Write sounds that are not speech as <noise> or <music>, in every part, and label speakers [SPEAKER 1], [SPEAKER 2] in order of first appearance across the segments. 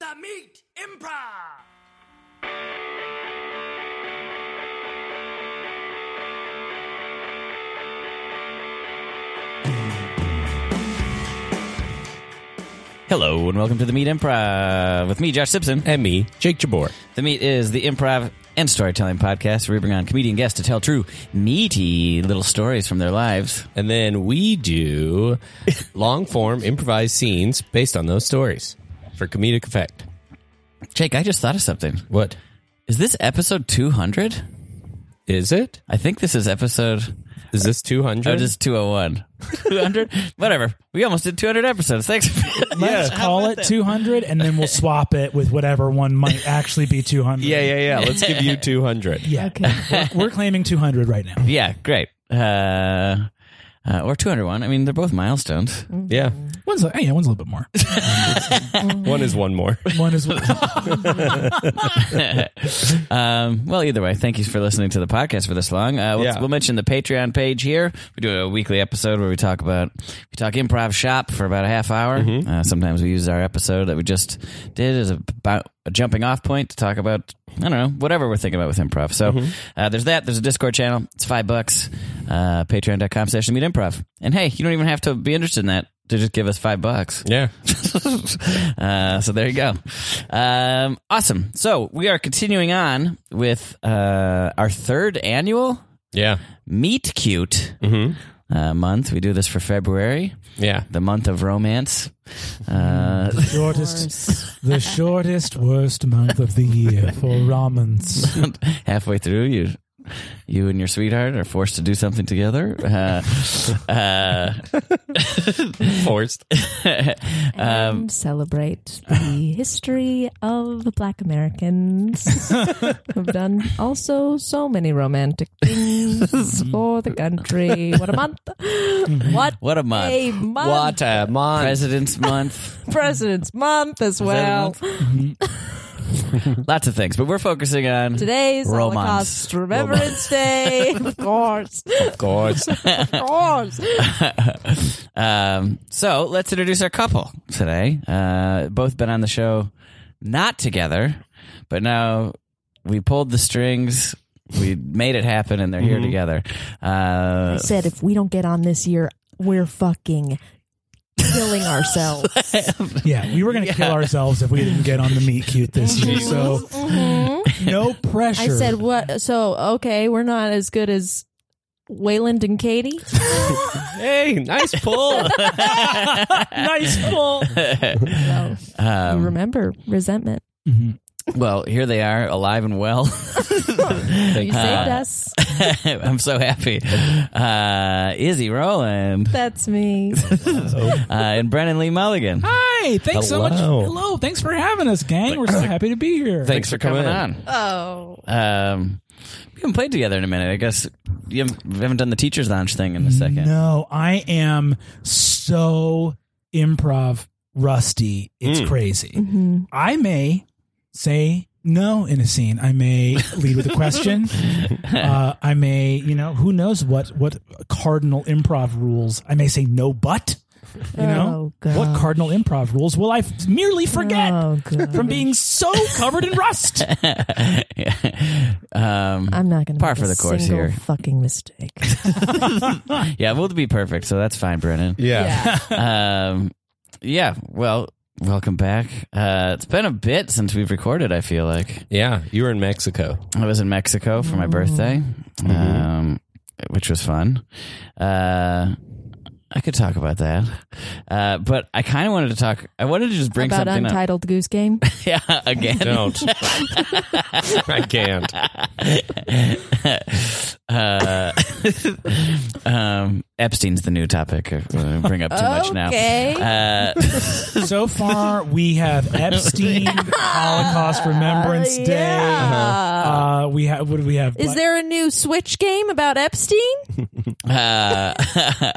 [SPEAKER 1] Mega Meat Improv.
[SPEAKER 2] Hello and welcome to the Meat Improv with me, Josh Simpson.
[SPEAKER 3] and me, Jake Jabor.
[SPEAKER 2] The Meat is the improv and storytelling podcast where we bring on comedian guests to tell true, meaty little stories from their lives.
[SPEAKER 3] And then we <laughs> do long form improvised scenes based on those stories for comedic effect.
[SPEAKER 2] Jake, I just thought of something.
[SPEAKER 3] What
[SPEAKER 2] Is this episode 200?
[SPEAKER 3] is it?
[SPEAKER 2] I think this is episode.
[SPEAKER 3] Is this 200?
[SPEAKER 2] Oh, just 201. 200? <laughs> Whatever. We almost did 200 episodes. Thanks. <laughs>
[SPEAKER 4] Let's call it 200 and then we'll swap it with whatever one might actually be 200.
[SPEAKER 3] yeah, yeah, yeah. Let's give <laughs> you 200.
[SPEAKER 4] Yeah. We're, we're claiming 200 right now.
[SPEAKER 2] yeah, great. Uh, uh, or 201. I mean, they're both milestones.
[SPEAKER 3] Yeah.
[SPEAKER 4] One's, a- hey, one's a little bit more.
[SPEAKER 3] One is one more.
[SPEAKER 4] One <laughs> is what
[SPEAKER 2] Um, well, either way, thank you for listening to the podcast for this long. Uh, we'll,
[SPEAKER 3] Yeah.
[SPEAKER 2] we'll mention the Patreon page here. We do a weekly episode where we talk about we talk improv shop for about a half hour. Uh, sometimes we use our episode that we just did as a, about a jumping off point to talk about I don't know whatever we're thinking about with improv. So uh, there's that. There's a Discord channel. It's five bucks. Uh, Patreon.com slash meet improv. And hey, you don't even have to be interested in that to just give us five bucks
[SPEAKER 3] Yeah.
[SPEAKER 2] uh, so there you go. Um, awesome. So we are continuing on with uh, our third annual
[SPEAKER 3] Yeah.
[SPEAKER 2] Meet Cute
[SPEAKER 3] Mm-hmm.
[SPEAKER 2] uh, month. We do this for February,
[SPEAKER 3] <laughs> Yeah.
[SPEAKER 2] the month of romance. Uh, <laughs>
[SPEAKER 4] shortest, the shortest, worst month of the year for ramens.
[SPEAKER 2] halfway through, you. You and your sweetheart are forced to do something together. Uh, uh,
[SPEAKER 3] Forced.
[SPEAKER 2] Um,
[SPEAKER 5] and Mm, celebrate the
[SPEAKER 2] <laughs>
[SPEAKER 5] history of Black Americans who've done also so many romantic
[SPEAKER 2] <laughs>
[SPEAKER 5] things for the country. What a month! What
[SPEAKER 2] what a month!
[SPEAKER 5] a month!
[SPEAKER 3] a month.
[SPEAKER 2] President's Month,
[SPEAKER 5] President's Month as well.
[SPEAKER 2] <laughs> lots of things, but we're focusing on
[SPEAKER 5] Today's
[SPEAKER 2] Romance.
[SPEAKER 5] Holocaust Remembrance
[SPEAKER 2] <laughs>
[SPEAKER 5] Day, of course,
[SPEAKER 3] Of course.
[SPEAKER 5] of course.
[SPEAKER 2] Um, so let's introduce our couple today. Uh, both been on the show, not together, but now we pulled the strings. We made it happen, and they're here together. Uh,
[SPEAKER 5] Said if we don't get on this year, we're fucking
[SPEAKER 2] <laughs>
[SPEAKER 5] killing ourselves.
[SPEAKER 4] Yeah, we were going to kill ourselves if we didn't get on the meet cute this year. So
[SPEAKER 5] Mm-hmm.
[SPEAKER 4] no pressure.
[SPEAKER 5] I said, "What? So okay, we're not as good as Wayland and
[SPEAKER 4] <laughs>
[SPEAKER 5] Katie."
[SPEAKER 3] hey, nice pull.
[SPEAKER 5] nice <laughs> pull. so,
[SPEAKER 2] Um,
[SPEAKER 5] you remember resentment?
[SPEAKER 2] well, here they are, alive and well. <laughs>
[SPEAKER 5] You saved us.
[SPEAKER 2] I'm so happy. Uh, Izzy Rowland
[SPEAKER 6] <laughs>
[SPEAKER 5] That's
[SPEAKER 4] <laughs>
[SPEAKER 5] me.
[SPEAKER 2] uh, and Brennan Lee Mulligan.
[SPEAKER 4] Hi, thanks so much.
[SPEAKER 3] Hello.
[SPEAKER 4] Hello, thanks for having us, gang. We're so happy to be here.
[SPEAKER 3] Thanks for coming
[SPEAKER 2] on.
[SPEAKER 5] Oh,
[SPEAKER 2] Um, we haven't played together in a minute. I guess you haven't- we haven't done the teachers' lounge thing in a second.
[SPEAKER 4] No, I am so improv rusty. It's
[SPEAKER 2] Hmm.
[SPEAKER 4] crazy. I may say no in a scene. I may lead with a
[SPEAKER 2] <laughs>
[SPEAKER 4] question. uh, I may, you know, who knows what what cardinal improv rules. I may say no, but you know
[SPEAKER 5] Oh, gosh.
[SPEAKER 4] what cardinal improv rules will I f- merely forget
[SPEAKER 5] Oh, God.
[SPEAKER 4] from being so covered in rust.
[SPEAKER 2] <laughs> um,
[SPEAKER 5] I'm not going to
[SPEAKER 2] Par for the course
[SPEAKER 5] single
[SPEAKER 2] here.
[SPEAKER 5] Fucking mistake.
[SPEAKER 2] yeah, we'll be perfect, so that's fine, Brennan.
[SPEAKER 3] <laughs> Yeah.
[SPEAKER 2] Um, yeah, well, welcome back. Uh, it's been a bit since we've recorded. I feel like
[SPEAKER 3] Yeah. You were in Mexico.
[SPEAKER 2] I was in Mexico for my birthday,
[SPEAKER 5] Mm-hmm.
[SPEAKER 2] um, which was fun. Uh, I could talk about that, uh, but I kind of wanted to talk. I wanted to just <laughs> bring
[SPEAKER 5] About
[SPEAKER 2] something up.
[SPEAKER 5] Untitled Goose Game.
[SPEAKER 2] <laughs> yeah, again.
[SPEAKER 3] Don't. <laughs> I can't.
[SPEAKER 2] <laughs> uh, <laughs> um, Epstein's the new topic. I bring up too much now.
[SPEAKER 5] Okay.
[SPEAKER 2] Uh,
[SPEAKER 4] so far, we
[SPEAKER 5] <laughs>
[SPEAKER 4] have Epstein, Holocaust Remembrance Day. Uh, we have what do we have?
[SPEAKER 5] Is there a new Switch game about Epstein?
[SPEAKER 2] uh,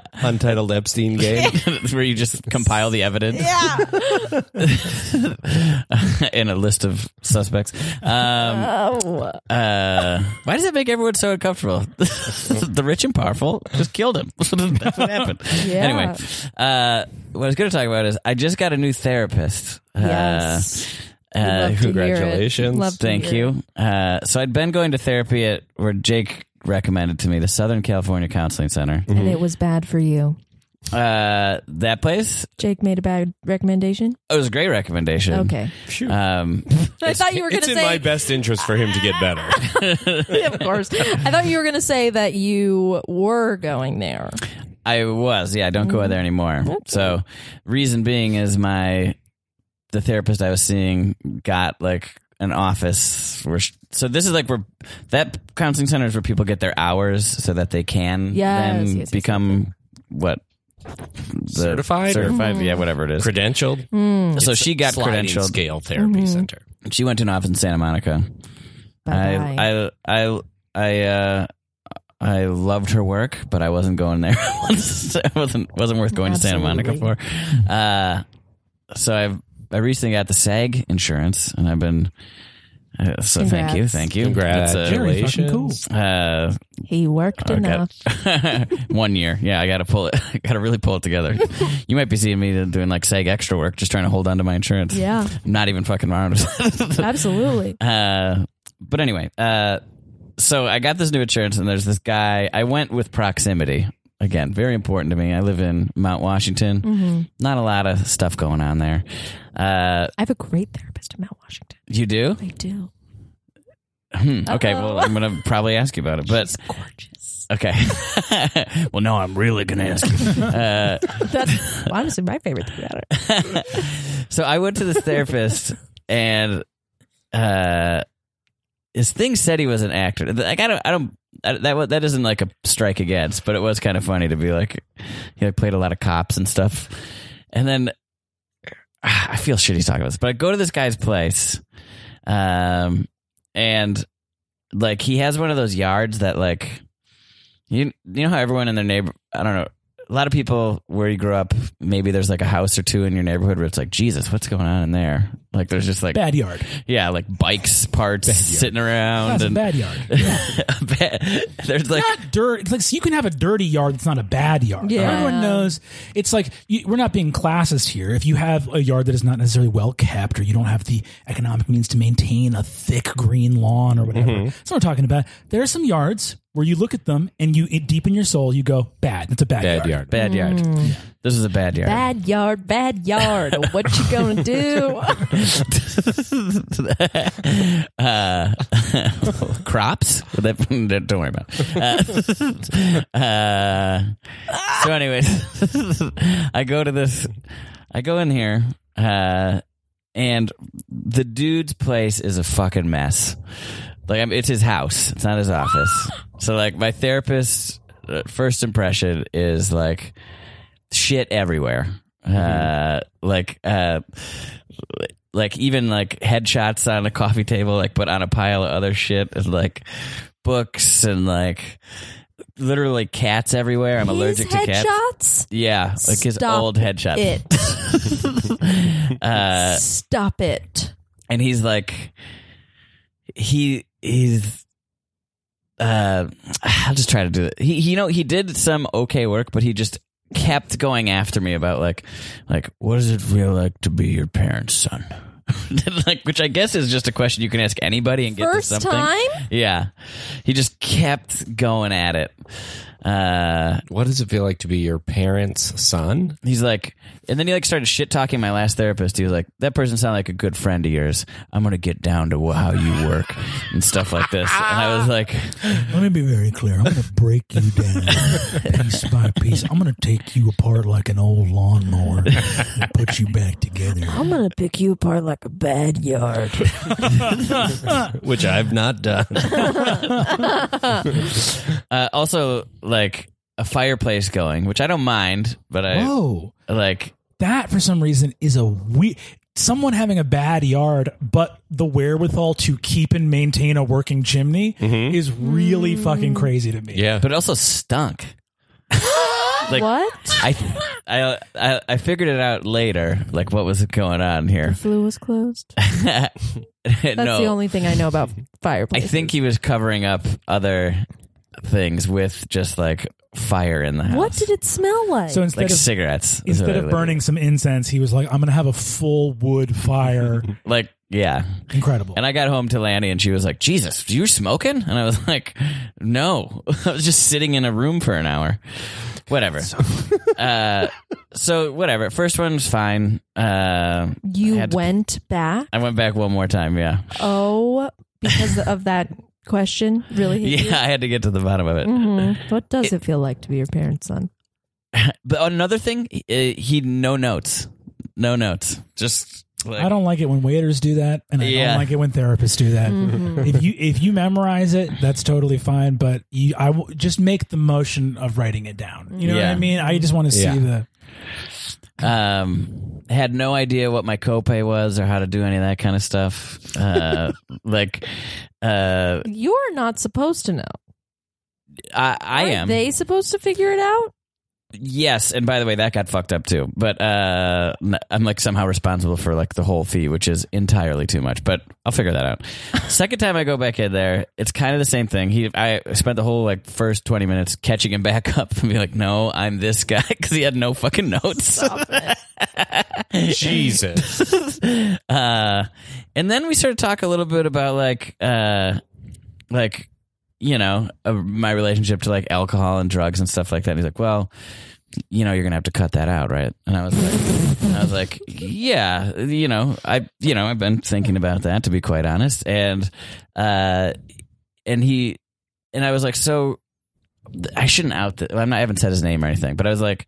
[SPEAKER 2] <laughs>
[SPEAKER 3] Untitled Epstein game.
[SPEAKER 2] where you just compile the evidence
[SPEAKER 5] Yeah.
[SPEAKER 2] in a list of suspects. Um,
[SPEAKER 5] <laughs> oh.
[SPEAKER 2] uh, why does it make everyone so uncomfortable? <laughs> the rich and powerful just killed him. <laughs> That's what happened.
[SPEAKER 5] Yeah.
[SPEAKER 2] Anyway, uh, what I was going to talk about is I just got a new therapist. Uh,
[SPEAKER 5] Yes.
[SPEAKER 2] Uh,
[SPEAKER 5] Love to hear it.
[SPEAKER 3] congratulations.
[SPEAKER 5] Love to
[SPEAKER 2] Thank
[SPEAKER 5] hear it.
[SPEAKER 2] you. Uh, so I'd been going to therapy at where Jake recommended to me the Southern California Counseling Center.
[SPEAKER 5] And it was bad for you.
[SPEAKER 2] Uh, that place
[SPEAKER 5] Jake made a bad recommendation.
[SPEAKER 2] it was a great recommendation.
[SPEAKER 5] Okay.
[SPEAKER 2] Um,
[SPEAKER 5] I thought you were going
[SPEAKER 3] It's
[SPEAKER 5] to
[SPEAKER 3] in
[SPEAKER 5] say.
[SPEAKER 3] my best interest for him to get better.
[SPEAKER 5] <laughs> of course. I thought you were going to say that you were going there.
[SPEAKER 2] I was, yeah. I don't go out there
[SPEAKER 5] Mm.
[SPEAKER 2] anymore. So, reason being is my the therapist I was seeing got like an office where. sh so this is like where that counseling center is where people get their hours so that they can
[SPEAKER 5] Yes,
[SPEAKER 2] then
[SPEAKER 5] yes, yes,
[SPEAKER 2] become what the-
[SPEAKER 3] Certified or-
[SPEAKER 2] certified,
[SPEAKER 5] Mm-hmm.
[SPEAKER 2] yeah, whatever it is.
[SPEAKER 3] Credentialed.
[SPEAKER 2] so she got
[SPEAKER 3] Sliding
[SPEAKER 2] credentialed.
[SPEAKER 3] Scale therapy center.
[SPEAKER 2] She went to an office in Santa Monica.
[SPEAKER 5] Bye-bye.
[SPEAKER 2] I I I I uh I loved her work, but I wasn't going there. <laughs> it wasn't wasn't worth going to Santa Monica for. Uh, so I've I recently got the SAG insurance, and I've been. Uh, so thank you,
[SPEAKER 5] Congrats.
[SPEAKER 2] thank you.
[SPEAKER 4] Very fucking cool.
[SPEAKER 3] Congratulations.
[SPEAKER 2] uh, <laughs>
[SPEAKER 5] He worked
[SPEAKER 2] I
[SPEAKER 5] enough.
[SPEAKER 2] <laughs> got- one year. Yeah, I got to pull it. <laughs> I got to really pull
[SPEAKER 5] <laughs>
[SPEAKER 2] it together. you might be seeing me doing like SAG extra work, just trying to hold on to my insurance.
[SPEAKER 5] Yeah.
[SPEAKER 2] I'm not even fucking around. with
[SPEAKER 5] Absolutely.
[SPEAKER 2] uh, but anyway, uh, so I got this new insurance, and there's this guy. I went with proximity again, very important to me. I live in Mount Washington. Not a lot of stuff going on there. Uh,
[SPEAKER 5] I have a great therapist in Mount Washington.
[SPEAKER 2] you do?
[SPEAKER 5] I do.
[SPEAKER 2] Hmm, okay,
[SPEAKER 5] Uh-oh.
[SPEAKER 2] well, I'm gonna probably ask you about it, but
[SPEAKER 5] She's gorgeous.
[SPEAKER 2] okay. <laughs> well, no, I'm really gonna ask you. Uh,
[SPEAKER 5] That's honestly my favorite thing about
[SPEAKER 2] <laughs>
[SPEAKER 5] her.
[SPEAKER 2] so I went to this therapist, and uh, his thing said he was an actor. Like I don't, I don't. I- That wa- that isn't like a strike against, but it was kind of funny to be like, he like played a lot of cops and stuff, and then ah, I feel shitty talking about this, but I go to this guy's place, um, and like he has one of those yards that like you you know how everyone in their neighbor I don't know a lot of people where you grew up maybe there's like a house or two in your neighborhood where it's like Jesus what's going on in there like there's just like
[SPEAKER 4] Bad yard.
[SPEAKER 2] yeah like bikes parts sitting around
[SPEAKER 4] That's a
[SPEAKER 2] and <laughs>
[SPEAKER 4] bad yard.
[SPEAKER 2] Bad- there's like
[SPEAKER 4] not dirt. It's like so you can have a dirty yard that's not a bad yard.
[SPEAKER 5] Yeah.
[SPEAKER 4] Everyone knows it's like you, we're not being classist here. If you have a yard that is not necessarily well kept, or you don't have the economic means to maintain a thick green lawn or whatever, that's what we're talking about. There are some yards where you look at them and you, it, deep in your soul, you go, "Bad. That's a bad,
[SPEAKER 3] Bad
[SPEAKER 4] yard."
[SPEAKER 3] yard.
[SPEAKER 2] bad yard
[SPEAKER 4] Mm.
[SPEAKER 2] this is a bad yard
[SPEAKER 5] Bad yard, bad yard. What you gonna do?
[SPEAKER 2] uh, crops? <laughs> That- that- don't worry about. it. Uh, <laughs> uh, so, anyways, <laughs> I go to this. I go in here, uh, and the dude's place is a fucking mess. Like, I'm, it's his house. It's not his office. so, like, my therapist's uh, first impression is like shit everywhere.
[SPEAKER 5] Mm-hmm.
[SPEAKER 2] Uh, like, uh, like even like headshots on a coffee table, like but on a pile of other shit and like books and like literally cats everywhere. <laughs> I'm allergic to cats.
[SPEAKER 5] headshots.
[SPEAKER 2] Yeah, like his
[SPEAKER 5] Stop
[SPEAKER 2] old headshots.
[SPEAKER 5] It.
[SPEAKER 2] <laughs> Uh,
[SPEAKER 5] Stop it.
[SPEAKER 2] and he's like he he's uh i'll just try to do it he he- you know he did some okay work but he just kept going after me about like like what does it feel like to be your parents son <laughs> like which i guess is just a question you can ask anybody and get
[SPEAKER 5] First
[SPEAKER 2] to something
[SPEAKER 5] time?
[SPEAKER 2] yeah he just kept going at it uh
[SPEAKER 3] What does it feel like to be your parents' son?
[SPEAKER 2] He's like, and then he like started shit talking my last therapist. He was like, "That person sounded like a good friend of yours. I'm gonna get down to wh- how you work and stuff like this." And I was like,
[SPEAKER 4] Let me be very clear. I'm going to break you <laughs> down piece by piece. I'm going to take you apart like an old lawnmower and put you back together.
[SPEAKER 5] I'm gonna pick you apart like a bad yard.
[SPEAKER 3] Which I've not done.
[SPEAKER 2] uh, also like a fireplace going, which I don't mind, but I
[SPEAKER 4] Whoa.
[SPEAKER 2] like
[SPEAKER 4] Oh, that for some reason is a we someone having a bad yard but the wherewithal to keep and maintain a working chimney
[SPEAKER 2] Mm-hmm.
[SPEAKER 4] is really fucking crazy to me
[SPEAKER 3] yeah.
[SPEAKER 2] but it also stunk. <laughs> like
[SPEAKER 5] what?
[SPEAKER 2] I, I, I, I figured it out later. Like what was going on here? <laughs>
[SPEAKER 5] Flue was closed. That's
[SPEAKER 2] no,
[SPEAKER 5] the only thing I know about
[SPEAKER 2] <laughs> I
[SPEAKER 5] fireplace.
[SPEAKER 2] think he was covering up other things with just like fire in the house.
[SPEAKER 5] What did it smell like?
[SPEAKER 4] so instead
[SPEAKER 2] like
[SPEAKER 4] of
[SPEAKER 2] cigarettes is what
[SPEAKER 4] instead
[SPEAKER 2] I
[SPEAKER 4] of
[SPEAKER 2] would- <laughs>
[SPEAKER 4] burning some incense he was like i'm gonna have a full wood fire
[SPEAKER 2] like Yeah.
[SPEAKER 4] Incredible.
[SPEAKER 2] And I got home to Lanny and she was like, Jesus, you were smoking? And I was <laughs> like, no. <laughs> I was just sitting in a room for an hour. Whatever.
[SPEAKER 4] <laughs>
[SPEAKER 2] uh, so, whatever. First one was fine. Uh, I
[SPEAKER 5] You
[SPEAKER 2] had to-
[SPEAKER 5] went back.
[SPEAKER 2] I went back one more time. Yeah.
[SPEAKER 5] Oh, because of that question, really? hit you?
[SPEAKER 2] <laughs> Yeah. I had to get to the bottom of it.
[SPEAKER 4] Mm-hmm.
[SPEAKER 5] Mhm. What does it feel like to be your parents' son?
[SPEAKER 2] But another thing, uh, he no notes. No notes. Just like,
[SPEAKER 4] I don't like it when waiters do that, and I
[SPEAKER 2] Yeah.
[SPEAKER 4] don't like it when therapists do
[SPEAKER 6] Mm.
[SPEAKER 4] that.
[SPEAKER 5] Mm-hmm.
[SPEAKER 2] <laughs>
[SPEAKER 4] if you if you memorize it, that's totally fine. But you, I w- just make the motion of writing it down. You know what
[SPEAKER 2] Yeah.
[SPEAKER 4] I mean? I just want to see
[SPEAKER 3] Yeah.
[SPEAKER 4] the.
[SPEAKER 2] um had no idea what my copay was or how to do any of that kind of stuff uh <laughs> like uh
[SPEAKER 5] You're not supposed to know.
[SPEAKER 2] i i
[SPEAKER 5] Aren't
[SPEAKER 2] am
[SPEAKER 5] they supposed to figure it out?
[SPEAKER 2] yes and by the way that got fucked up too but uh n- i'm like somehow responsible for like the whole fee which is entirely too much but i'll figure
[SPEAKER 5] <laughs>
[SPEAKER 2] that out second time i go back in there it's kind of the same thing he i spent the whole like first 20 minutes catching him back <laughs> up and be like no i'm this guy because he had no fucking notes <laughs>
[SPEAKER 3] Jesus.
[SPEAKER 2] uh, and then we started to talk a little bit about like uh, like you know uh, my relationship to like alcohol and drugs and stuff like that. And he's like, well. You know you're gonna have to cut that out, right? And I was like, I was like, yeah, you know, I, you know, I've been thinking about that to be quite honest, and, uh, and he, and I was like, so, I shouldn't out. The, I'm not. I haven't said his name or anything, but I was like,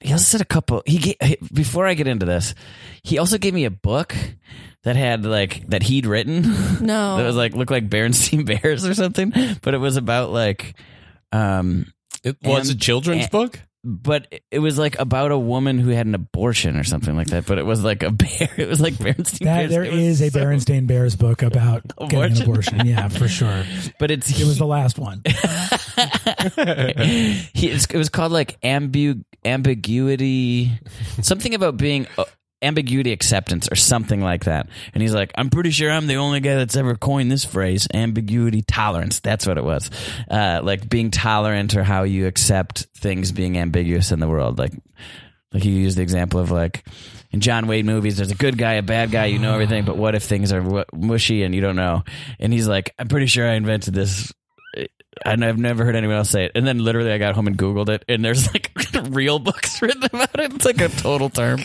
[SPEAKER 2] he also said a couple. He ga- before I get into this, he also gave me a book that had like that he'd written. <laughs>
[SPEAKER 5] No.
[SPEAKER 2] that was like looked like Berenstein <laughs> Bears or something, but it was about like, um,
[SPEAKER 3] <laughs> It was a
[SPEAKER 2] And-
[SPEAKER 3] children's
[SPEAKER 2] and-
[SPEAKER 3] book?
[SPEAKER 2] but it was like about a woman who had an abortion or something like that. But it was like a <laughs> bear. It was like Berenstein
[SPEAKER 4] That
[SPEAKER 2] Bears.
[SPEAKER 4] there
[SPEAKER 2] It was
[SPEAKER 4] is a
[SPEAKER 2] so-
[SPEAKER 4] Berenstain Bears book about getting an
[SPEAKER 2] <laughs> Abortion.
[SPEAKER 4] abortion. Yeah, for
[SPEAKER 2] <laughs>
[SPEAKER 4] sure.
[SPEAKER 2] but it's
[SPEAKER 4] It was the
[SPEAKER 2] <laughs>
[SPEAKER 4] last one.
[SPEAKER 2] he, it's, it was called like ambu, ambiguity, something about being uh, ambiguity acceptance or something like that. And he's like, I'm pretty sure I'm the only guy that's ever coined this phrase, ambiguity tolerance. That's what it was. Uh, like being tolerant or how you accept things being ambiguous in the world. Like, like you used the example of like in John Wayne movies, there's a good guy, a bad guy, you know everything, but what if things are w- mushy and you don't know? And he's like, I'm pretty sure I invented this. And I've never heard anyone else say it. And then literally, I got home and Googled it, and there's like <laughs> real books written about it. It's like a total term.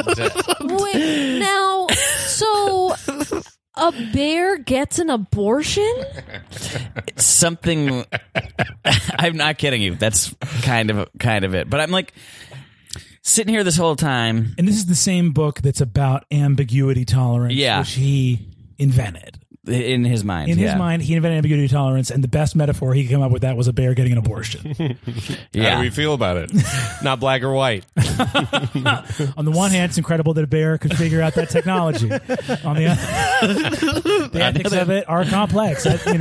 [SPEAKER 2] <laughs>
[SPEAKER 5] Wait, now, so a bear gets an abortion?
[SPEAKER 2] Something. <laughs> I'm not kidding you. That's kind of kind of it. But I'm like sitting here this whole time.
[SPEAKER 4] And this is the same book that's about ambiguity tolerance,
[SPEAKER 2] Yeah.
[SPEAKER 4] which he invented.
[SPEAKER 2] In his mind,
[SPEAKER 4] In
[SPEAKER 2] yeah.
[SPEAKER 4] his mind, he invented ambiguity tolerance, and the best metaphor he could come up with that was a bear getting an abortion.
[SPEAKER 2] yeah.
[SPEAKER 3] How do we feel about <laughs> it? Not black or white.
[SPEAKER 4] On the one hand, it's incredible that a bear could figure out that technology. On the other, <laughs> the ethics of it are complex. that- You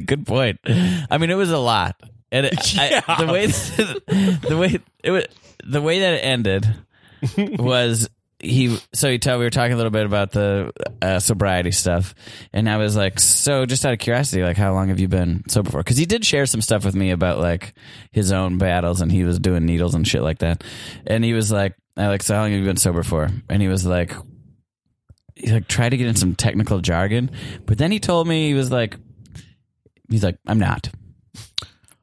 [SPEAKER 2] <laughs> Good point. I mean, it was a lot, and it, I, the way <laughs> the way it was, the way that it ended was he. So you tell we were talking a little bit about the uh, sobriety stuff, and I was like, so just out of curiosity, like, how long have you been sober for? Because he did share some stuff with me about like his own battles, and he was doing needles and shit like that, and he was like, I like, so how long have you been sober for? And he was like, he like tried to get in some technical jargon, but then he told me he was like, he's like, I'm not.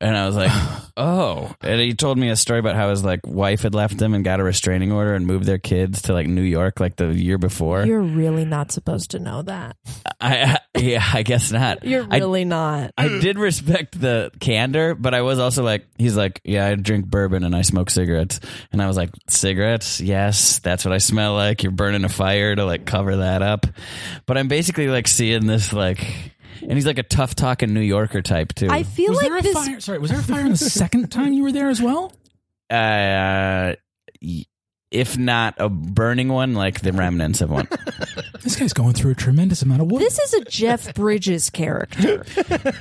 [SPEAKER 2] And I was like, oh. And he told me a story about how his like wife had left him and got a restraining order and moved their kids to like New York like the year before.
[SPEAKER 5] You're really not supposed to know that.
[SPEAKER 2] I, I yeah, I guess not.
[SPEAKER 5] You're
[SPEAKER 2] I-
[SPEAKER 5] really not.
[SPEAKER 2] I did respect the candor, but I was also like, he's like, yeah, I drink bourbon and I smoke cigarettes. And I was like, cigarettes? Yes, that's what I smell like. You're burning a fire to like cover that up. But I'm basically like seeing this, like, and he's like a tough talking New Yorker type too.
[SPEAKER 5] I feel
[SPEAKER 4] was there a
[SPEAKER 5] like this.
[SPEAKER 4] fire? Sorry, was there a fire in the second time you were there as well?
[SPEAKER 2] uh, y- if not a burning one, like the remnants of one.
[SPEAKER 4] This guy's going through a tremendous amount of wood.
[SPEAKER 5] This is a
[SPEAKER 2] <laughs>
[SPEAKER 5] Jeff Bridges character,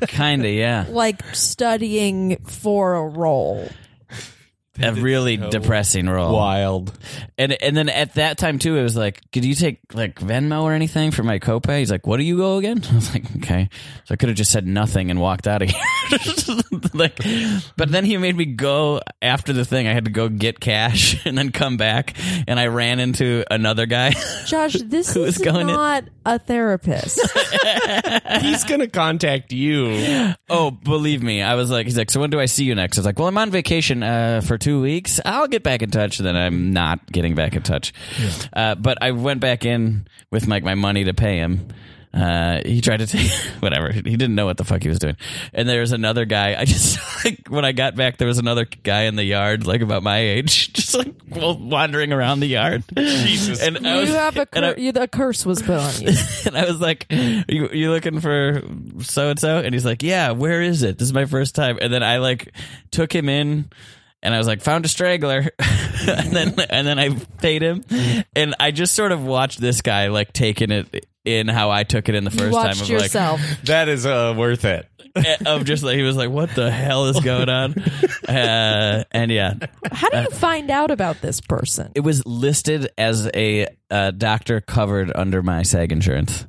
[SPEAKER 2] Kinda, yeah.
[SPEAKER 5] like studying for a role.
[SPEAKER 2] a
[SPEAKER 3] <laughs>
[SPEAKER 2] really depressing role.
[SPEAKER 3] Oh, Wild.
[SPEAKER 2] And and then at that time too, it was like, could you take like Venmo or anything for my copay? He's like, what do you go again? <laughs> I was like, okay. So I could have just said nothing and walked out of here. <laughs> like, but then he made me go after the thing. I had to go get cash <laughs> and then come back. And I ran into another guy. <laughs>
[SPEAKER 5] Josh, this
[SPEAKER 2] Who's
[SPEAKER 5] is
[SPEAKER 2] going in-
[SPEAKER 5] not a therapist.
[SPEAKER 3] He's gonna contact you.
[SPEAKER 2] oh, believe me, I was like, he's like, so when do I see you next? I was like, well, I'm on vacation uh, for two weeks. I'll get back in touch. Then I'm not getting back in touch. Uh, but I went back in with like my money to pay him. Uh, he tried to take <laughs> whatever. He didn't know what the fuck he was doing. And there was another guy. I just <laughs> like when I got back, there was another guy in the yard, like about my age, <laughs> just like wandering around the yard. Jesus, and <laughs> I was-
[SPEAKER 5] you have a
[SPEAKER 2] and I-
[SPEAKER 5] cur- you, the curse was put on you.
[SPEAKER 2] <laughs> and I was like, "Are you, you looking for so and so?" And he's like, "Yeah, where is it? This is my first time." And then I like took him in, and I was like, "Found a straggler," <laughs> and then and then I paid him, and I just sort of watched this guy like taking it in how I took it in the
[SPEAKER 5] You
[SPEAKER 2] first time
[SPEAKER 5] watched
[SPEAKER 2] of
[SPEAKER 5] yourself.
[SPEAKER 3] That is uh, worth it.
[SPEAKER 2] like <laughs> of just like he was like, "What the hell is
[SPEAKER 5] <laughs>
[SPEAKER 2] going on?" uh, and yeah,
[SPEAKER 5] How do you find out about this person?
[SPEAKER 2] it was listed as a uh, doctor covered under my SAG insurance.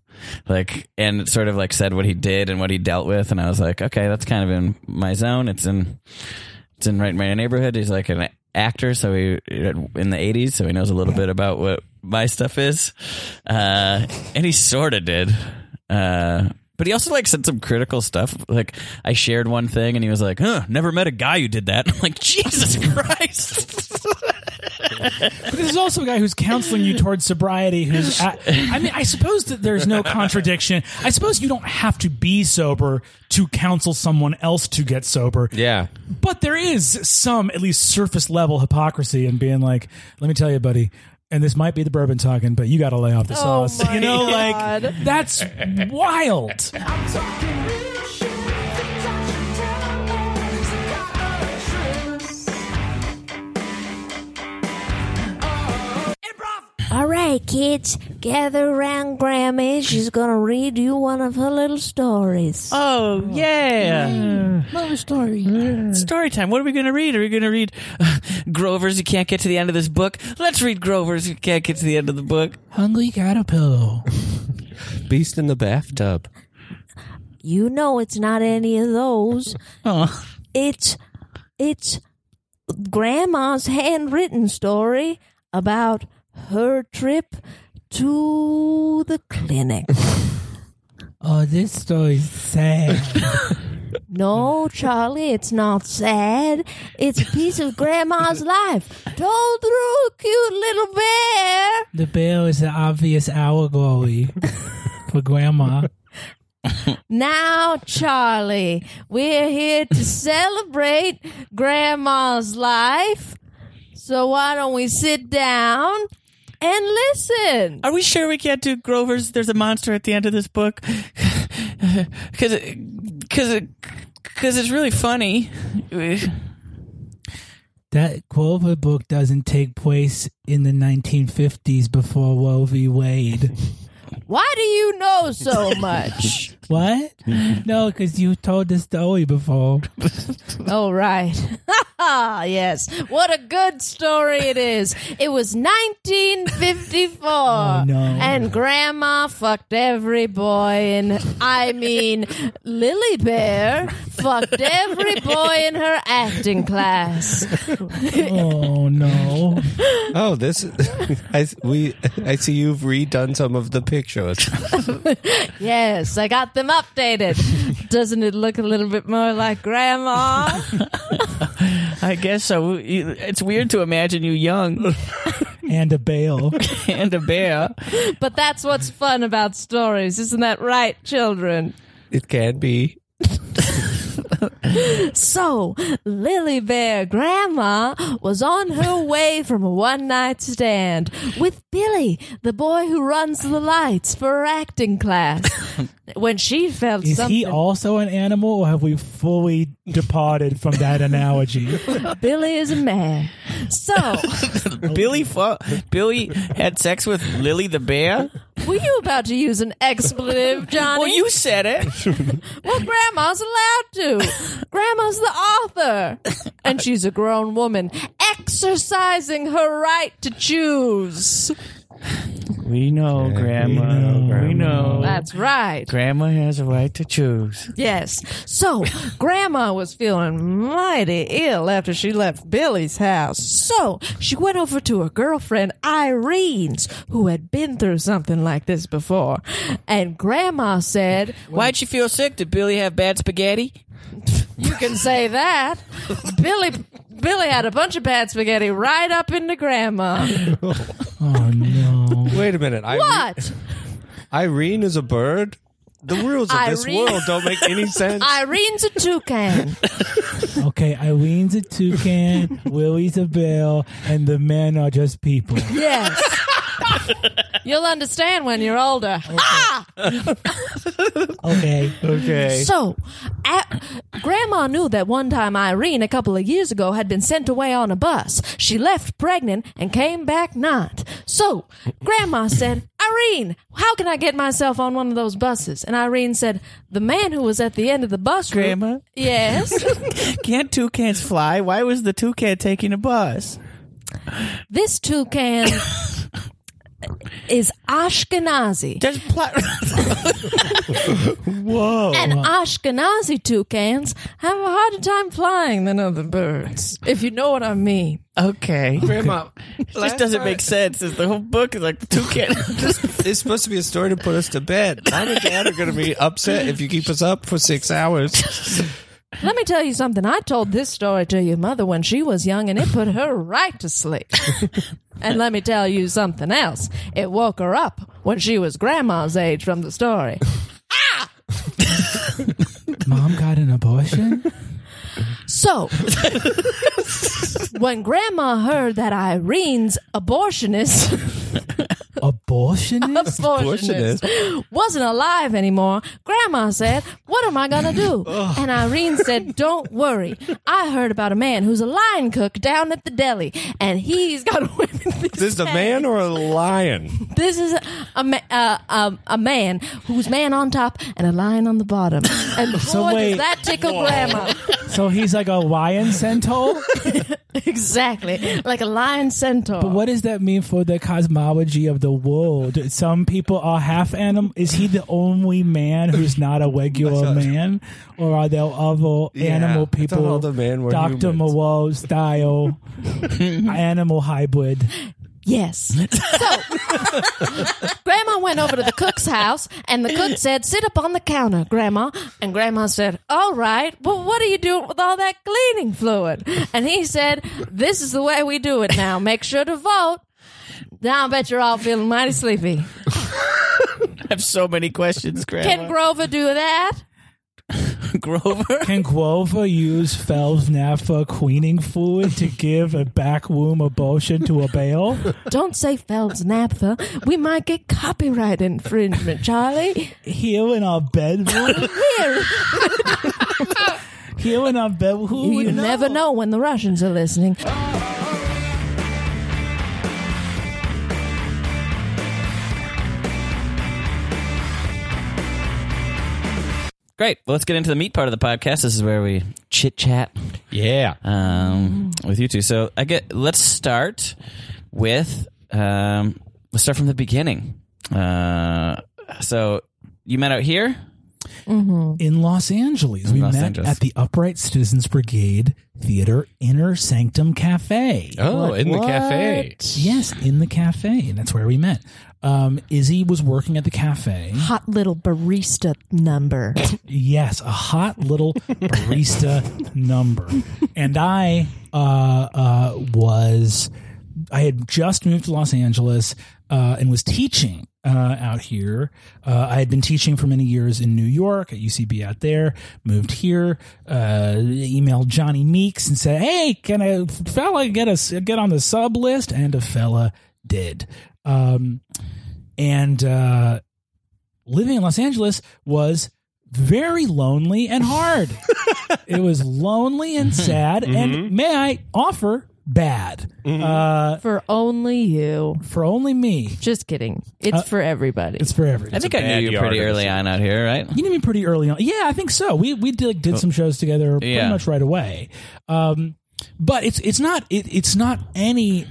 [SPEAKER 2] Like, and it sort of like said what he did and what he dealt with. And I was like, okay, that's kind of in my zone. It's in, it's in right in my neighborhood. He's like an actor. So he, in the 80s, so he knows a little bit about what my stuff is. Uh, and he sort of did. Uh, but he also like said some critical stuff. Like I shared one thing, and he was like, "Huh, never met a guy who did that." <laughs> I'm like, Jesus Christ!
[SPEAKER 4] But this is also a guy who's counseling you towards sobriety. Who's at, I mean, I suppose that there's no contradiction. I suppose you don't have to be sober to counsel someone else to get sober.
[SPEAKER 3] Yeah.
[SPEAKER 4] But there is some, at least surface level, hypocrisy in being like, "Let me tell you, buddy." And this might be the bourbon talking, but you got to lay off the
[SPEAKER 5] Oh
[SPEAKER 4] sauce.
[SPEAKER 5] my
[SPEAKER 4] you know,
[SPEAKER 5] God. <laughs>
[SPEAKER 4] like that's wild.
[SPEAKER 7] I'm talking real shit. Things I should tell is the kind of truth.
[SPEAKER 6] All right, kids, gather around Grammy. She's going to read you one of her little stories.
[SPEAKER 2] Oh, yeah. Another story. Story time. What are we going to read? Are we going to read uh, Grover's You Can't Get to the End of This Book? Let's read Grover's You Can't Get to the End of the Book.
[SPEAKER 4] Hungry caterpillar.
[SPEAKER 3] Beast in the bathtub.
[SPEAKER 6] You know it's not any of those.
[SPEAKER 2] Oh.
[SPEAKER 6] It's it's grandma's handwritten story about her trip to the clinic.
[SPEAKER 4] Oh, this story's sad.
[SPEAKER 6] No, Charlie, it's not sad. It's a piece
[SPEAKER 2] <laughs>
[SPEAKER 6] of grandma's life told through a cute little bear.
[SPEAKER 4] The bear is an obvious allegory for grandma.
[SPEAKER 6] Now, Charlie, we're
[SPEAKER 2] <laughs>
[SPEAKER 6] here to celebrate Grandma's life. So why don't we sit down and listen?
[SPEAKER 2] Are we sure we can't do Grover's There's a Monster at the End of This Book? Because it, cause it, cause it's really funny.
[SPEAKER 4] That Grover book doesn't take place in the 1950s before Roe v. Wade.
[SPEAKER 5] <laughs>
[SPEAKER 6] Why do you know so much?
[SPEAKER 4] What? No, because you told the
[SPEAKER 5] <laughs>
[SPEAKER 4] story before.
[SPEAKER 6] oh, right. <laughs> yes. What a good story it is. It was 1954.
[SPEAKER 4] no.
[SPEAKER 6] And Grandma fucked every boy in, I mean, Lily Bear fucked every boy in her acting class.
[SPEAKER 4] Oh, no.
[SPEAKER 3] Oh, this <laughs> I we I see you've redone some of the pictures.
[SPEAKER 6] Yes, I got them updated. Doesn't it look a little bit more like grandma?
[SPEAKER 2] I guess so. It's weird to imagine you young
[SPEAKER 4] And a bail.
[SPEAKER 2] and a bear.
[SPEAKER 6] but that's what's fun about stories, isn't that right, children?
[SPEAKER 3] It can be.
[SPEAKER 6] So, Lily Bear Grandma was
[SPEAKER 4] <laughs>
[SPEAKER 6] on her way from a one night stand with Billy, the boy who runs the lights for her acting
[SPEAKER 4] <laughs>
[SPEAKER 6] class. When she felt
[SPEAKER 4] Is
[SPEAKER 6] something.
[SPEAKER 4] he also an animal, or have we fully departed from that analogy?
[SPEAKER 6] Billy is a man. So.
[SPEAKER 4] <laughs>
[SPEAKER 2] Billy fu- Billy had sex with Lily the bear.
[SPEAKER 6] Were you about to use an expletive, Johnny?
[SPEAKER 2] Well, you said it.
[SPEAKER 6] Well, Grandma's allowed to. Grandma's the author. And she's a grown woman exercising her right to choose.
[SPEAKER 2] We know, Grandma. We know.
[SPEAKER 6] That's right.
[SPEAKER 2] Grandma has a right to choose.
[SPEAKER 6] Yes. So, Grandma was feeling mighty ill after she left Billy's house. So, she went over to her girlfriend Irene's, who had been through something like this before. And Grandma said,
[SPEAKER 2] Why'd she feel sick? Did Billy have bad spaghetti?
[SPEAKER 6] You can say that. Billy Billy had a bunch of bad spaghetti right up into Grandma.
[SPEAKER 4] Oh no!
[SPEAKER 3] Wait a minute. Irene,
[SPEAKER 6] But
[SPEAKER 3] Irene is a bird? The rules of this
[SPEAKER 6] Irene-
[SPEAKER 3] world don't make any sense.
[SPEAKER 6] Irene's a toucan.
[SPEAKER 4] Okay, Eileen's a toucan, Willie's a bell, and the men are just people.
[SPEAKER 6] Yes. You'll understand when you're older.
[SPEAKER 4] Okay,
[SPEAKER 3] okay.
[SPEAKER 6] So, a Grandma knew that one time Irene, a couple of years ago, had been sent away on a bus. She left pregnant and came back not. So, Grandma said, Irene, how can I get myself on one of those buses? And Irene said, The man who was at the end of the bus. route-
[SPEAKER 2] Grandma?
[SPEAKER 6] Yes.
[SPEAKER 2] Can't toucans fly? Why was the toucan taking a bus?
[SPEAKER 6] this toucan is Ashkenazi.
[SPEAKER 2] There's pl-
[SPEAKER 6] And Ashkenazi toucans have a harder time flying than other birds, if you know what I mean.
[SPEAKER 2] <laughs> okay.
[SPEAKER 3] Grandma,
[SPEAKER 2] <laughs> This doesn't make sense. It's the whole book is like the toucan. <laughs>
[SPEAKER 3] It's supposed to be a story to put us to bed. Mom and Dad are going to be upset if you keep us up for six hours.
[SPEAKER 6] Let me tell you something. I told this story to your mother when she was young, and it put her right to sleep. and let me tell you something else. It woke her up when she was grandma's age from the story.
[SPEAKER 4] mom got an abortion.
[SPEAKER 6] So, when grandma heard that Irene's abortionist.
[SPEAKER 4] Abortionist.
[SPEAKER 6] abortionist wasn't alive anymore, Grandma said, What am I going to do?
[SPEAKER 3] <laughs>
[SPEAKER 6] and Irene said, Don't worry. I heard about a man who's a lion cook down at the deli, and he's got a <laughs> women. This,
[SPEAKER 3] Is this a man or a lion?
[SPEAKER 6] This is a, ma- uh, um, a man who's man on top and a lion on the bottom. And
[SPEAKER 3] <laughs>
[SPEAKER 6] boy,
[SPEAKER 4] wait.
[SPEAKER 6] does that tickle Grandma. <laughs>
[SPEAKER 4] So he's like a lion centaur.
[SPEAKER 6] exactly. Like a lion centaur.
[SPEAKER 4] But what does that mean for the cosmology of the world? Some people are half animal. Is he the only man who's not a regular man, or are there other animal
[SPEAKER 3] I thought
[SPEAKER 4] people?
[SPEAKER 3] all the men were
[SPEAKER 4] Doctor
[SPEAKER 3] humans.
[SPEAKER 4] Moreau style animal hybrid.
[SPEAKER 8] <laughs>
[SPEAKER 6] Yes. So, Grandma went over to the cook's house, and the cook said, Sit up on the counter, Grandma. And Grandma said, All right, well, what are you doing with all that cleaning fluid? And he said, This is the way we do it now. Make sure to vote. Now I bet you're all feeling mighty sleepy.
[SPEAKER 2] I have so many questions, Grandma.
[SPEAKER 6] Can Grover do that?
[SPEAKER 2] Grover?
[SPEAKER 4] Can Grover use Fel's naphtha cleaning fluid to give a backroom abortion to a bale?
[SPEAKER 6] Don't say Feld's naphtha. We might get copyright infringement, Charlie.
[SPEAKER 4] Here in our bedroom? Here in our bedroom? Who would
[SPEAKER 6] you never know when the Russians are listening.
[SPEAKER 2] Great. Well, let's get into the meat part of the podcast. This is where we chit chat
[SPEAKER 3] Yeah.
[SPEAKER 2] um, with you two. So I get. Let's start with. Um, let's start from the beginning. Uh, so you met out here.
[SPEAKER 4] in Los Angeles. we
[SPEAKER 2] Los
[SPEAKER 4] met
[SPEAKER 2] Angeles.
[SPEAKER 4] at the Upright Citizens Brigade Theater Inner Sanctum Cafe.
[SPEAKER 3] Oh, in the cafe.
[SPEAKER 4] Yes, in the cafe. And that's where we met. Um, Izzy was working at the cafe.
[SPEAKER 6] Hot little barista number.
[SPEAKER 4] Yes, a hot little barista number. And I uh, uh, was, I had just moved to Los Angeles uh, and was teaching uh, out here. Uh, I had been teaching for many years in New York at UCB out there, moved here, uh, emailed Johnny Meeks and said, hey, can a fella get, us get on the sub list? And a fella did. Um, and uh, living in Los Angeles was very lonely and hard. it was lonely and sad. And may I offer bad uh,
[SPEAKER 5] for only you.
[SPEAKER 4] for only me.
[SPEAKER 5] Just kidding. It's
[SPEAKER 4] Uh,
[SPEAKER 5] for everybody.
[SPEAKER 4] It's for everyone.
[SPEAKER 2] I think I
[SPEAKER 3] bad
[SPEAKER 2] knew you
[SPEAKER 3] yard
[SPEAKER 2] pretty
[SPEAKER 3] of the
[SPEAKER 2] early on out here, right?
[SPEAKER 4] You knew me pretty early on. Yeah, I think so. We we did, like, did some shows together pretty
[SPEAKER 2] Yeah.
[SPEAKER 4] much right away. Um, but it's it's not it, it's not any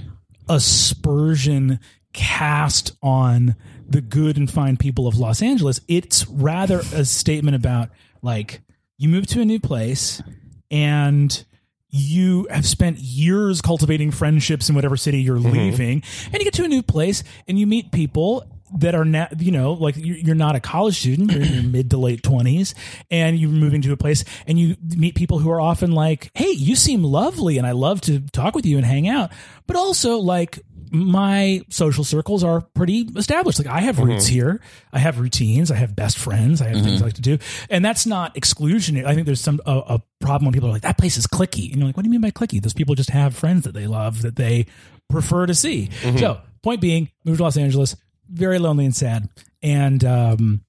[SPEAKER 4] aspersion cast on the good and fine people of Los Angeles. It's rather a statement about like you move to a new place and you have spent years cultivating friendships in whatever city you're leaving and you get to a new place and you meet people that are now you know like you're you're not a college student you're in your mid to late 20s and you're moving to a place and you meet people who are often like hey you seem lovely and i love to talk with you and hang out but also like my social circles are pretty established. Like I have roots here. I have routines. I have best friends. I have things I like to do. And that's not exclusionary. I think there's some a, a problem when people are like, that place is clicky. And you're like, what do you mean by clicky? Those people just have friends that they love that they prefer to see. So point being, moved to Los Angeles, very lonely and sad. And um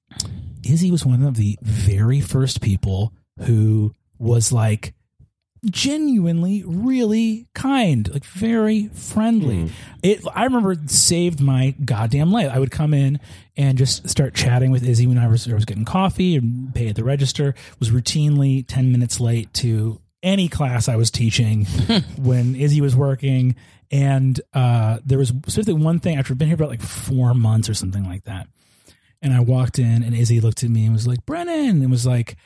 [SPEAKER 4] Izzy was one of the very first people who was like genuinely really kind, like very friendly. It I remember it saved my goddamn life. I would come in and just start chatting with Izzy when I was, I was getting coffee and pay at the register, was routinely 10 minutes late to any class I was teaching when Izzy was working. And uh, there was specifically one thing after I've been here about like four months or something like that. And I walked in, and Izzy looked at me and was like, Brennan, and was like,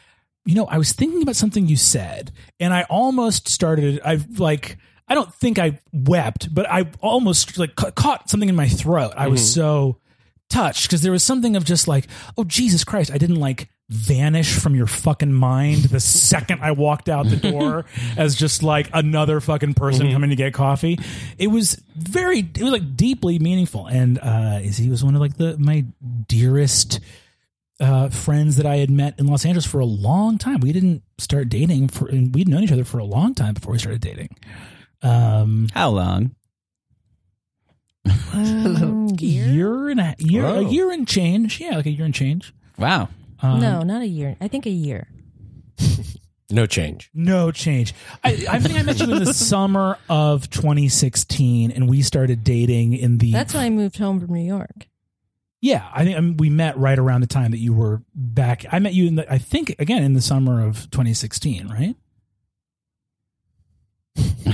[SPEAKER 4] you know, I was thinking about something you said, and I almost started. I've like, I don't think I wept, but I almost like ca- caught something in my throat. I was so touched because there was something of just like, oh Jesus Christ, I didn't like vanish from your fucking mind the second I walked out the door as just like another fucking person coming to get coffee. It was very, it was like deeply meaningful, and uh, he was one of like the my dearest uh, friends that I had met in Los Angeles for a long time. We didn't start dating for, and we'd known each other for a long time before we started dating. Um,
[SPEAKER 2] How long?
[SPEAKER 6] Um,
[SPEAKER 5] year?
[SPEAKER 4] year and a year, a
[SPEAKER 3] Whoa.
[SPEAKER 4] year and change. Yeah, like a year and change. Um,
[SPEAKER 2] Wow.
[SPEAKER 5] no, not a year. I think a year.
[SPEAKER 3] No change.
[SPEAKER 4] No change. I, I think I met you in the <laughs> summer of 2016, and we started dating in the.
[SPEAKER 5] That's when I moved home from New
[SPEAKER 4] <laughs>
[SPEAKER 5] York.
[SPEAKER 4] yeah, I think I mean, we met right around the time that you were back. I met you in the, I think again in the summer of 2016, right?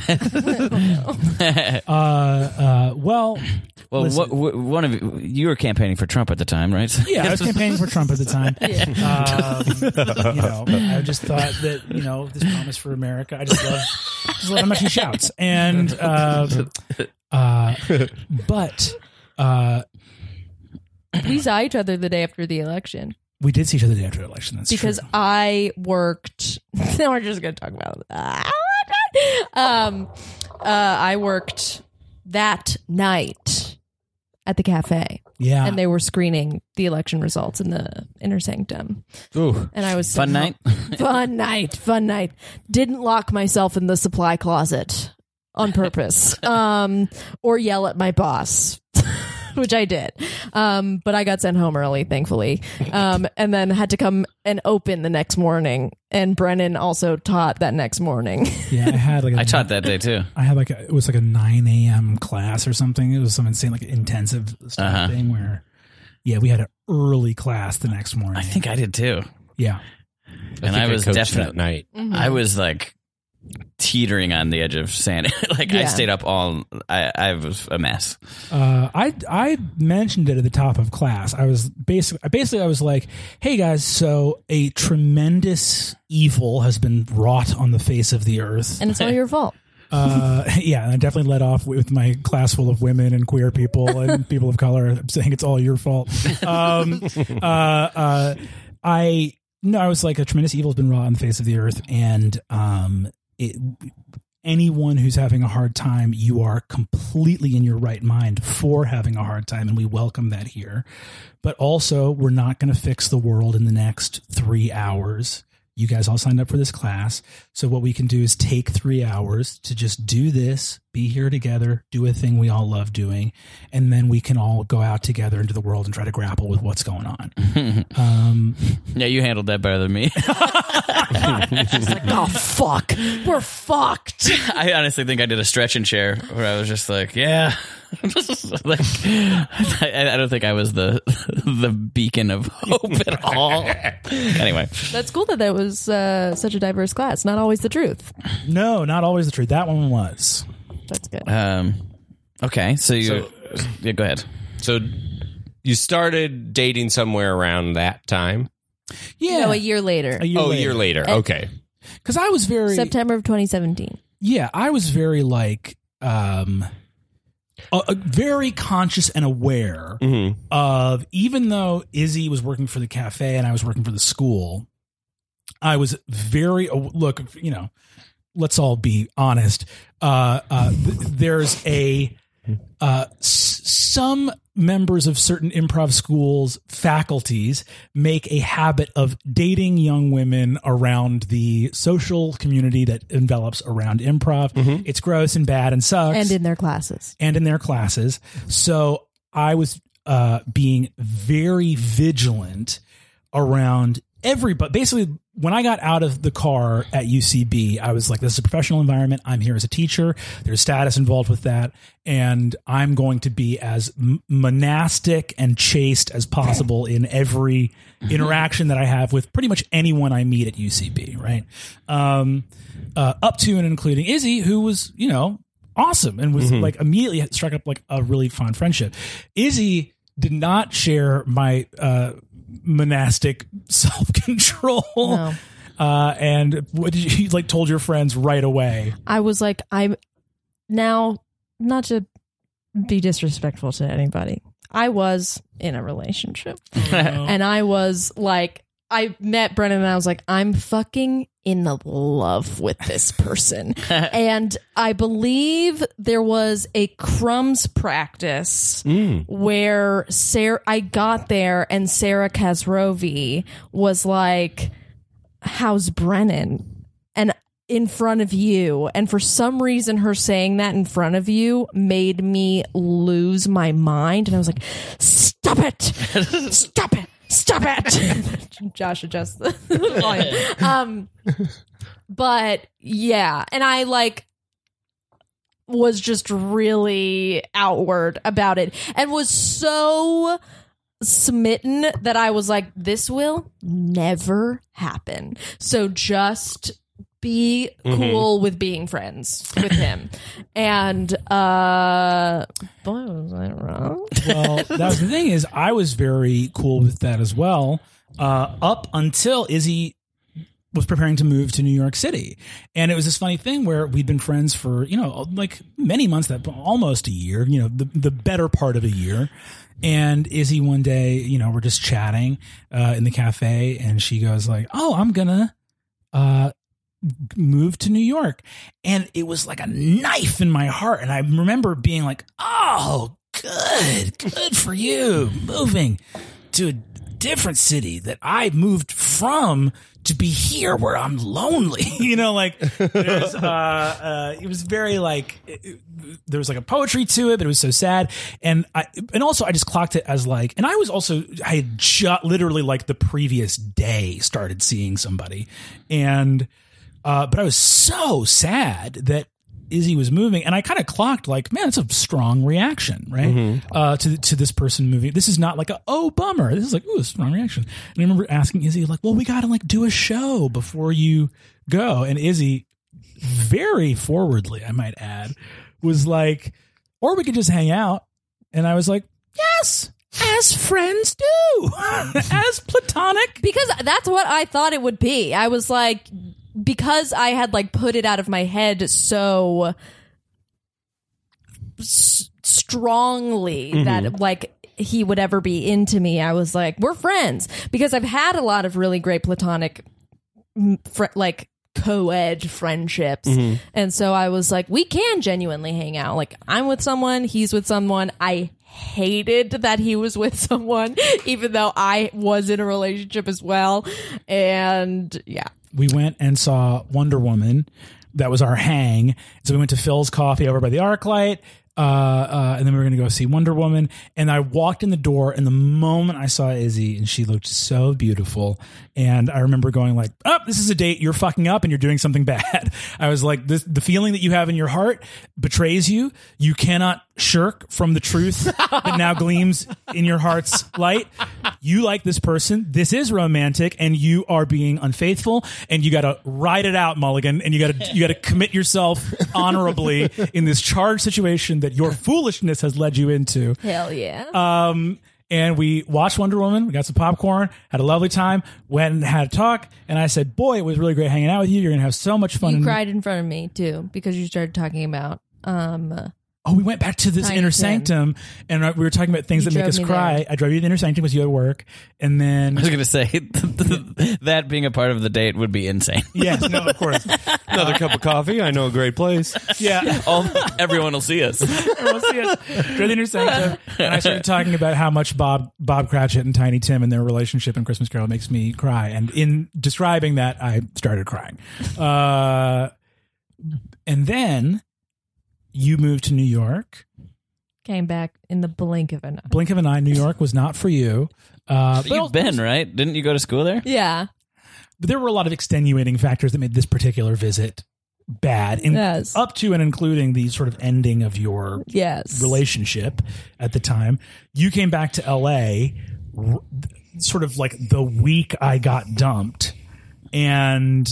[SPEAKER 4] Uh, uh, well,
[SPEAKER 2] Well,
[SPEAKER 4] Listen.
[SPEAKER 2] what, what, one of you, you were campaigning for Trump at the time, right? <laughs>
[SPEAKER 4] Yeah, I was campaigning for Trump at the time. Um, you know, I just thought that you know this promise for America. I just love, just love how much he shouts. And um, uh, but uh,
[SPEAKER 5] We saw each other the day after the election
[SPEAKER 4] we did see each other the day after the election. That's
[SPEAKER 5] because
[SPEAKER 4] true.
[SPEAKER 5] I worked. <laughs> Now we're just going to talk about that. <laughs> Um, uh, I worked that night at the cafe,
[SPEAKER 4] yeah,
[SPEAKER 5] and they were screening the election results in the inner sanctum,
[SPEAKER 3] Ooh.
[SPEAKER 5] and I was
[SPEAKER 2] Fun
[SPEAKER 5] somehow-
[SPEAKER 2] night.
[SPEAKER 5] fun night, fun night. Didn't lock myself in the supply closet on purpose, um, or yell at my boss, <laughs> which I did. Um, but I got sent home early, thankfully, um, and then had to come and open the next morning. And Brennan also taught that next morning. <laughs>
[SPEAKER 4] yeah. I had like a
[SPEAKER 2] I taught that day too.
[SPEAKER 4] I had like a, it was like a nine a.m. class or something. It was some insane like intensive stuff
[SPEAKER 2] Uh-huh.
[SPEAKER 4] thing where yeah, we had an early class the next morning.
[SPEAKER 2] I think I did too.
[SPEAKER 4] yeah.
[SPEAKER 2] And I,
[SPEAKER 3] think
[SPEAKER 2] was
[SPEAKER 3] coached
[SPEAKER 2] definitely
[SPEAKER 3] that night.
[SPEAKER 2] I was like teetering on the edge of sanity. <laughs> like I
[SPEAKER 5] Yeah.
[SPEAKER 2] stayed up all. I, I was a mess.
[SPEAKER 4] Uh, I I mentioned it at the top of class. I was basically basically I was like, "Hey guys, so a tremendous evil has been wrought on the face of the earth."
[SPEAKER 5] and it's all your fault.
[SPEAKER 4] Uh, <laughs> yeah, and I definitely led off with my class full of women and queer people and people of color saying it's all your fault. Um, uh, uh, I no, I was like a tremendous evil has been wrought on the face of the earth, and um, it, anyone who's having a hard time, you are completely in your right mind for having a hard time, and we welcome that here. But also, we're not going to fix the world in the next three hours. you guys all signed up for this class. So what we can do is take three hours to just do this, be here together, do a thing we all love doing, and then we can all go out together into the world and try to grapple with what's going on.
[SPEAKER 3] Mm-hmm.
[SPEAKER 4] um,
[SPEAKER 2] Yeah, you handled that better than me. <laughs>
[SPEAKER 6] oh fuck, we're fucked.
[SPEAKER 2] I honestly think I did a stretch and chair where I was just like, yeah. <laughs> like, I, I don't think I was the <laughs> the beacon of hope at <laughs> all. anyway,
[SPEAKER 6] That's cool that that was uh, such a diverse class. Not always the truth.
[SPEAKER 4] no, not always the truth. That one was.
[SPEAKER 6] That's good.
[SPEAKER 2] um, okay, so you, yeah, go ahead.
[SPEAKER 3] So you started dating somewhere around that time?
[SPEAKER 4] Yeah,
[SPEAKER 6] No, a year later,
[SPEAKER 4] a year
[SPEAKER 3] oh, a
[SPEAKER 4] later.
[SPEAKER 3] year later. Okay.
[SPEAKER 4] Because I was very
[SPEAKER 6] September of 2017.
[SPEAKER 4] yeah i was very like um a, a- very conscious and aware
[SPEAKER 3] Mm-hmm.
[SPEAKER 4] of even though izzy was working for the cafe and i was working for the school i was very aw- look you know let's all be honest uh, uh th- there's a uh, s- some members of certain improv schools faculties make a habit of dating young women around the social community that envelops around improv. It's gross and bad and sucks
[SPEAKER 6] And in their classes.
[SPEAKER 4] and in their classes. So I was uh, being very vigilant around everybody. Basically, when I got out of the car at UCB, I was like, this is a professional environment. I'm here as a teacher. There's status involved with that. And I'm going to be as m- monastic and chaste as possible in every interaction that I have with pretty much anyone I meet at UCB, right? Um, uh, up to and including Izzy, who was, you know, awesome and was like immediately struck up like a really fond friendship. Izzy did not share my uh, monastic <laughs> self control.
[SPEAKER 6] No.
[SPEAKER 4] Uh, and what did you, you like told your friends right away?
[SPEAKER 6] I was like, I'm now not to be disrespectful to anybody. I was in a relationship,
[SPEAKER 4] Oh.
[SPEAKER 6] and I was like, I met Brennan, and I was like, I'm fucking in love with this person, and I believe there was a crumbs practice where Sarah, I got there, and Sarah Kazrovi was like how's Brennan? And in front of you. And for some reason, her saying that in front of you made me lose my mind. And I was like, stop it. Stop it. Stop it. <laughs> Josh adjusts the volume. Um, but yeah. And I like, was just really outward about it and was so smitten that I was like, this will never happen. So just be cool with being friends with him. and uh boy was I wrong.
[SPEAKER 4] Well, that was the thing is I was very cool with that as well. Uh, up until Izzy was preparing to move to New York City, and it was this funny thing where we'd been friends for you know like many months, that almost a year, you know, the the better part of a year. And Izzy one day, you know, we're just chatting uh, in the cafe, and she goes like, "Oh, I'm gonna." Uh, moved to New York. And it was like a knife in my heart. And I remember being like, oh, good, good for you moving to a different city that I moved from to be here where I'm lonely. <laughs> you know, like there's, uh, uh, it was very like, it- it- there was like a poetry to it, but it was so sad. And I, and also I just clocked it as like, and I was also, I had ju- literally like the previous day started seeing somebody and, uh, but I was so sad that Izzy was moving, and I kind of clocked like, man, it's a strong reaction, right? Uh, to to this person moving. This is not like a oh bummer. This is like ooh, a strong reaction. And I remember asking Izzy like, well, we got to like do a show before you go, and Izzy, very forwardly, I might add, was like, or we could just hang out, and I was like, yes. As friends do, <laughs> as platonic
[SPEAKER 6] Because that's what I thought it would be. I was like because I had like put it out of my head so s- strongly that like he would ever be into me. I was like, we're friends because I've had a lot of really great platonic fr- like co-ed friendships and so i was like we can genuinely hang out like i'm with someone he's with someone i hated that he was with <laughs> someone even though i was in a relationship as well and yeah
[SPEAKER 4] we went and saw Wonder Woman. That was our hang. So we went to Phil's Coffee over by the ArcLight, uh, uh, and then we were going to go see Wonder Woman. And I walked in the door, and the moment I saw Izzy, and she looked so beautiful, and I remember going like, "Oh, this is a date. You're fucking up, and you're doing something <laughs> bad." I was like, "This the feeling that you have in your heart betrays you. You cannot shirk from the truth that now gleams in your heart's light. You like this person. This is romantic, and you are being unfaithful. And you got to ride it out, Mulligan. And you got to you got to commit yourself honorably in this charged situation that your foolishness has led you into.
[SPEAKER 6] Hell yeah.
[SPEAKER 4] And we watched Wonder Woman. We got some popcorn, had a lovely time. Went and had a talk. And I said, "Boy, it was really great hanging out with you. You're gonna have so much fun."
[SPEAKER 6] you
[SPEAKER 4] And-
[SPEAKER 6] cried in front of me too because you started talking about um
[SPEAKER 4] Oh, we went back to this
[SPEAKER 6] Tiny
[SPEAKER 4] inner
[SPEAKER 6] Tim.
[SPEAKER 4] sanctum, and uh, we were talking about things
[SPEAKER 6] You
[SPEAKER 4] that make
[SPEAKER 6] drove
[SPEAKER 4] us
[SPEAKER 6] me
[SPEAKER 4] cry.
[SPEAKER 6] there.
[SPEAKER 4] I drove you to the inner sanctum because you had work,
[SPEAKER 2] I
[SPEAKER 4] and
[SPEAKER 2] <laughs> was
[SPEAKER 4] then
[SPEAKER 2] going to say that being a part of the date would be insane.
[SPEAKER 4] yes, no, of course,
[SPEAKER 3] Another cup of coffee. I know a great place.
[SPEAKER 4] yeah.
[SPEAKER 2] <laughs> All, everyone will see us.
[SPEAKER 4] We'll see us. Drove to the inner sanctum, and I started talking about how much Bob Bob Cratchit and Tiny Tim and their relationship in Christmas Carol makes me cry, and in describing that, I started crying. Uh, and then you moved to New York.
[SPEAKER 6] came back in the blink of an eye.
[SPEAKER 4] Blink of an eye, New York was not for you. Uh, but
[SPEAKER 2] You've been right, didn't you? Go to school there?
[SPEAKER 6] Yeah.
[SPEAKER 4] But there were a lot of extenuating factors that made this particular visit bad, in,
[SPEAKER 6] Yes.
[SPEAKER 4] up to and including the sort of ending of your
[SPEAKER 6] Yes.
[SPEAKER 4] relationship at the time. You came back to LA r- sort of like the week I got dumped. And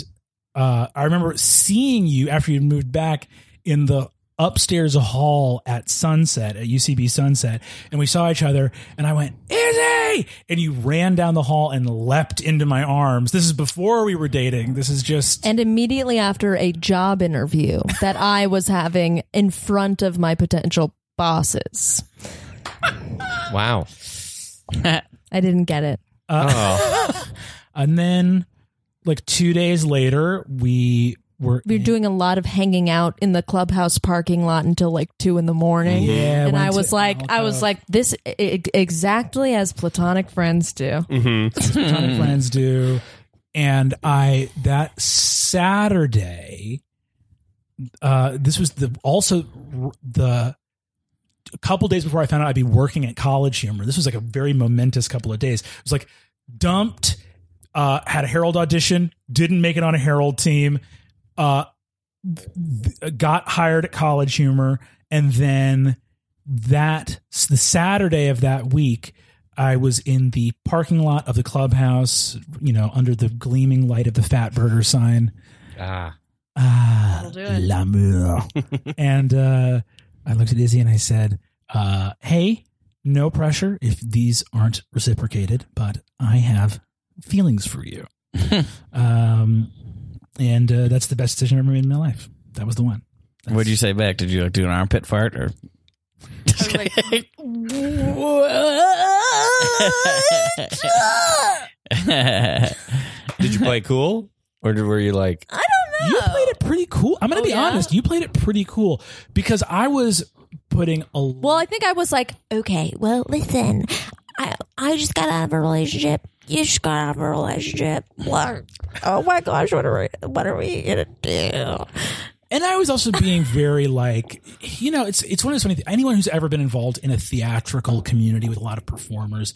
[SPEAKER 4] uh, I remember seeing you after you moved back in the upstairs hall at sunset, at UCB Sunset. And we saw each other, and I went, Izzy! And you ran down the hall and leapt into my arms. This is before we were dating. This is just.
[SPEAKER 6] and immediately after a job interview that I was having in front of my potential bosses.
[SPEAKER 3] Wow.
[SPEAKER 6] I didn't get it.
[SPEAKER 4] Uh, <laughs> And then, like two days later, we were.
[SPEAKER 6] We were doing a lot of hanging out in the clubhouse parking lot until like two in the morning.
[SPEAKER 4] Yeah,
[SPEAKER 6] and
[SPEAKER 4] went
[SPEAKER 6] I
[SPEAKER 4] to
[SPEAKER 6] was like, I
[SPEAKER 4] Alcove.
[SPEAKER 6] was like, this I- I- exactly as platonic friends do.
[SPEAKER 3] Mm-hmm.
[SPEAKER 4] ton of plans do. And I that Saturday, uh, this was the also the a couple days before I found out I'd be working at College Humor. This was like a very momentous couple of days. It was like dumped, uh, had a Herald audition, didn't make it on a Herald team, uh, th- th- got hired at College Humor, and then that the Saturday of that week, I was in the parking lot of the clubhouse, you know, under the gleaming light of the fat burger sign.
[SPEAKER 3] Ah.
[SPEAKER 4] Ah, l'amour. and uh, I looked at Izzy and I said, uh, "Hey, no pressure if these aren't reciprocated, but I have feelings for you." um, and uh, that's the best decision I ever made in my life. That was the one.
[SPEAKER 2] What'd you say back? Did you like do an armpit fart or? <laughs>
[SPEAKER 3] Did you play cool? Or did- were you like,
[SPEAKER 4] You played it pretty cool. I'm going to be
[SPEAKER 6] yeah?
[SPEAKER 4] honest. You played it pretty cool because I was putting a
[SPEAKER 6] Well, I think I was like,
[SPEAKER 8] okay, well, listen, I I just got out of a relationship. You just got out of a relationship. What? Oh my gosh, what are we, what are we gonna do?
[SPEAKER 4] And I was also being very like, you know, it's it's one of those funny things. Anyone who's ever been involved in a theatrical community with a lot of performers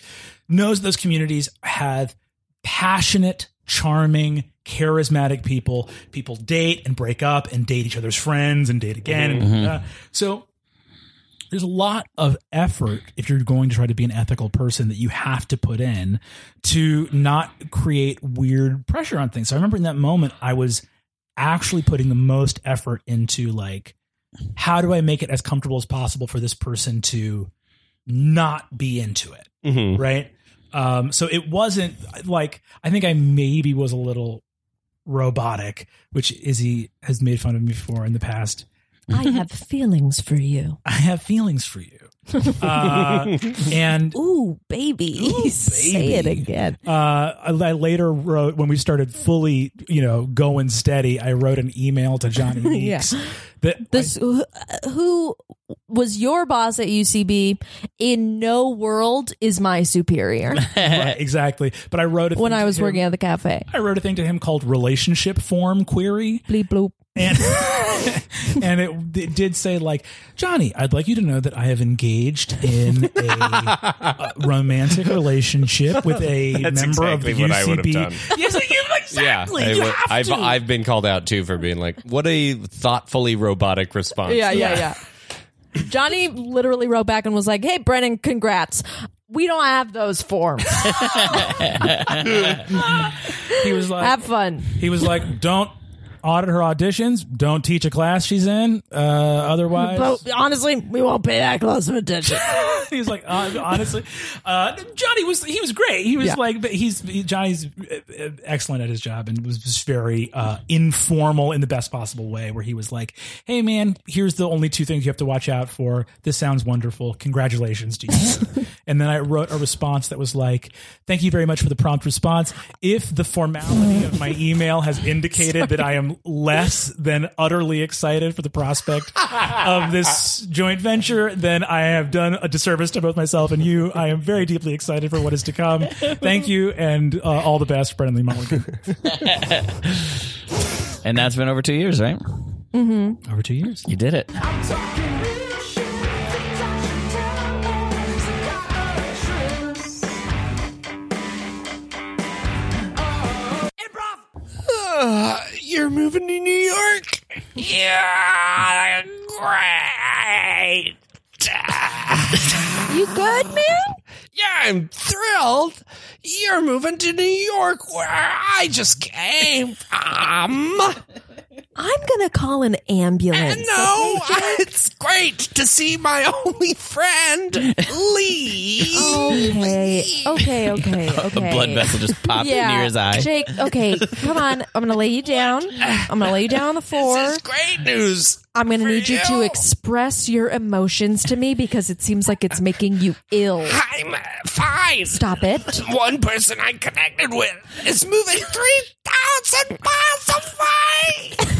[SPEAKER 4] knows those communities have passionate, charming, charismatic people. People date and break up and date each other's friends and date again. and uh, so there's a lot of effort if you're going to try to be an ethical person that you have to put in to not create weird pressure on things. So I remember in that moment I was actually putting the most effort into like how do I make it as comfortable as possible for this person to not be into it,
[SPEAKER 3] mhm.
[SPEAKER 4] right? Um so it wasn't like I think I maybe was a little robotic, which Izzy has made fun of me for in the past.
[SPEAKER 6] <laughs> I have feelings for you.
[SPEAKER 4] I have feelings for you. Uh, and
[SPEAKER 6] Ooh, baby. Say it again.
[SPEAKER 4] uh, I, I later wrote when we started fully, you know, going steady. I wrote an email to Johnny Meeks that
[SPEAKER 6] This who, uh, who was your boss at UCB? In no world is my <laughs> superior.
[SPEAKER 4] right, exactly. But I wrote a
[SPEAKER 6] when
[SPEAKER 4] thing
[SPEAKER 6] I
[SPEAKER 4] to
[SPEAKER 6] was
[SPEAKER 4] him-
[SPEAKER 6] working at the cafe,
[SPEAKER 4] I wrote a thing to him called relationship form query.
[SPEAKER 6] bleep bloop.
[SPEAKER 4] and <laughs> and it, it did say like Johnny, I'd like you to know that I have engaged in a uh, romantic relationship with a
[SPEAKER 3] That's
[SPEAKER 4] member
[SPEAKER 3] exactly
[SPEAKER 4] of the
[SPEAKER 3] what
[SPEAKER 4] UCB.
[SPEAKER 3] I would have done.
[SPEAKER 4] Yes, you- exactly.
[SPEAKER 3] I
[SPEAKER 4] you
[SPEAKER 3] would-
[SPEAKER 4] have
[SPEAKER 3] I've,
[SPEAKER 4] to.
[SPEAKER 3] I've been called out too for being like, what a thoughtfully robotic response.
[SPEAKER 6] Yeah, yeah, yeah. Johnny literally wrote back and was like, "Hey, Brennan, congrats. We don't have those
[SPEAKER 3] <laughs>
[SPEAKER 6] forms.
[SPEAKER 4] he was like,
[SPEAKER 6] have fun."
[SPEAKER 4] he was like, don't audit her auditions. Don't teach a class she's in. Uh, otherwise,
[SPEAKER 6] But honestly, we won't pay that close of attention.
[SPEAKER 4] <laughs> he was like, uh, honestly, uh, Johnny was he was great. He was
[SPEAKER 6] Yeah.
[SPEAKER 4] like, but he's he- Johnny's uh, uh, excellent at his job and was just very uh, informal in the best possible way. Where he was like, "Hey man, here's the only two things you have to watch out for. This sounds wonderful. Congratulations to you." and then I wrote a response that was like, "Thank you very much for the prompt response. If the formality of my email has indicated that I am less than utterly excited for the prospect of this joint venture, then I have done a disservice to both myself and you. I am very deeply excited for what is to come. Thank you, and uh, all the best, Brendan Lee Mulligan.
[SPEAKER 2] And that's been over two years, right?
[SPEAKER 4] <laughs> Over two years.
[SPEAKER 2] You did it.
[SPEAKER 3] You're moving to New York? Yeah, great.
[SPEAKER 6] you good, man?
[SPEAKER 3] Yeah, I'm thrilled. You're moving to New York where I just came from.
[SPEAKER 6] I'm gonna call an ambulance.
[SPEAKER 3] No, it's great to see my only friend, Lee.
[SPEAKER 6] Okay,
[SPEAKER 3] <laughs>
[SPEAKER 6] okay, okay, okay.
[SPEAKER 2] A blood vessel just popped near his eye.
[SPEAKER 6] Jake, okay, come on. I'm going to lay you down. I'm going to lay you down on the floor.
[SPEAKER 3] This is great news.
[SPEAKER 6] I'm going to
[SPEAKER 3] for
[SPEAKER 6] need you to
[SPEAKER 3] you.
[SPEAKER 6] express your emotions to me because it seems like it's making you ill.
[SPEAKER 3] I'm uh, fine.
[SPEAKER 6] Stop it.
[SPEAKER 3] One person I connected with is moving 3,000 miles away.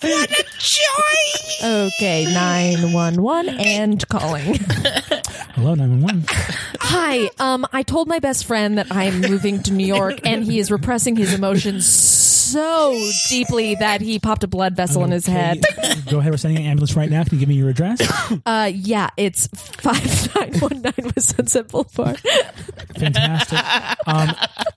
[SPEAKER 3] what a joy.
[SPEAKER 6] Okay, 911 and calling.
[SPEAKER 4] Hello, nine one one.
[SPEAKER 6] <laughs> Hi, um, I told my best friend that I'm moving to New York and he is repressing his emotions so deeply that he popped a blood vessel in his head.
[SPEAKER 4] Go ahead. We're sending an ambulance right now. Can you give me your address?
[SPEAKER 6] Uh, yeah, it's <laughs> 5919 with Sunset Boulevard.
[SPEAKER 4] Fantastic. Um,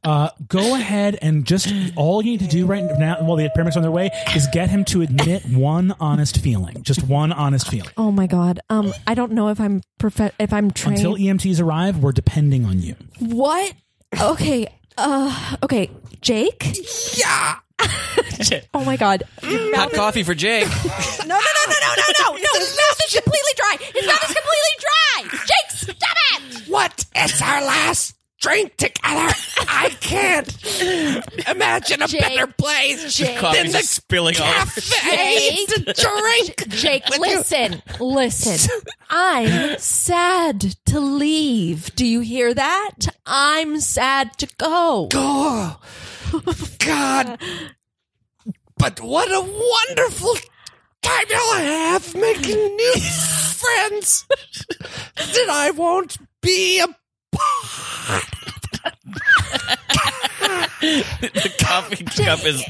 [SPEAKER 4] uh, go ahead and just all you need to do right now, while the paramedics are on their way, is get him to admit one honest feeling, just one honest feeling.
[SPEAKER 6] Oh my god. Um, I don't know if I'm profe- if I'm trained.
[SPEAKER 4] Until EMTs arrive, we're depending on you.
[SPEAKER 6] what? Okay. Uh. Okay, Jake.
[SPEAKER 3] Yeah.
[SPEAKER 6] <laughs> Oh my god. Your mouth
[SPEAKER 2] Hot
[SPEAKER 6] is-
[SPEAKER 2] coffee for Jake.
[SPEAKER 6] No, no, no, no, no, no, no, no. His mouth is completely dry. His mouth is
[SPEAKER 3] <laughs>
[SPEAKER 6] completely dry. Jake, stop it.
[SPEAKER 3] What? It's our last drink together. I can't imagine a
[SPEAKER 6] Jake,
[SPEAKER 3] better place
[SPEAKER 6] Jake.
[SPEAKER 3] than the
[SPEAKER 2] spilling
[SPEAKER 3] cafe
[SPEAKER 6] Jake.
[SPEAKER 3] to drink.
[SPEAKER 6] Jake, listen, listen.
[SPEAKER 3] <laughs>
[SPEAKER 6] I'm sad to leave. Do you hear that? I'm sad to go.
[SPEAKER 3] Oh, God. But what a wonderful time you'll have making new friends that I won't be a
[SPEAKER 2] Coffee cup is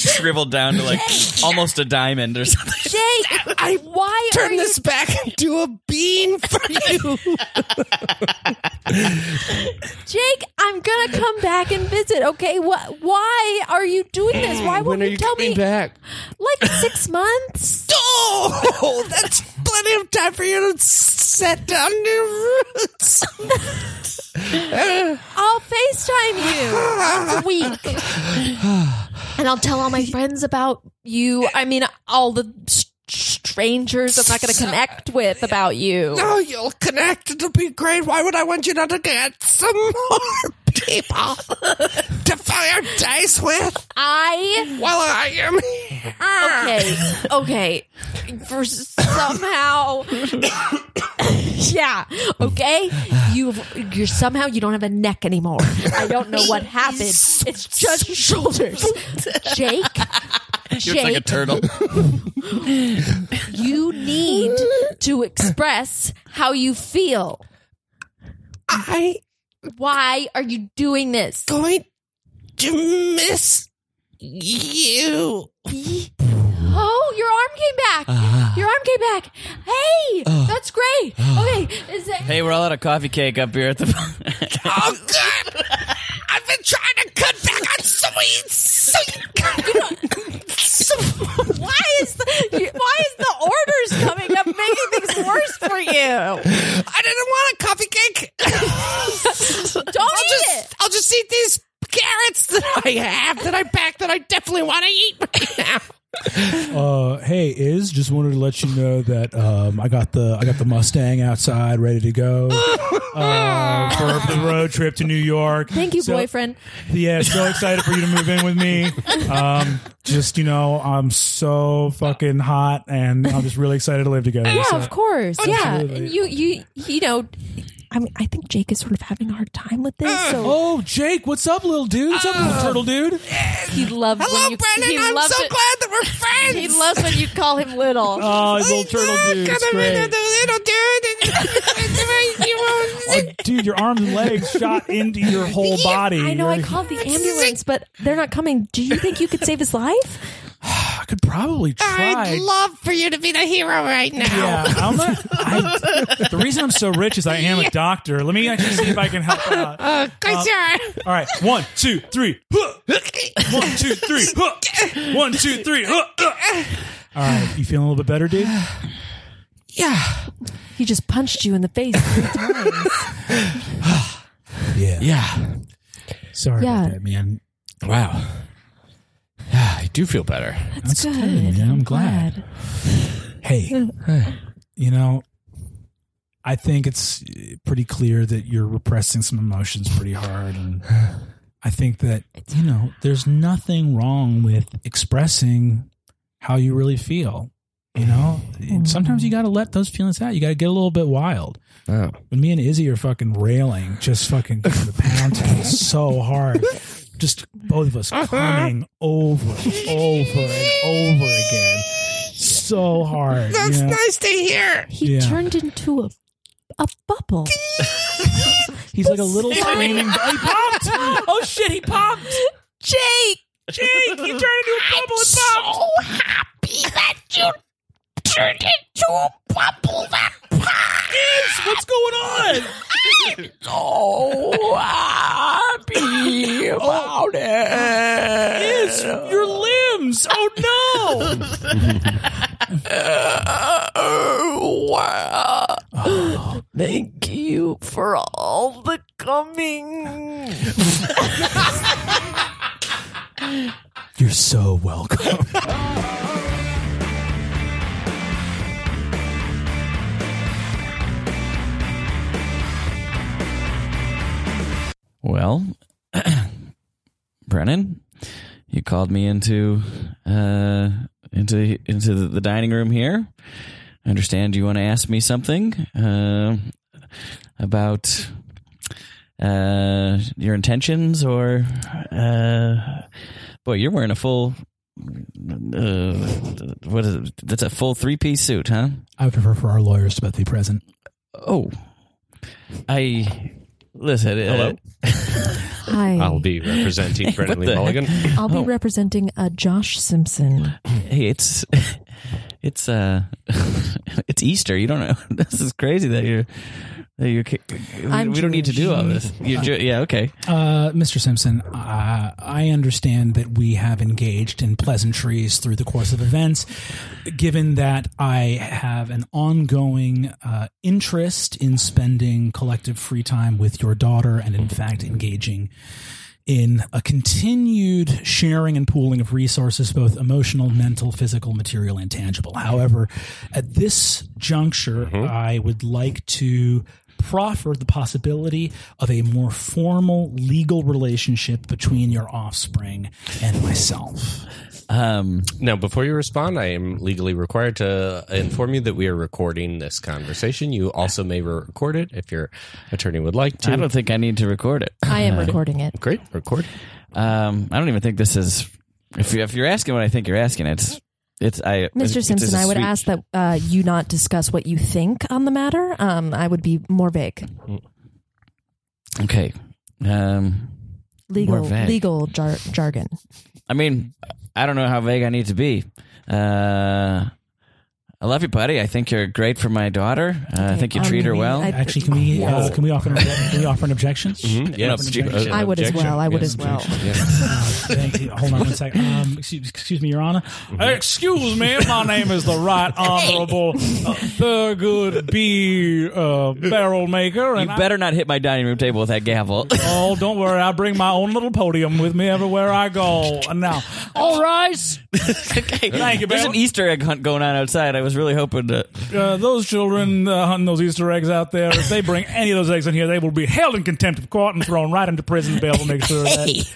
[SPEAKER 2] shriveled down to like almost a diamond or something.
[SPEAKER 6] Jake,
[SPEAKER 3] I
[SPEAKER 6] why
[SPEAKER 3] <laughs>
[SPEAKER 6] are
[SPEAKER 3] turn
[SPEAKER 6] you
[SPEAKER 3] this back into a bean for you.
[SPEAKER 6] <laughs> Jake, I'm gonna come back and visit. Okay, what? Why are you doing this? Why won't you, tell me?
[SPEAKER 3] back?
[SPEAKER 6] Like
[SPEAKER 3] <laughs>
[SPEAKER 6] six months?
[SPEAKER 3] Oh, that's plenty of time for you to set down your roots.
[SPEAKER 6] I'll Facetime you once a week, and I'll tell
[SPEAKER 3] <laughs>
[SPEAKER 6] all my friends about you. I mean, all the s- strangers I'm not gonna connect with about you.
[SPEAKER 3] Oh, you'll connect. It'll be great. Why would I want you not to get some more? <laughs> people to fire dice with
[SPEAKER 6] I
[SPEAKER 3] while I am here.
[SPEAKER 6] okay, okay. For somehow, <coughs> yeah, okay. You you're somehow you don't have a neck anymore. I don't know what happened. It's just shoulders, Jake.
[SPEAKER 2] You're like a
[SPEAKER 6] Jake,
[SPEAKER 2] turtle.
[SPEAKER 6] you need to express how you feel.
[SPEAKER 3] I
[SPEAKER 6] Why are you doing this?
[SPEAKER 3] going to miss you.
[SPEAKER 6] Oh, your arm came back. your arm came back. Hey, that's great. Okay, is that,
[SPEAKER 2] hey, we're all out of coffee cake up here at the.
[SPEAKER 3] Oh, God. I've been trying to cut back on sweet, sweet.
[SPEAKER 6] So, <laughs> why is the, why is the orders coming up making things worse for you?
[SPEAKER 3] I didn't want a coffee cake.
[SPEAKER 6] Don't
[SPEAKER 3] I'll
[SPEAKER 6] eat
[SPEAKER 3] just, I'll just eat these carrots that I have that I packed that I definitely want to eat right now.
[SPEAKER 4] Uh, hey, Iz, just wanted to let you know that um, I got the I got the Mustang outside, ready to
[SPEAKER 6] <laughs>
[SPEAKER 4] go uh, for the road trip to New York.
[SPEAKER 6] it. Thank you,
[SPEAKER 4] So-
[SPEAKER 6] boyfriend.
[SPEAKER 4] Yeah,
[SPEAKER 6] <laughs>
[SPEAKER 4] so excited for you to move in with me. Um, just you know, I'm so fucking hot, and I'm just really excited to live together.
[SPEAKER 6] Yeah, <laughs>
[SPEAKER 4] So-
[SPEAKER 6] of course. Yeah,
[SPEAKER 4] Absolutely.
[SPEAKER 6] and you you you know
[SPEAKER 8] I mean, I think Jake is sort of having a hard time with this. So
[SPEAKER 4] Oh, Jake, what's up, little dude? What's up,
[SPEAKER 6] Uh,
[SPEAKER 4] little turtle dude?
[SPEAKER 6] he loves.
[SPEAKER 3] Hello,
[SPEAKER 6] <laughs> when you, He
[SPEAKER 3] Brendan. I'm
[SPEAKER 6] loves
[SPEAKER 3] so
[SPEAKER 6] it-
[SPEAKER 3] glad that we're friends.
[SPEAKER 6] He loves when you call him little.
[SPEAKER 4] Oh, his little turtle dude.
[SPEAKER 3] Look,
[SPEAKER 4] It's
[SPEAKER 3] I'm in
[SPEAKER 4] great.
[SPEAKER 3] the little
[SPEAKER 6] <laughs>
[SPEAKER 3] dude. You won't-
[SPEAKER 4] Oh, dude, your arms and legs shot into
[SPEAKER 6] <laughs>
[SPEAKER 4] your whole body.
[SPEAKER 6] I know. I
[SPEAKER 4] You're-
[SPEAKER 6] called the ambulance, but they're not coming. Do you think you could save his life?
[SPEAKER 4] I could probably try.
[SPEAKER 3] I'd love for you to be the hero right now.
[SPEAKER 4] Yeah,
[SPEAKER 3] <laughs>
[SPEAKER 4] I'm a, I, the reason I'm so rich is I am a doctor. Let me actually see if
[SPEAKER 3] <laughs>
[SPEAKER 4] I can help out.
[SPEAKER 3] Uh, guys,
[SPEAKER 4] All right, one, two, three. <laughs> Huh. One, two, three. <laughs> Huh. One, two, three. <laughs> Huh. Uh. All right, you feeling a little bit better, dude?
[SPEAKER 3] yeah.
[SPEAKER 6] He just punched you in the face three
[SPEAKER 4] <sighs>
[SPEAKER 6] times.
[SPEAKER 4] Yeah.
[SPEAKER 3] Yeah.
[SPEAKER 4] Sorry
[SPEAKER 6] Yeah.
[SPEAKER 4] about that, man.
[SPEAKER 3] Wow. Yeah, I do feel better.
[SPEAKER 4] That's okay, man. I'm glad. Hey, you know, I think it's pretty clear that you're repressing some emotions pretty hard. And I think that, you know, there's nothing wrong with expressing how you really feel. You know, And sometimes you got to let those feelings out. You got to get a little bit wild.
[SPEAKER 3] Oh.
[SPEAKER 4] When me and Izzy are fucking railing, just fucking <laughs> going to pound town so hard, just both of us coming over, over, and over again, so hard.
[SPEAKER 3] That's
[SPEAKER 4] you know?
[SPEAKER 3] nice to hear.
[SPEAKER 6] He
[SPEAKER 4] Yeah.
[SPEAKER 6] turned into a a bubble.
[SPEAKER 4] He's like a <laughs> little screaming. He popped! Oh shit! He popped!
[SPEAKER 6] Jake.
[SPEAKER 4] Jake, he turned into a bubble and popped.
[SPEAKER 3] So happy that you turned into a bubble that pops.
[SPEAKER 4] What's going on?
[SPEAKER 3] So happy about it.
[SPEAKER 4] It's your limbs. Oh no!
[SPEAKER 3] Oh, wow.
[SPEAKER 6] Thank you for all the coming.
[SPEAKER 4] You're so welcome.
[SPEAKER 2] Well, <clears throat> Brennan, you called me into uh, into into the, the dining room here. I understand you want to ask me something uh, about uh, your intentions, or uh, boy, you're wearing a full. Uh, what is it? That's a full three piece suit, huh?
[SPEAKER 4] I would prefer for our lawyers to be present.
[SPEAKER 2] Oh, I listen. uh,
[SPEAKER 3] Hello?
[SPEAKER 6] Hi.
[SPEAKER 3] I'll be <laughs> representing Brendan Lee
[SPEAKER 2] the
[SPEAKER 3] Mulligan.
[SPEAKER 6] I'll be representing uh, Josh Simpson.
[SPEAKER 2] hey it's <laughs> it's uh <laughs> it's easter you don't know <laughs> this is crazy that you're that you're ca- we,
[SPEAKER 6] I'm
[SPEAKER 2] we don't need to do all this you're ju- yeah okay
[SPEAKER 4] Uh, Mr. Simpson, uh, I understand that we have engaged in pleasantries through the course of events. Given that I have an ongoing uh, interest in spending collective free time with your daughter and, in fact, engaging in a continued sharing and pooling of resources, both emotional, mental, physical, material, and tangible. However, at this juncture, I would like to proffer the possibility of a more formal legal relationship between your offspring and myself.
[SPEAKER 2] Um,
[SPEAKER 3] Now, before you respond, I am legally required to inform you that we are recording this conversation. You also may record it if your attorney would like to.
[SPEAKER 2] I don't think I need to record it.
[SPEAKER 6] I am recording it.
[SPEAKER 3] Great, record.
[SPEAKER 2] Um, I don't even think this is. If you if you're asking what I think you're asking, it's it's I it's-
[SPEAKER 6] Mr.
[SPEAKER 2] it's
[SPEAKER 6] Simpson,
[SPEAKER 2] a
[SPEAKER 6] I would
[SPEAKER 2] sweet-
[SPEAKER 6] ask that uh, you not discuss what you think on the matter. Um, I would be more vague.
[SPEAKER 2] Okay. Um,
[SPEAKER 6] Legal,
[SPEAKER 2] More vague.
[SPEAKER 6] legal jar- jargon.
[SPEAKER 2] I mean, I don't know how vague I need to be. Uh, I love you, buddy. I think you're great for my daughter. Uh, I
[SPEAKER 6] Okay,
[SPEAKER 2] think you
[SPEAKER 6] um,
[SPEAKER 2] treat her
[SPEAKER 6] maybe
[SPEAKER 2] well.
[SPEAKER 6] I-
[SPEAKER 4] Actually, can we uh, can we offer an, can we offer an objection?
[SPEAKER 2] Mm-hmm.
[SPEAKER 3] Yeah,
[SPEAKER 4] objection.
[SPEAKER 3] objection.
[SPEAKER 6] I would as well. I would as well.
[SPEAKER 4] Uh, thank you. Hold on one second. Um, excuse, excuse me, Your Honor.
[SPEAKER 2] Mm-hmm.
[SPEAKER 4] Uh, Excuse me. My name is the Right Honorable uh, Thurgood B. Uh, Barrel Maker,
[SPEAKER 2] You
[SPEAKER 4] and I,
[SPEAKER 2] better not hit my dining room table with that gavel.
[SPEAKER 4] oh, don't worry, I bring my own little podium with me everywhere I go. And Now, all rise.
[SPEAKER 2] <laughs> okay.
[SPEAKER 4] Thank you,
[SPEAKER 2] There's
[SPEAKER 4] Bill.
[SPEAKER 2] an Easter egg hunt going on outside. I was really hoping to.
[SPEAKER 4] Uh, those children uh, hunting those Easter eggs out there, if they bring any of those eggs in here, they will be held in contempt of court and thrown right into prison. Bail will make sure of that.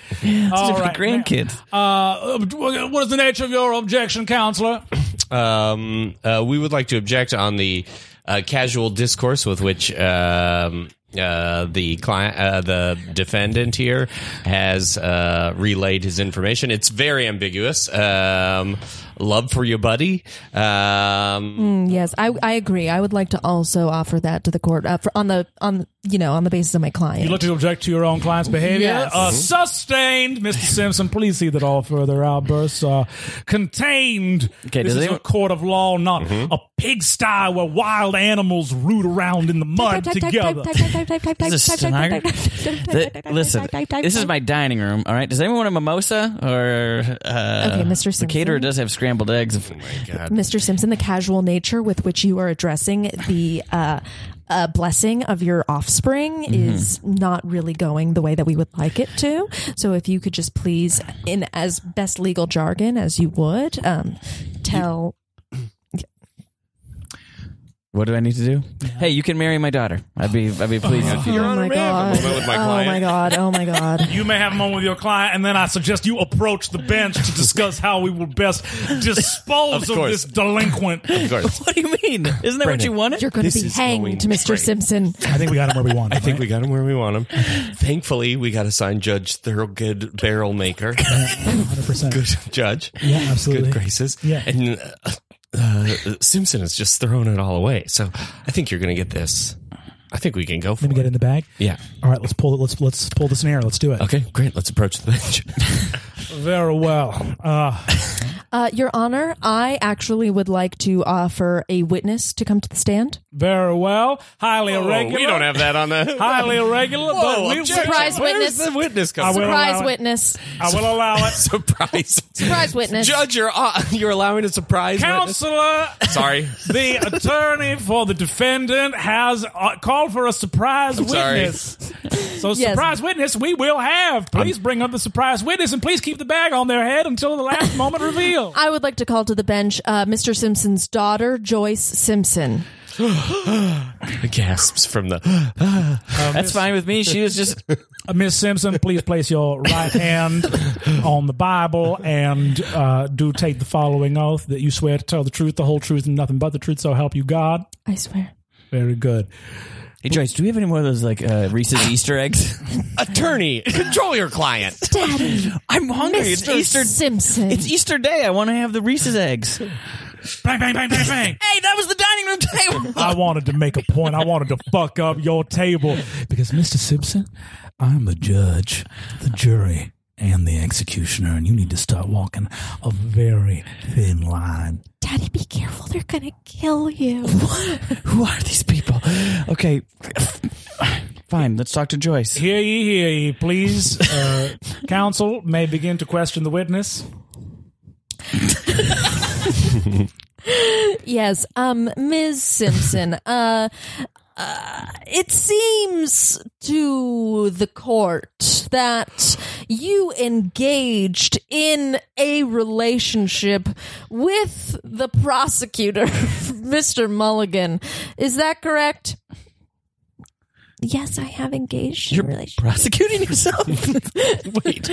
[SPEAKER 4] all
[SPEAKER 2] to
[SPEAKER 4] right,
[SPEAKER 2] the grandkids.
[SPEAKER 4] Uh, what is the nature of your objection, counselor?
[SPEAKER 3] Um, uh, we would like to object on the uh, casual discourse with which um, uh, the client, uh, the defendant here, has uh, relayed his information. It's very ambiguous. Um, love for you, buddy. Um,
[SPEAKER 6] Yes, I, I agree. I would like to also offer that to the court uh, for, on the on you know on the basis of my
[SPEAKER 4] You'd like
[SPEAKER 6] client.
[SPEAKER 4] to object to your own client's behavior?
[SPEAKER 6] Yes.
[SPEAKER 4] Uh, Sustained, Mr. Simpson. Please see that all further outbursts are contained.
[SPEAKER 2] Okay,
[SPEAKER 4] this
[SPEAKER 2] does
[SPEAKER 4] is
[SPEAKER 2] anyone- Mm-hmm.
[SPEAKER 4] a court of law, not a pigsty where wild animals root around in the mud together.
[SPEAKER 2] This is stenographer. Th- Listen, this is my dining room. All right. Does anyone want a mimosa or? Uh,
[SPEAKER 6] Okay, Mr.
[SPEAKER 2] The
[SPEAKER 6] Simpson.
[SPEAKER 2] caterer does have scrambled eggs.
[SPEAKER 6] Mr. Simpson, the casual nature with which you are addressing the uh, uh, blessing of your offspring is not really going the way that we would like it to. So, if you could just please, in as best legal jargon as you would, um, tell.
[SPEAKER 2] What do I need to do? Hey, you can marry my daughter. I'd be I'd be pleased if you. <laughs>
[SPEAKER 6] oh my god!
[SPEAKER 3] moment with my
[SPEAKER 6] oh my
[SPEAKER 3] client.
[SPEAKER 6] god! Oh
[SPEAKER 4] <laughs>
[SPEAKER 6] my god!
[SPEAKER 4] You may have a moment with your client, and then I suggest you approach the bench to discuss how we will best dispose
[SPEAKER 3] Of
[SPEAKER 4] of,
[SPEAKER 3] course.
[SPEAKER 4] this delinquant.
[SPEAKER 3] of course.
[SPEAKER 2] What do you mean? Isn't that what you wanted?
[SPEAKER 6] You're going
[SPEAKER 3] This
[SPEAKER 6] to be
[SPEAKER 3] is going
[SPEAKER 6] hanged, Mr.
[SPEAKER 3] great.
[SPEAKER 6] Simpson.
[SPEAKER 4] I think we got him where we
[SPEAKER 3] <laughs>
[SPEAKER 4] want.
[SPEAKER 3] I think we got him where we want him. Thankfully, we got assigned Judge Thurgood Barrel Maker. <laughs>
[SPEAKER 4] 100%.
[SPEAKER 3] Good <laughs> judge.
[SPEAKER 4] Yeah, absolutely.
[SPEAKER 3] Good graces.
[SPEAKER 4] Yeah.
[SPEAKER 3] And uh, uh, Simpson has just thrown it all away. So I think you're going to get this. I think we can go for
[SPEAKER 4] Let me
[SPEAKER 3] it.
[SPEAKER 4] get in the bag.
[SPEAKER 3] Yeah.
[SPEAKER 4] All right, let's pull it. Let's let's pull the snare. Let's do it.
[SPEAKER 3] Okay, great. Let's approach the
[SPEAKER 4] <laughs>
[SPEAKER 3] bench.
[SPEAKER 4] Very well. Uh,
[SPEAKER 6] Uh, Your Honor, I actually would like to offer a witness to come to the stand.
[SPEAKER 4] very well. Highly irregular.
[SPEAKER 3] Oh, have that on the
[SPEAKER 4] highly irregular. but we- we-
[SPEAKER 6] Surprise
[SPEAKER 3] Where's
[SPEAKER 6] witness.
[SPEAKER 3] <laughs> the witness
[SPEAKER 4] I
[SPEAKER 3] coming?
[SPEAKER 4] will
[SPEAKER 6] Prize
[SPEAKER 4] allow it.
[SPEAKER 6] witness.
[SPEAKER 4] I will allow it. <laughs>
[SPEAKER 3] Surprise.
[SPEAKER 6] Prize witness.
[SPEAKER 3] Judge, you're uh, you're allowing a surprise. witness?
[SPEAKER 4] Counselor, <laughs>
[SPEAKER 3] Sorry.
[SPEAKER 4] the attorney for the defendant has uh, called for a surprise
[SPEAKER 3] sorry.
[SPEAKER 4] witness. So,
[SPEAKER 6] Yes.
[SPEAKER 4] surprise witness, we will have. Please bring up the surprise witness and please keep the bag on their head until the last moment reveal.
[SPEAKER 6] <laughs> I would like to call to the bench uh, Mr. Simpson's daughter, Joyce Simpson.
[SPEAKER 3] Gasps from the.
[SPEAKER 2] That's fine with me. She was just
[SPEAKER 4] Uh, Miss Simpson, please place your right hand on the Bible and uh, do take the following oath that you swear to tell the truth, the whole truth, and nothing but the truth. So help you God.
[SPEAKER 6] I swear.
[SPEAKER 4] Very good.
[SPEAKER 2] <laughs> Hey Joyce, do we have any more of those like uh, Reese's Easter eggs?
[SPEAKER 3] Attorney, control your
[SPEAKER 4] <laughs>
[SPEAKER 3] client.
[SPEAKER 6] Daddy,
[SPEAKER 2] <laughs> I'm hungry. It's
[SPEAKER 6] Mr.
[SPEAKER 2] Easter.
[SPEAKER 6] Simpson.
[SPEAKER 2] It's Easter Day. I want to have the Reese's eggs. Hey,
[SPEAKER 4] Bang, bang, bang, bang, bang.
[SPEAKER 2] that was the dining room table.
[SPEAKER 4] I wanted to make a point. I wanted to fuck up your table because, Mr. Simpson, I'm the judge, the jury, and the executioner, and you need to start walking a very thin line.
[SPEAKER 8] Daddy, be careful. They're going to kill you.
[SPEAKER 2] Who are these people? Okay, fine. Let's talk to Joyce.
[SPEAKER 4] Hear ye, hear ye, please. Uh, counsel may begin to question the witness.
[SPEAKER 6] yes, um, Ms. Simpson. uh, uh, it seems to the court that you engaged in a relationship with the <laughs> prosecutor, Mr. Mulligan. Is that correct?
[SPEAKER 8] Yes, I have engaged in a relationship.
[SPEAKER 2] Prosecuting
[SPEAKER 4] <laughs>
[SPEAKER 2] yourself? Wait.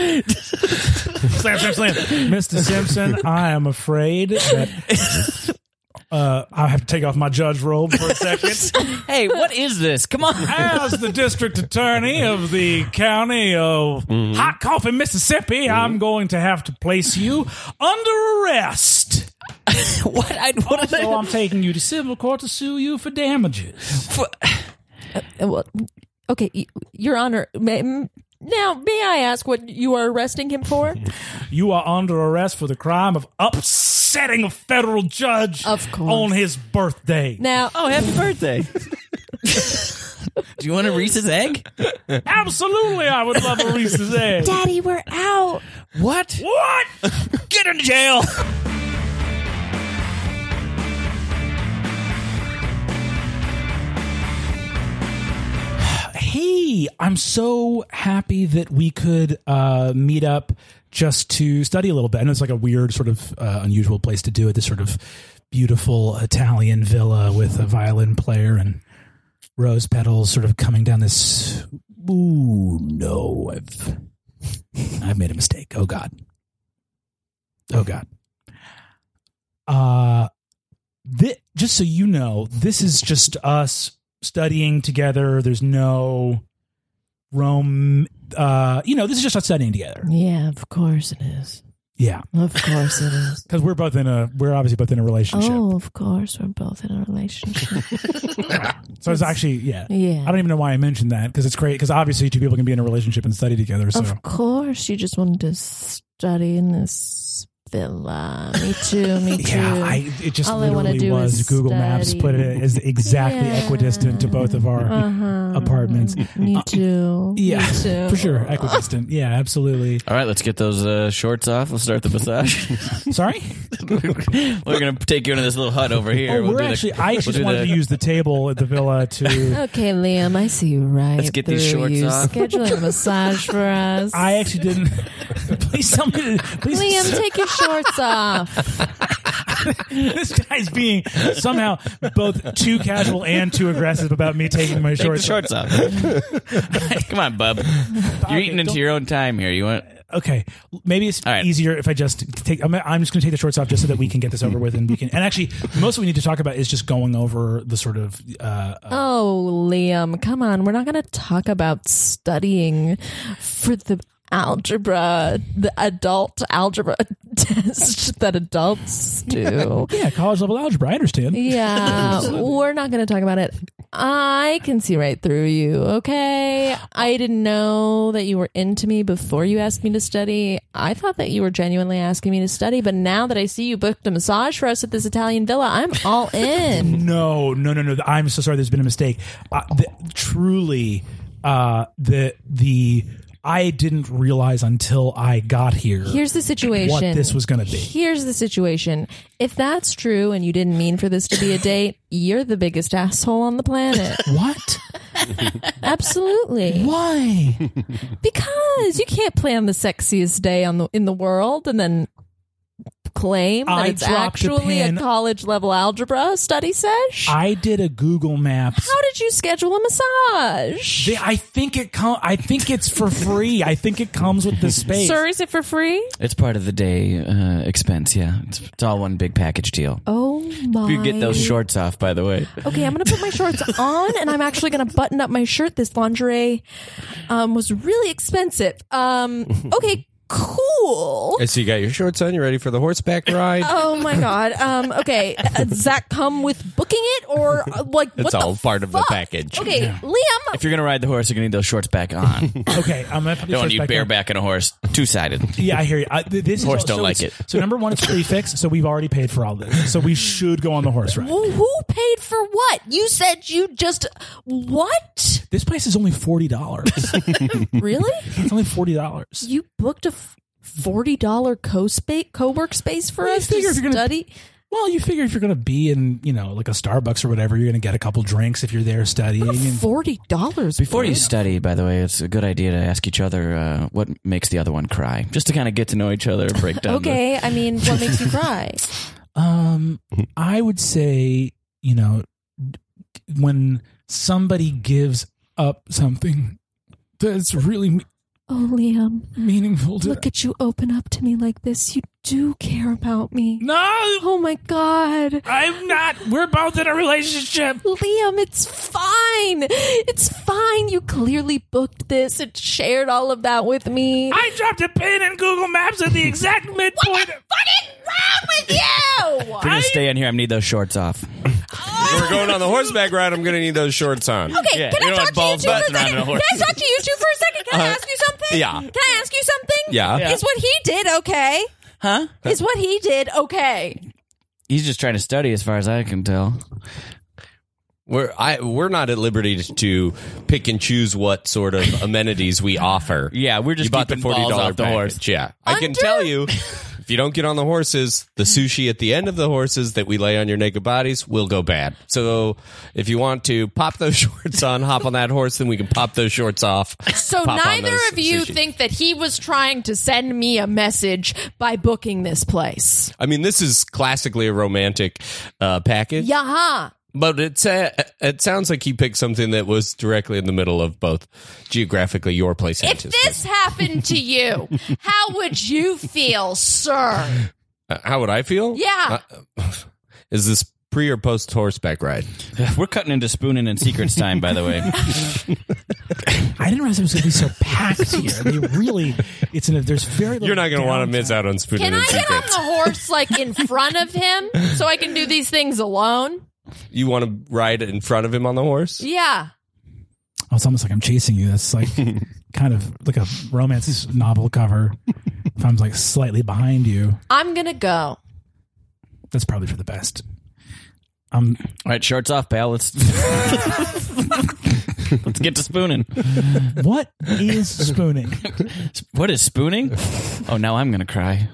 [SPEAKER 4] slam, slam, slam. Mr. Simpson, I am afraid that uh, I have to take off my judge robe for a second.
[SPEAKER 2] hey, what is this? Come
[SPEAKER 4] <laughs>
[SPEAKER 2] on.
[SPEAKER 4] As the district attorney of the county of
[SPEAKER 6] Mm-hmm.
[SPEAKER 4] Hot Coffee, Mississippi, I'm going to have to place you under arrest.
[SPEAKER 2] What? I, what are
[SPEAKER 6] <laughs>
[SPEAKER 2] they-
[SPEAKER 4] So I'm taking you to civil court to sue you for damages.
[SPEAKER 6] Uh, well, okay, y- Your Honor. May, m- now, may I ask what you are arresting him for?
[SPEAKER 4] You are under arrest for the crime of upsetting a federal judge
[SPEAKER 6] Of course.
[SPEAKER 4] on his birthday.
[SPEAKER 6] Now,
[SPEAKER 2] Oh, happy birthday. Do you want a Reese's egg?
[SPEAKER 4] Absolutely, I would love a
[SPEAKER 6] <laughs>
[SPEAKER 4] Reese's egg.
[SPEAKER 8] Daddy, we're out.
[SPEAKER 2] What?
[SPEAKER 4] What?
[SPEAKER 2] Get into jail.
[SPEAKER 4] <sighs> Hey, I'm so happy that we could uh, meet up just to study a little bit. And it's like a weird, sort of uh, unusual place to do it. This sort of beautiful Italian villa with a violin player and rose petals sort of coming down this. Ooh, no, I've I've made a mistake. Oh God. Oh God. Uh, thi- just so you know, this is just us studying together. There's no Rome. Uh, you know, this is just us studying together.
[SPEAKER 6] yeah, of course it is.
[SPEAKER 4] Yeah,
[SPEAKER 6] Of course it is.
[SPEAKER 4] because we're both in a we're obviously both in a relationship.
[SPEAKER 6] oh, of course we're both in a
[SPEAKER 2] <laughs>
[SPEAKER 6] relationship.
[SPEAKER 4] so it's actually yeah. I
[SPEAKER 6] Yeah.
[SPEAKER 4] don't even know why I mentioned that because it's great because obviously two people can be in a relationship and study together. So
[SPEAKER 6] Of course, you just wanted to study in this villa. Me too. Me
[SPEAKER 4] <laughs>
[SPEAKER 6] too.
[SPEAKER 4] yeah, I, it just
[SPEAKER 6] All I wanna
[SPEAKER 4] literally
[SPEAKER 6] do
[SPEAKER 4] was
[SPEAKER 6] is
[SPEAKER 4] Google Maps
[SPEAKER 6] study.
[SPEAKER 4] put it as exactly
[SPEAKER 6] Yeah.
[SPEAKER 4] equidistant to both of our
[SPEAKER 6] uh-huh.
[SPEAKER 2] <laughs>
[SPEAKER 4] apartments.
[SPEAKER 6] Me too.
[SPEAKER 4] uh, Yeah, <laughs>
[SPEAKER 6] Me too.
[SPEAKER 4] for sure, equidistant. Yeah, absolutely.
[SPEAKER 2] All right, let's get those uh, shorts off. We'll start the <laughs> massage.
[SPEAKER 4] Sorry.
[SPEAKER 2] we're gonna take you into this little hut over here.
[SPEAKER 4] Oh,
[SPEAKER 2] We'll
[SPEAKER 4] we're
[SPEAKER 2] do the- <laughs>
[SPEAKER 4] actually. I
[SPEAKER 2] we'll
[SPEAKER 4] just
[SPEAKER 2] do
[SPEAKER 4] wanted
[SPEAKER 2] the-
[SPEAKER 4] to use the table at the villa to.
[SPEAKER 6] Okay, Liam, I see you right.
[SPEAKER 2] Let's get these
[SPEAKER 6] through
[SPEAKER 2] shorts
[SPEAKER 6] you.
[SPEAKER 2] off.
[SPEAKER 6] Schedule a
[SPEAKER 4] <laughs>
[SPEAKER 6] massage for us.
[SPEAKER 4] I actually didn't. <laughs> please tell me. Please,
[SPEAKER 6] Liam, take your
[SPEAKER 4] <laughs>
[SPEAKER 6] shorts off.
[SPEAKER 4] this guy's being somehow both too casual and too aggressive about me taking my
[SPEAKER 2] Take the
[SPEAKER 4] shorts.
[SPEAKER 2] shorts off. <laughs> Come on, bub. You're eating into
[SPEAKER 4] don't-
[SPEAKER 2] your own time here. You want?
[SPEAKER 4] off. Okay, maybe it's
[SPEAKER 2] All right.
[SPEAKER 4] easier if I just take. I'm, I'm just going to take the shorts off just so that we can get this over with, and we can. And actually, most of what we need to talk about is just going over the sort of. Uh, uh,
[SPEAKER 6] Oh, Liam, come on. We're not going to talk about studying for the algebra, the adult algebra <laughs> test that adults do.
[SPEAKER 4] yeah, college level algebra. I understand.
[SPEAKER 6] Yeah, we're not going to talk about it. I can see right through you, okay? I didn't know that you were into me before you asked me to study. I thought that you were genuinely asking me to study, but now that I see you booked a massage for us at this Italian villa, I'm all
[SPEAKER 4] <laughs>
[SPEAKER 6] in.
[SPEAKER 4] No, no, no, no. I'm so sorry. There's been a mistake. Uh, the, truly, uh, the the I didn't realize until I got here.
[SPEAKER 6] Here's the situation.
[SPEAKER 4] this was gonna be.
[SPEAKER 6] Here's the situation. If that's true and you didn't mean for this to be a date, you're the biggest asshole on
[SPEAKER 4] <laughs>
[SPEAKER 6] the planet.
[SPEAKER 4] what?
[SPEAKER 6] Absolutely.
[SPEAKER 4] Why?
[SPEAKER 6] Because you can't plan the sexiest day on the, in the world and then claim that
[SPEAKER 4] I
[SPEAKER 6] it's
[SPEAKER 4] dropped a
[SPEAKER 6] actually a,
[SPEAKER 4] pin.
[SPEAKER 6] college level algebra study sesh.
[SPEAKER 4] <laughs> I did a Google Maps.
[SPEAKER 6] How did you schedule a massage?
[SPEAKER 4] They- I think it com- I think it's for free. I think it comes with the space.
[SPEAKER 6] Sir, is it for free?
[SPEAKER 2] It's part of the day uh, expense. Yeah, it's, it's all one big package deal.
[SPEAKER 6] Oh my!
[SPEAKER 2] You get those shorts off, by the way.
[SPEAKER 6] Okay, I'm gonna put
[SPEAKER 3] <laughs>
[SPEAKER 6] my shorts on, and I'm actually gonna button up my shirt. This lingerie um, was really expensive.
[SPEAKER 3] <laughs>
[SPEAKER 6] Um, okay, cool.
[SPEAKER 3] So you got your shorts on. You ready for the horseback ride?
[SPEAKER 6] Oh my god. Um,
[SPEAKER 3] <laughs>
[SPEAKER 6] okay, uh, does that come with booking it or uh, like?
[SPEAKER 3] It's
[SPEAKER 6] what
[SPEAKER 3] all
[SPEAKER 6] the
[SPEAKER 3] part of the
[SPEAKER 6] fuck?
[SPEAKER 3] package.
[SPEAKER 6] Okay, Liam.
[SPEAKER 2] If you're gonna ride the horse, you're gonna need those shorts
[SPEAKER 4] <laughs>
[SPEAKER 2] back on.
[SPEAKER 4] Okay, I'm gonna put the
[SPEAKER 2] Don't
[SPEAKER 4] shorts
[SPEAKER 2] you
[SPEAKER 4] back on.
[SPEAKER 2] bareback on a horse, two sided.
[SPEAKER 4] Yeah, I hear you. I, th- this
[SPEAKER 2] Horse
[SPEAKER 4] is,
[SPEAKER 2] don't
[SPEAKER 4] so
[SPEAKER 2] like
[SPEAKER 4] it's-
[SPEAKER 2] it.
[SPEAKER 4] So number one, it's prefix. So we've already paid for all this. So we should go on the horse ride.
[SPEAKER 6] Who who paid for what? You said you just what?
[SPEAKER 4] This place is only
[SPEAKER 2] <laughs>
[SPEAKER 4] forty dollars.
[SPEAKER 3] <laughs>
[SPEAKER 6] Really?
[SPEAKER 4] it's only forty dollars.
[SPEAKER 6] You booked a f- forty dollar co space co work space for
[SPEAKER 4] Well, you
[SPEAKER 6] us to
[SPEAKER 4] figure if you're gonna-
[SPEAKER 6] study.
[SPEAKER 4] Well, you figure if you're going to be in, you know, like a Starbucks or whatever, you're going to get a couple drinks if you're there studying. And
[SPEAKER 6] Forty dollars
[SPEAKER 2] <laughs> Before you study, by the way, it's a good idea to ask each other uh, what makes the other one cry, just to kind of get to know each other and break down. the-
[SPEAKER 6] Okay, I mean, what
[SPEAKER 3] <laughs>
[SPEAKER 6] makes you cry?
[SPEAKER 4] um, I would say, you know, when somebody gives up something that's really me-
[SPEAKER 6] Oh, Liam,
[SPEAKER 4] meaningful to
[SPEAKER 6] look at you open up to me like this. You do care about me.
[SPEAKER 4] No,
[SPEAKER 6] Oh my God.
[SPEAKER 4] I'm not. We're both in a relationship.
[SPEAKER 6] Liam, it's fine. It's fine. You clearly booked this and shared all of that with me.
[SPEAKER 4] I dropped a pin in Google Maps at the exact midpoint.
[SPEAKER 2] If you're gonna stay in here, I need those shorts off.
[SPEAKER 3] We're going
[SPEAKER 6] <laughs>
[SPEAKER 3] on the horseback ride. I'm going to need those shorts on. Okay,
[SPEAKER 2] Yeah.
[SPEAKER 3] you don't have balls button around a horse.
[SPEAKER 9] Can I talk to you two for a second? Can I ask you something?
[SPEAKER 3] yeah.
[SPEAKER 9] Can I ask you something?
[SPEAKER 3] Yeah. Yeah.
[SPEAKER 9] Is what he did okay?
[SPEAKER 2] Huh?
[SPEAKER 9] Is what he did okay?
[SPEAKER 2] He's just trying to study, as far as I can tell.
[SPEAKER 3] We're I we're not at liberty to, to pick and choose what
[SPEAKER 2] <laughs>
[SPEAKER 3] sort of amenities we offer.
[SPEAKER 2] Yeah, we're just
[SPEAKER 3] you bought the
[SPEAKER 2] keeping
[SPEAKER 3] forty
[SPEAKER 2] balls
[SPEAKER 3] dollar
[SPEAKER 2] off the horse.
[SPEAKER 3] Yeah, I can tell
[SPEAKER 2] <laughs>
[SPEAKER 3] you, if you don't get on the horses, the sushi at the end of the horses that we lay on your naked bodies will go bad. So if you want to pop those <laughs> shorts on, hop on that horse, then we can pop those shorts off.
[SPEAKER 9] So
[SPEAKER 3] pop on
[SPEAKER 9] neither
[SPEAKER 3] those
[SPEAKER 9] of you
[SPEAKER 3] sushi.
[SPEAKER 9] think that he was trying to send me a message by booking this place.
[SPEAKER 3] I mean, this is classically a romantic uh, package.
[SPEAKER 9] Yaha.
[SPEAKER 3] But it's uh, it sounds like he picked something that was directly in the middle of both geographically your place and
[SPEAKER 9] If
[SPEAKER 3] his place.
[SPEAKER 9] this happened to you, how would you feel, sir?
[SPEAKER 3] Uh, how would I feel?
[SPEAKER 9] Yeah.
[SPEAKER 3] Uh, is this pre or post horseback ride?
[SPEAKER 2] We're cutting into spooning and secrets time, by <laughs> the way.
[SPEAKER 4] I didn't realize it was going to
[SPEAKER 3] <laughs>
[SPEAKER 4] be so packed here. They really, it's an, there's very little.
[SPEAKER 3] You're not going to want to
[SPEAKER 4] downtime.
[SPEAKER 3] miss out on spooning
[SPEAKER 9] Can I
[SPEAKER 3] and
[SPEAKER 9] get on
[SPEAKER 3] secrets.
[SPEAKER 9] the horse like in front of him so I can do these things alone?
[SPEAKER 3] You want to ride in front of him on the horse?
[SPEAKER 9] Yeah.
[SPEAKER 4] Oh, it's almost like I'm chasing you.
[SPEAKER 3] <laughs>
[SPEAKER 4] That's like kind of like a romance novel cover. if I'm like slightly behind you,
[SPEAKER 9] I'm going to go.
[SPEAKER 4] that's probably for the best. Um,
[SPEAKER 2] All right, shorts off, pal. Let's <laughs> let's get to spooning.
[SPEAKER 4] what is spooning?
[SPEAKER 2] What is spooning? Oh, now I'm gonna cry.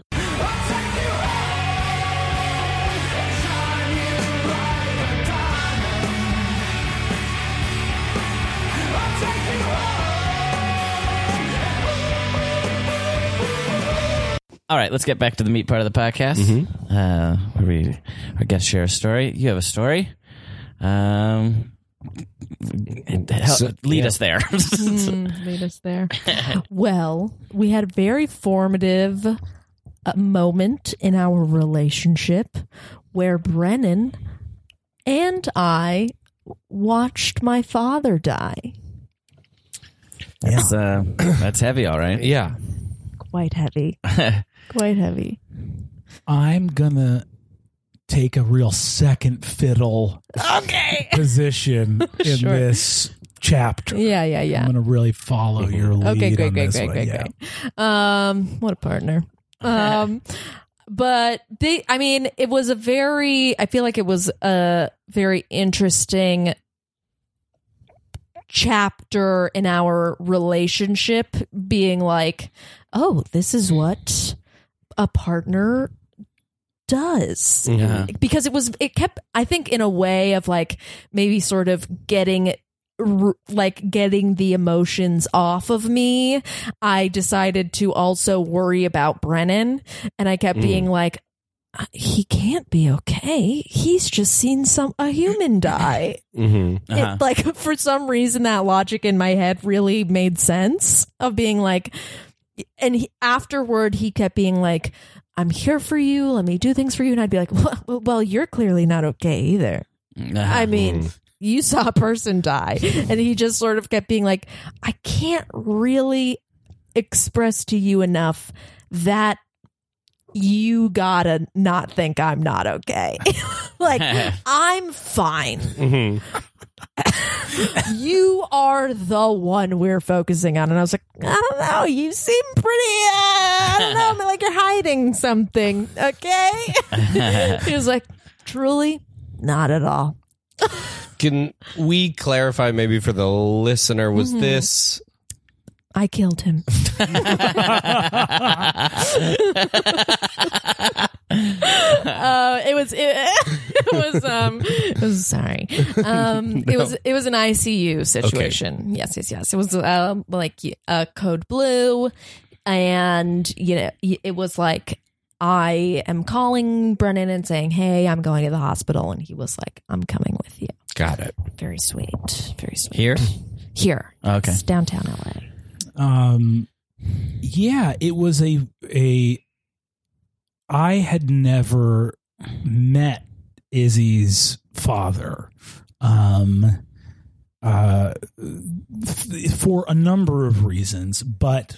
[SPEAKER 2] All right, let's get back to the meat part of the podcast. Uh, where we our guests share a story. You have a story. Um, help- lead us there. <laughs>
[SPEAKER 6] Lead us there. well, we had a very formative uh, moment in our relationship where Brennan and I watched my father die.
[SPEAKER 2] That's, uh, that's heavy, all right.
[SPEAKER 3] Yeah.
[SPEAKER 6] Quite heavy. Quite heavy.
[SPEAKER 4] I'm gonna take a real second fiddle okay.
[SPEAKER 6] <laughs>
[SPEAKER 4] position in this chapter.
[SPEAKER 6] Yeah, yeah, yeah.
[SPEAKER 4] I'm gonna really follow
[SPEAKER 3] Mm-hmm.
[SPEAKER 4] your lead.
[SPEAKER 6] Okay, great,
[SPEAKER 4] on
[SPEAKER 6] great,
[SPEAKER 4] this
[SPEAKER 6] great,
[SPEAKER 4] one.
[SPEAKER 6] great,
[SPEAKER 4] Yeah.
[SPEAKER 6] great. Um, what
[SPEAKER 4] <laughs>
[SPEAKER 6] a partner. Um, but they, I mean, it was a very, I feel like it was a very interesting chapter in our relationship being like, oh, this is what a partner does
[SPEAKER 2] Yeah.
[SPEAKER 6] because it was it kept i think in a way of like maybe sort of getting r- like getting the emotions off of me i decided to also worry about brennan and i kept being like "Uh, he can't be okay he's just seen some a human die
[SPEAKER 3] Mm-hmm.
[SPEAKER 2] Uh-huh.
[SPEAKER 6] it, like <laughs> for some reason that logic in my head really made sense of being like and he, afterward he kept being like i'm here for you let me do things for you and i'd be like <laughs> well, well, well, you're clearly not okay either
[SPEAKER 2] Uh-huh.
[SPEAKER 6] i mean you saw a person die and he just sort of kept being like i can't really express to you enough that you gotta not think i'm not okay <laughs> like i'm fine <laughs> you are the one we're focusing on. And I was like, I don't know. You seem pretty, uh, I don't know, I mean, like you're hiding something. Okay. <laughs> he was like, truly, not at all.
[SPEAKER 3] Can we clarify maybe for the listener? Was
[SPEAKER 9] Mm-hmm.
[SPEAKER 3] this
[SPEAKER 6] I killed him. uh, it <laughs> was it, it was um it was sorry um it was it was an ICU situation. Yes, yes, yes. It was um like uh, code blue, and you know y- it was like. I am calling Brennan and saying, "Hey, I'm going to the hospital," and he was like, "I'm coming with you."
[SPEAKER 3] got it?
[SPEAKER 6] Very sweet, very sweet
[SPEAKER 2] Here? Oh,
[SPEAKER 6] here.
[SPEAKER 2] Okay.
[SPEAKER 6] It's downtown LA.
[SPEAKER 4] um yeah it was a a i had never met izzy's father um uh f- for a number of reasons but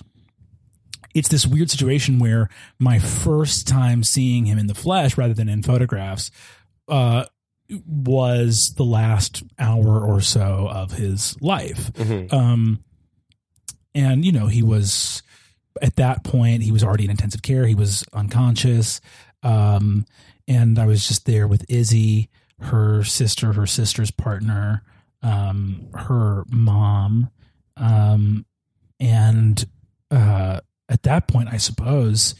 [SPEAKER 4] it's this weird situation where my first time seeing him in the flesh rather than in photographs uh was the last hour or so of his life
[SPEAKER 9] Mm-hmm.
[SPEAKER 3] Mm-hmm.
[SPEAKER 4] um and you know he was at that point he was already in intensive care he was unconscious um and i was just there with izzy her sister her sister's partner um her mom um and uh at that point i suppose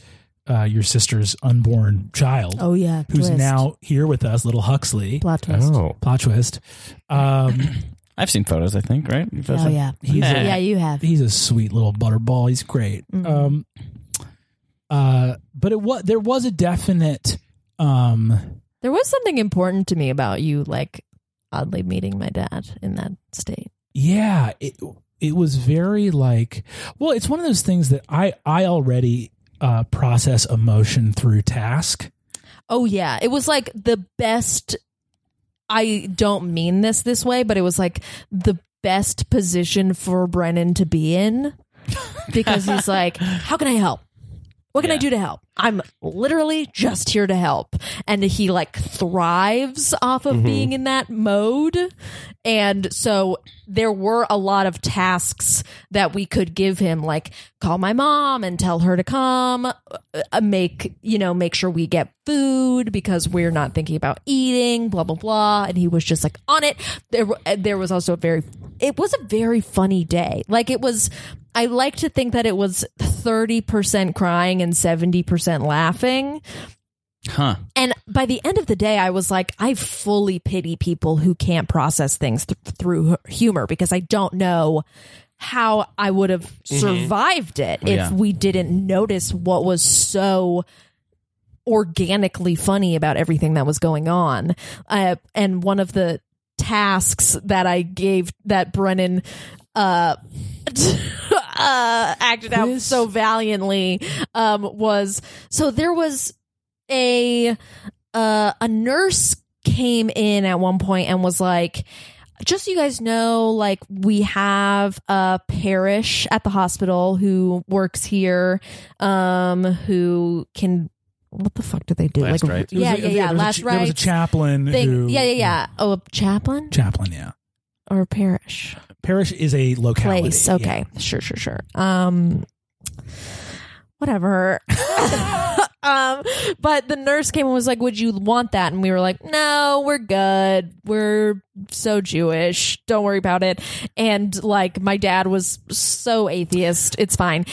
[SPEAKER 4] uh your sister's unborn child
[SPEAKER 6] Oh yeah.
[SPEAKER 4] who's now here with us little huxley
[SPEAKER 6] plot
[SPEAKER 2] Oh,
[SPEAKER 6] twist?
[SPEAKER 4] plot twist um
[SPEAKER 2] I've seen photos, I think, right?
[SPEAKER 6] Oh yeah.
[SPEAKER 4] he's a,
[SPEAKER 6] Yeah, you have.
[SPEAKER 4] he's a sweet little butterball. He's great.
[SPEAKER 6] Mm-hmm.
[SPEAKER 4] Um, uh, but it was there was a definite. Um,
[SPEAKER 6] There was something important to me about you, like oddly meeting my dad in that state.
[SPEAKER 4] yeah, it it was very like. Well, it's one of those things that I I already uh, process emotion through task.
[SPEAKER 6] Oh yeah, it was like the best. I don't mean this this way, but it was like the best position for Brennan to be in because he's like, how can I help? What can I do to help? I'm literally just here to help. And he like thrives off of being in that mode. And so there were a lot of tasks that we could give him, like call my mom and tell her to come, uh, uh, make, you know, make sure we get food because we're not thinking about eating, blah, blah, blah. And he was just like on it. There, w- uh, there was also a very, it was a very funny day. Like it was, I like to think that it was 30% crying and 70% laughing.
[SPEAKER 2] Huh. <laughs>
[SPEAKER 6] And by the end of the day, I was like, I fully pity people who can't process things th- through humor because I don't know how I would have survived it if
[SPEAKER 2] Yeah.
[SPEAKER 6] we didn't notice what was so organically funny about everything that was going on. Uh, and one of the tasks that I gave that Brennan uh, <laughs> uh, acted out
[SPEAKER 4] This-
[SPEAKER 6] so valiantly um, was so there was a uh, a nurse came in at one point and was like just so you guys know like we have a parish at the hospital who works here um who can what the fuck do they do
[SPEAKER 10] Last
[SPEAKER 6] like
[SPEAKER 10] rites.
[SPEAKER 6] yeah
[SPEAKER 4] There was
[SPEAKER 6] yeah
[SPEAKER 4] a-
[SPEAKER 6] yeah
[SPEAKER 4] There was,
[SPEAKER 6] last
[SPEAKER 4] a, there was a
[SPEAKER 6] rites
[SPEAKER 4] chaplain. who-
[SPEAKER 6] thing yeah yeah yeah oh a chaplain
[SPEAKER 4] Chaplain. Yeah.
[SPEAKER 6] or a parish
[SPEAKER 4] Parish is a locality.
[SPEAKER 6] place.
[SPEAKER 4] yeah.
[SPEAKER 6] Okay, sure, sure, sure. Um, whatever. <laughs> um, but the nurse came and was like, "Would you want that?" And we were like, "No, we're good. We're so Jewish. Don't worry about it." And like, my dad was so atheist. It's fine.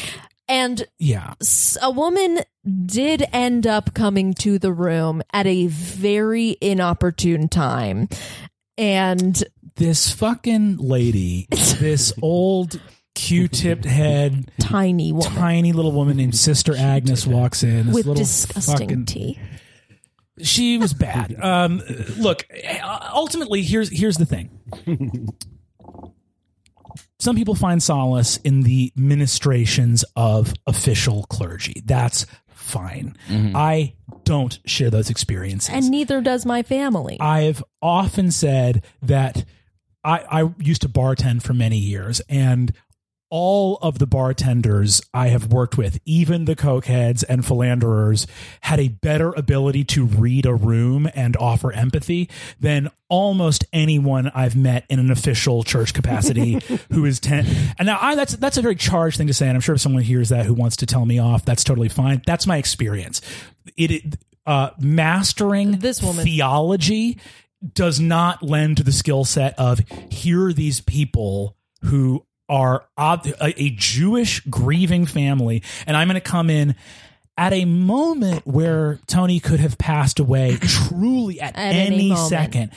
[SPEAKER 6] And
[SPEAKER 4] Yeah.
[SPEAKER 6] s- a woman did end up coming to the room at a very inopportune time. And
[SPEAKER 4] This fucking
[SPEAKER 6] <laughs>
[SPEAKER 4] lady. this old Q-tipped head.
[SPEAKER 6] tiny woman
[SPEAKER 4] tiny little woman named Sister Agnes walks in. This
[SPEAKER 6] with
[SPEAKER 4] little
[SPEAKER 6] disgusting
[SPEAKER 4] fucking-
[SPEAKER 6] teeth.
[SPEAKER 4] She was
[SPEAKER 6] <laughs>
[SPEAKER 4] bad. Um, look, ultimately, here's here's the thing. Some people find solace in the ministrations of official clergy. That's fine. I don't share those experiences.
[SPEAKER 6] and neither does my family.
[SPEAKER 4] I've often said that I, I used to bartend for many years and all of the bartenders I have worked with, even the cokeheads and philanderers, had a better ability to read a room and offer empathy than almost anyone I've met in an official church
[SPEAKER 6] <laughs>
[SPEAKER 4] capacity who is ten. And now I, that's that's a very charged thing to say, and I'm sure if someone hears that who wants to tell me off, that's totally fine. That's my experience. It- It uh, mastering
[SPEAKER 6] This woman.
[SPEAKER 4] theology does not lend to the skill set of here are these people who are ob- a, a Jewish grieving family, and I'm going to come in at a moment where Tony could have passed away truly at,
[SPEAKER 6] At any
[SPEAKER 4] any,
[SPEAKER 6] moment.
[SPEAKER 4] second.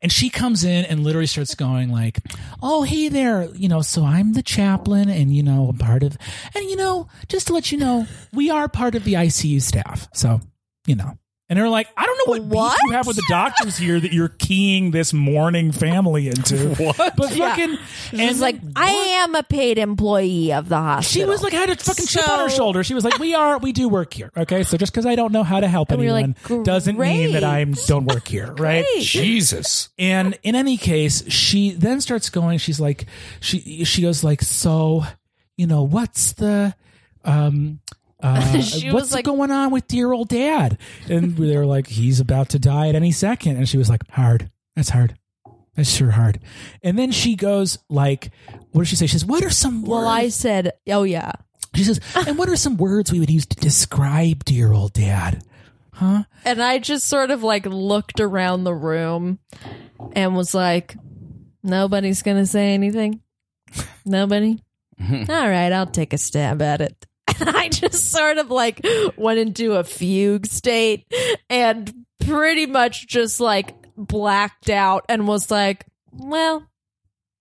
[SPEAKER 4] And she comes in and literally starts going like, "Oh, hey there, you know. So I'm the chaplain, and you know, I'm part of, and you know, just to let you know, we are part of the ICU staff. So, you know, And they're like, I don't know what, beef you
[SPEAKER 6] What?
[SPEAKER 4] have with the doctors here that you're keying this mourning
[SPEAKER 6] <laughs>
[SPEAKER 4] family into. what? But fucking, and
[SPEAKER 6] She's like, I am a paid employee of the hospital.
[SPEAKER 4] she was like, had a fucking chip on her
[SPEAKER 6] So-
[SPEAKER 4] shoulder. She was like, we are, we do work here. Okay. So just because I don't know how to help
[SPEAKER 6] And we were
[SPEAKER 4] anyone
[SPEAKER 6] like,
[SPEAKER 4] doesn't mean that
[SPEAKER 6] great.
[SPEAKER 4] I don't work here. Right.
[SPEAKER 3] Jesus.
[SPEAKER 4] And in any case, she then starts going. She's like, she she goes like, so, you know, what's the, um, uh,
[SPEAKER 6] <laughs> She
[SPEAKER 4] what's
[SPEAKER 6] was like-
[SPEAKER 4] going on with dear old dad? And they were like, he's about to die at any second. And she was like, hard. That's hard. That's sure hard. And then she goes like, what does she say? She says, what are some words?
[SPEAKER 6] well, I said, oh yeah.
[SPEAKER 4] she says, and what are some words we would use to describe dear old dad?
[SPEAKER 6] And I just sort of like looked around the room and was like, nobody's going to say anything. Nobody. All right, I'll take a stab at it. <laughs> And I just sort of like went into a fugue state and pretty much just like blacked out and was like, well,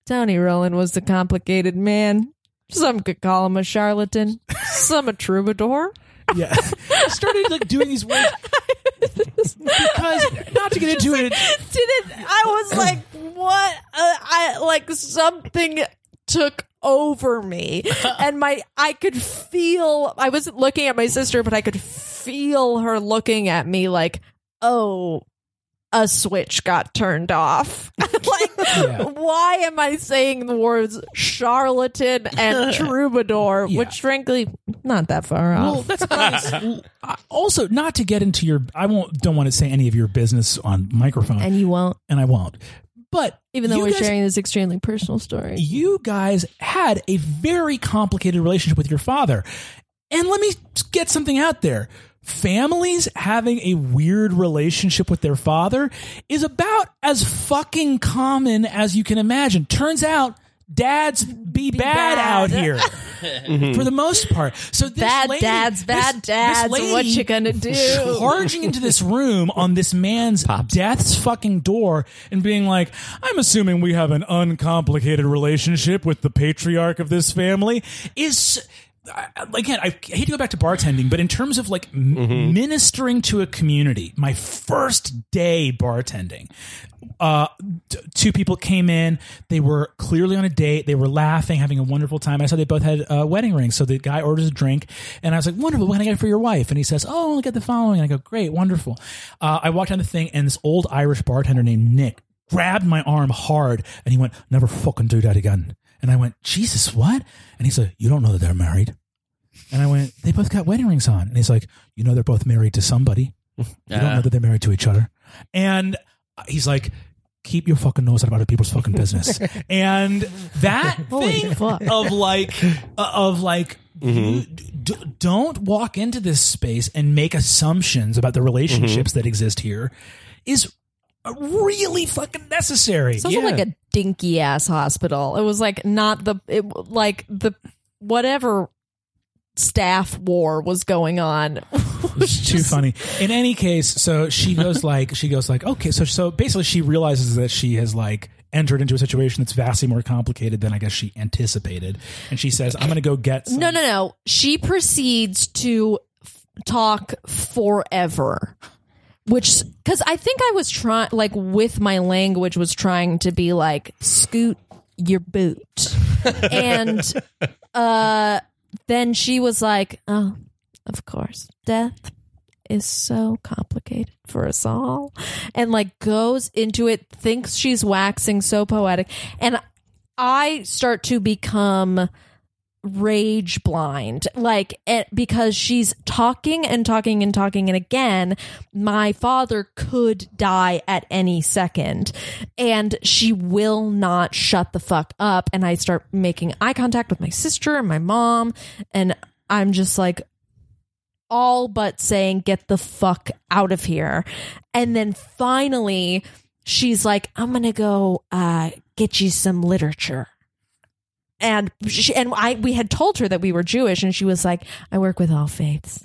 [SPEAKER 6] Tony Rowland was a complicated man. Some could call him a charlatan, some a troubadour.
[SPEAKER 4] Yeah. <laughs> started like doing these words because not to get into
[SPEAKER 6] <laughs>
[SPEAKER 4] it.
[SPEAKER 6] didn't I was like what uh, I like something took
[SPEAKER 4] <laughs>
[SPEAKER 6] over me and my I could feel I wasn't looking at my sister but I could feel her looking at me like oh a switch got turned off <laughs> like why am I saying the words charlatan
[SPEAKER 4] <laughs>
[SPEAKER 6] and troubadour
[SPEAKER 4] Yeah.
[SPEAKER 6] which frankly not that far off
[SPEAKER 4] Well, that's nice. Oh. <laughs> also not to get into your. I won't. Don't want to say any of your business on microphone, and,
[SPEAKER 6] and you won't
[SPEAKER 4] I won't. But
[SPEAKER 6] even though
[SPEAKER 4] you
[SPEAKER 6] we're
[SPEAKER 4] guys-
[SPEAKER 6] sharing this extremely personal story
[SPEAKER 4] you guys had a very complicated relationship with your father, and let me get something out there. Families having a weird relationship with their father is about as fucking common as you can imagine. Turns out, dads be, bad,
[SPEAKER 6] bad.
[SPEAKER 4] out
[SPEAKER 6] <laughs>
[SPEAKER 4] here for the most part. So this
[SPEAKER 6] bad
[SPEAKER 4] lady-
[SPEAKER 6] dads,
[SPEAKER 4] this-
[SPEAKER 6] bad
[SPEAKER 4] this
[SPEAKER 6] dads. what
[SPEAKER 4] lady
[SPEAKER 6] you gonna do?
[SPEAKER 4] charging into this room on this man's death's fucking door and being like, I'm assuming we have an uncomplicated relationship with the patriarch of this family is. I- I- Again, I hate to go back to bartending, but in terms of like m- ministering to a community, my first day bartending, uh, t- two people came in. They were clearly on a date. They were laughing, having a wonderful time. I saw they both had uh, wedding rings. So the guy orders a drink, and I was like, "Wonderful, what can I get for your wife?" And he says, "Oh, look at the following." And I go, "Great, wonderful." Uh, I walked down the thing, and this old Irish bartender named Nick grabbed my arm hard, and he went, "Never fucking do that again." And I went, "Jesus, what?" And he said, "You don't know that they're married." And I went, "They both got wedding rings on." And he's like, "You know they're both married to somebody." You don't know that they're married to each other. And he's like, keep your fucking nose out of other people's fucking
[SPEAKER 6] <laughs>
[SPEAKER 4] business. and that thing of like, uh, of like, you d- d- don't walk into this space and make assumptions about the relationships that exist here is uh, really fucking necessary.
[SPEAKER 6] It's also like a dinky ass hospital. It was like not the it like the whatever staff war was going on.
[SPEAKER 4] It's
[SPEAKER 6] <laughs>
[SPEAKER 4] too funny. In any case, so she goes like she goes like okay, so so basically she realizes that she has like entered into a situation that's vastly more complicated than I guess she anticipated, and she says, "I'm going to go get some."
[SPEAKER 6] No, no, no. She proceeds to f- talk forever. Which, because I think I was trying, like, with my language, was trying to be like, scoot your boot. and uh, then she was like, oh, of course, death is so complicated for us all. And like, goes into it, thinks she's waxing so poetic. And I start to become rage blind like it, because she's talking and talking and talking and again my father could die at any second and she will not shut the fuck up and i start making eye contact with my sister and my mom and i'm just like all but saying, get the fuck out of here. And then finally, she's like, I'm going to go uh, get you some literature. And she, and I we had told her that we were Jewish, and she was like, "I work with all faiths."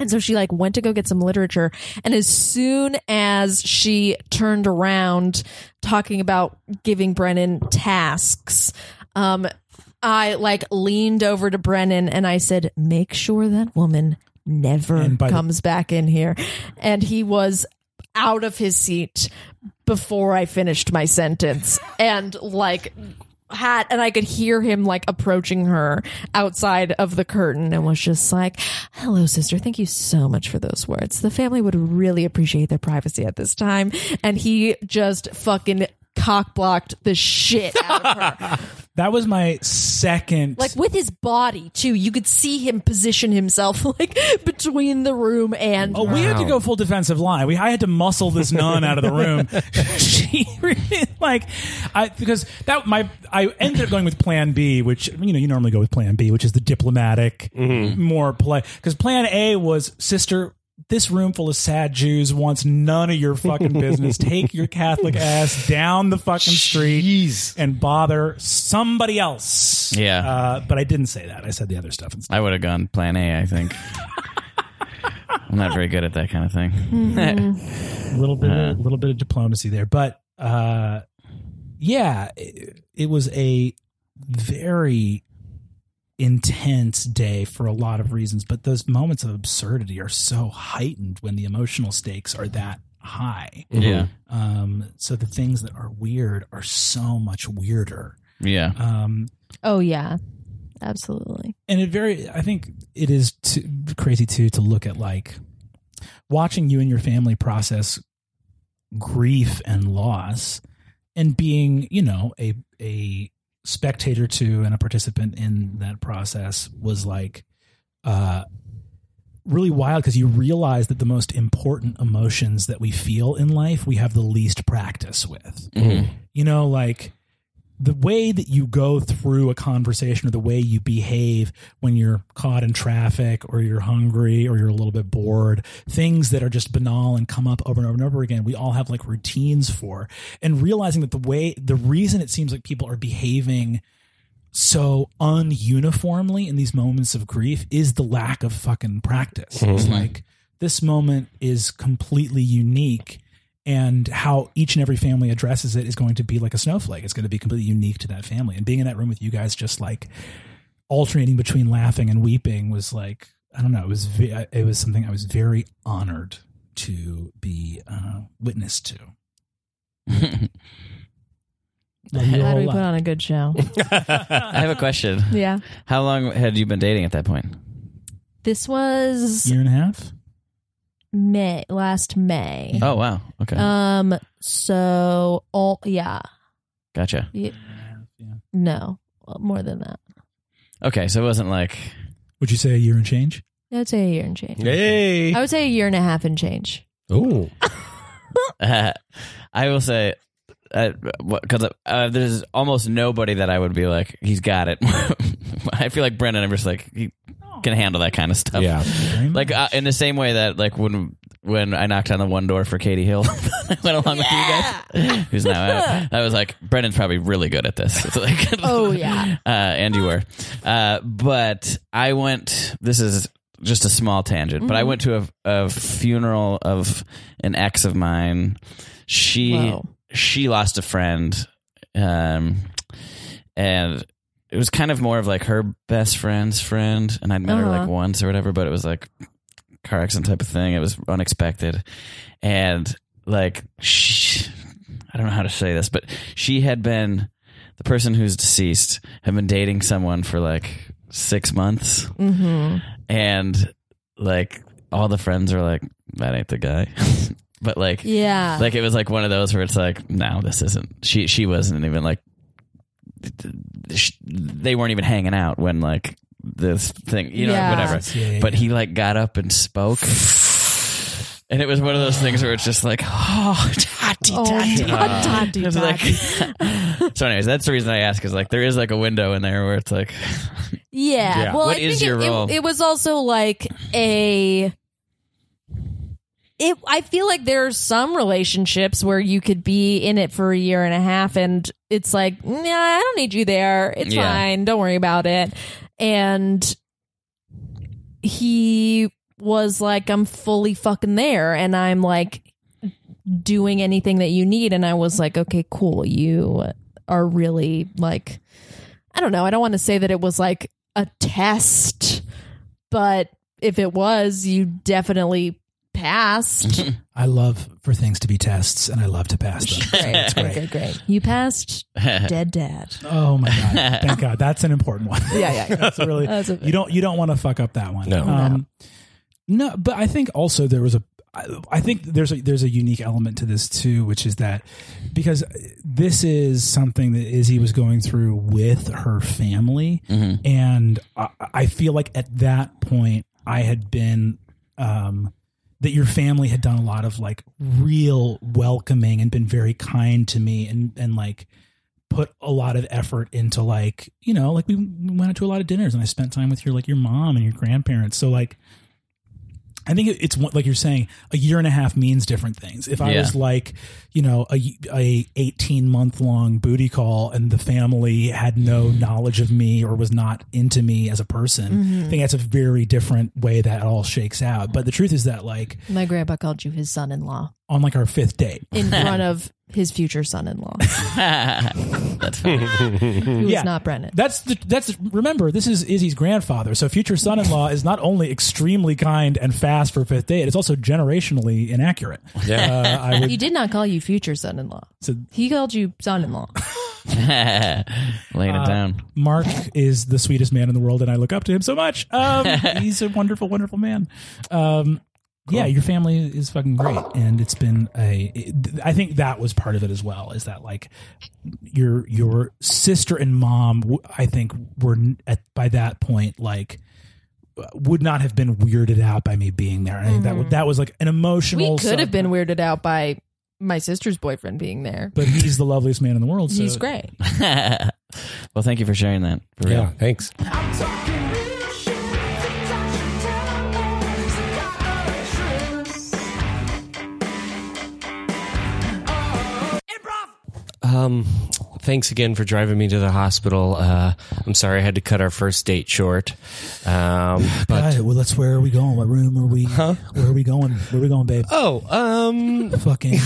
[SPEAKER 6] And so she like went to go get some literature, and as soon as she turned around, talking about giving Brennan tasks, um, I like leaned over to Brennan and I said, "Make sure that woman never
[SPEAKER 4] And by the-
[SPEAKER 6] comes back in here. And he was out of his seat before I finished my sentence and like had and I could hear him like approaching her outside of the curtain and was just like, "Hello sister, thank you so much for those words. The family would really appreciate their privacy at this time." And he just fucking cock blocked the shit out of
[SPEAKER 4] <laughs>
[SPEAKER 6] her.
[SPEAKER 4] That was my second.
[SPEAKER 6] like with his body too. You could see him position himself <laughs> like between the room and
[SPEAKER 4] Oh, we had to go full defensive line. We I had to muscle this nun out of the room. <laughs> she really, like I because that my I ended up going with plan B, which you know you normally go with plan B, which is the diplomatic, more polite. Because plan A was sister. This room full of sad Jews wants none of your fucking business. Take your Catholic ass down the fucking street and bother somebody else.
[SPEAKER 2] Yeah.
[SPEAKER 4] Uh, but I didn't say that. I said the other stuff instead.
[SPEAKER 2] I would have gone plan A, I think. I'm not very good at that kind of thing.
[SPEAKER 4] a little bit, a little bit of diplomacy there, but uh, yeah, it, it was a very intense day for a lot of reasons. But those moments of absurdity are so heightened when the emotional stakes are that high.
[SPEAKER 2] yeah.
[SPEAKER 4] Um, so the things that are weird are so much weirder.
[SPEAKER 2] Yeah.
[SPEAKER 4] Um,
[SPEAKER 6] Oh yeah, absolutely.
[SPEAKER 4] and it very i think it is too, crazy too to look at like watching you and your family process grief and loss and being you know a a spectator to and a participant in that process was like uh really wild because you realize that the most important emotions that we feel in life we have the least practice with you know like the way that you go through a conversation or the way you behave when you're caught in traffic or you're hungry or you're a little bit bored, things that are just banal and come up over and over and over again, we all have like routines for. And realizing that the way, the reason it seems like people are behaving so ununiformly in these moments of grief is the lack of fucking practice. It's like this moment is completely unique and how each and every family addresses it is going to be like a snowflake. It's going to be completely unique to that family. And being in that room with you guys just like alternating between laughing and weeping was like I don't know, it was ve- it was something I was very honored to be uh, witness to. Love you a
[SPEAKER 6] Glad
[SPEAKER 4] whole
[SPEAKER 6] we
[SPEAKER 4] lot.
[SPEAKER 6] put on a good show.
[SPEAKER 2] I have a question.
[SPEAKER 4] <laughs>
[SPEAKER 6] yeah,
[SPEAKER 2] How long had you been dating at that point?
[SPEAKER 6] this was
[SPEAKER 4] year and a half?
[SPEAKER 6] May last May.
[SPEAKER 2] Oh, wow. Okay.
[SPEAKER 6] Um. So all yeah.
[SPEAKER 2] gotcha.
[SPEAKER 6] Y- No, more than that.
[SPEAKER 2] Okay. So it wasn't like, <laughs>
[SPEAKER 4] Would you say a year and change?
[SPEAKER 6] I would say a year and change.
[SPEAKER 3] Hey.
[SPEAKER 6] I would say a year and a half and change.
[SPEAKER 3] Ooh.
[SPEAKER 2] uh, I will say, because uh, there's almost nobody that I would be like, he's got it. <laughs> I feel like Brendan, I'm just like, he can handle that kind of stuff.
[SPEAKER 3] Yeah.
[SPEAKER 4] Very much.
[SPEAKER 2] Like uh, in the same way that like when when I knocked on the one door for Katie Hill, <laughs> I went along with you guys, who's now out. I was like, Brendan's probably really good at this. <laughs> It's like,
[SPEAKER 6] <laughs> Oh, yeah.
[SPEAKER 2] uh, and you were. Uh, but I went. This is just a small tangent, but
[SPEAKER 6] Mm-hmm.
[SPEAKER 2] I went to a, a funeral of an ex of mine. She
[SPEAKER 6] Wow.
[SPEAKER 2] she lost a friend, um, and it was kind of more of like her best friend's friend, and I'd met her like
[SPEAKER 6] Uh-huh.
[SPEAKER 2] once or whatever, but it was like car accident type of thing. It was unexpected, and like she, I don't know how to say this, but she had been the person who's deceased had been dating someone for like six months,
[SPEAKER 6] Mm-hmm.
[SPEAKER 2] and like all the friends are like, "That ain't the guy," <laughs> but like
[SPEAKER 6] Yeah.
[SPEAKER 2] like it was like one of those where it's like no this isn't she she wasn't even like sh- they weren't even hanging out when like this thing you know
[SPEAKER 6] Yeah.
[SPEAKER 2] whatever
[SPEAKER 4] Yeah, yeah,
[SPEAKER 2] but he like got up and spoke and it was one of those things where it's just like <laughs> oh tati, <laughs>
[SPEAKER 6] Oh,
[SPEAKER 2] tati.
[SPEAKER 6] dot, dot,
[SPEAKER 2] It was
[SPEAKER 6] dot.
[SPEAKER 2] like- <laughs> so anyways that's the reason i ask is like there is like a window in there where it's like
[SPEAKER 6] Yeah. Well,
[SPEAKER 2] What
[SPEAKER 6] I
[SPEAKER 2] is
[SPEAKER 6] think
[SPEAKER 2] your
[SPEAKER 6] it, it-
[SPEAKER 2] role?
[SPEAKER 6] It, was also like a. It, I feel like there are some relationships where you could be in it for a year and a half, and it's like, nah, I don't need you there. It's
[SPEAKER 2] Yeah.
[SPEAKER 6] fine. Don't worry about it. And he was like, I'm fully fucking there. And I'm like, doing anything that you need and i was like okay cool you are really like i don't know i don't want to say that it was like a test but if it was, you definitely passed.
[SPEAKER 4] I love for things to be tests, and I love to pass them. So
[SPEAKER 6] <laughs> great,
[SPEAKER 4] it's
[SPEAKER 6] great,
[SPEAKER 4] great.
[SPEAKER 6] great, great. You passed dead dad.
[SPEAKER 4] Oh my god!
[SPEAKER 6] <laughs>
[SPEAKER 4] Thank God, that's an important one.
[SPEAKER 6] Yeah, yeah, yeah.
[SPEAKER 4] that's a really
[SPEAKER 6] That's a-
[SPEAKER 4] you don't you don't want to fuck up that one. Um,
[SPEAKER 3] No.
[SPEAKER 4] no, but I think also there was a. I I think there's a there's a unique element to this too, which is that because this is something that Izzy was going through with her family, and I, I feel like at that point I had been um, that your family had done a lot of like real welcoming and been very kind to me and and like put a lot of effort into like you know like we went out to a lot of dinners and I spent time with your like your mom and your grandparents so like I think it- it's one- like you're saying a year and a half means different things if I
[SPEAKER 2] Yeah.
[SPEAKER 4] was like you know a, a 18 month long booty call and the family had no knowledge of me or was not into me as a person I think that's a very different way that all shakes out but the truth is that like
[SPEAKER 6] My grandpa called you his son-in-law
[SPEAKER 4] on like our fifth date
[SPEAKER 6] <laughs> in front of his future son-in-law,
[SPEAKER 2] That's funny.
[SPEAKER 6] who
[SPEAKER 4] Yeah.
[SPEAKER 6] is not Brennan.
[SPEAKER 4] That's the that's remember this is Izzy's grandfather, so future son-in-law is not only extremely kind and fast for fifth date, it's also generationally inaccurate.
[SPEAKER 3] Yeah.
[SPEAKER 4] Uh, I would
[SPEAKER 6] He did not call you future son-in-law.
[SPEAKER 4] So-
[SPEAKER 6] he called you son-in-law.
[SPEAKER 2] Laying it down. <laughs>
[SPEAKER 4] Mark is the sweetest man in the world, and I look up to him so much.
[SPEAKER 6] <laughs>
[SPEAKER 4] Um, he's a wonderful, wonderful man. Um, Yeah, your family is fucking great, and it's been a. it- I think that was part of it as well. Is that like your your sister and mom? w- I think were n- at by that point like would not have been weirded out by me being there. I think that would that was like an
[SPEAKER 6] Mm-hmm. We
[SPEAKER 4] emotional.
[SPEAKER 6] could have
[SPEAKER 4] sub-
[SPEAKER 6] been weirded out by my sister's boyfriend being there.
[SPEAKER 4] but he's the loveliest man in the world. So
[SPEAKER 6] He's great.
[SPEAKER 2] well, thank you for sharing that. For real.
[SPEAKER 3] Yeah, thanks.
[SPEAKER 7] I'm talking real shit. Things I should tell those that got no interest.
[SPEAKER 1] Improv!
[SPEAKER 3] Um, thanks again for driving me to the hospital. Uh, I'm sorry I had to cut our first date short. Um, but
[SPEAKER 4] All right, well, let's. Where are we going? What room are we? Where are we going? Where are we going, babe?
[SPEAKER 3] oh, um,
[SPEAKER 4] fucking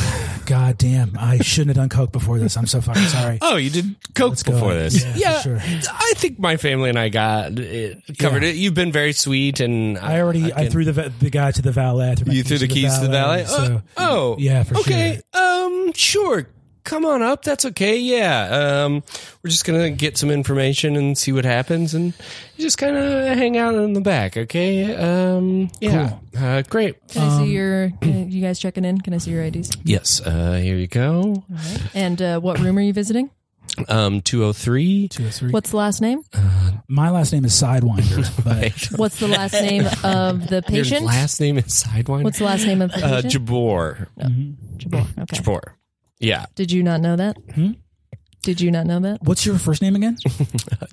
[SPEAKER 4] goddamn! I shouldn't have done coke before this. I'm so fucking sorry.
[SPEAKER 3] oh, you did coke
[SPEAKER 4] go.
[SPEAKER 3] before this.
[SPEAKER 4] Yeah, for sure.
[SPEAKER 3] I think my family and I got it covered.
[SPEAKER 4] Yeah.
[SPEAKER 3] It. You've been very sweet, and
[SPEAKER 4] I already I,
[SPEAKER 3] can-
[SPEAKER 4] threw the va- the guy to the valet. I threw my
[SPEAKER 3] you threw the keys to the valet.
[SPEAKER 4] so-
[SPEAKER 3] oh, oh,
[SPEAKER 4] yeah, for
[SPEAKER 3] okay. Um, sure. Come on up. That's okay. Yeah. Um, we're just gonna get some information and see what happens, and you just kind of hang out in the back. Okay. Um. Yeah. Uh, great.
[SPEAKER 6] Can I see your? Can you guys checking in? Can I see your IDs?
[SPEAKER 3] Yes. Uh, here you go.
[SPEAKER 6] And uh, what room are you visiting?
[SPEAKER 3] Um, two oh three.
[SPEAKER 4] sure.
[SPEAKER 6] What's the last name?
[SPEAKER 4] My last name
[SPEAKER 3] <laughs>
[SPEAKER 4] is Sidewinder, but
[SPEAKER 6] What's the last name of the
[SPEAKER 3] Your
[SPEAKER 6] patient?
[SPEAKER 3] last name is Sidewinder.
[SPEAKER 6] What's the last name of the
[SPEAKER 3] uh,
[SPEAKER 6] patient?
[SPEAKER 3] Jabor.
[SPEAKER 6] Jabor. Okay.
[SPEAKER 3] Jabor. Yeah.
[SPEAKER 6] Did you not know that?
[SPEAKER 3] Hmm?
[SPEAKER 6] Did you not know that?
[SPEAKER 4] what's your first name again?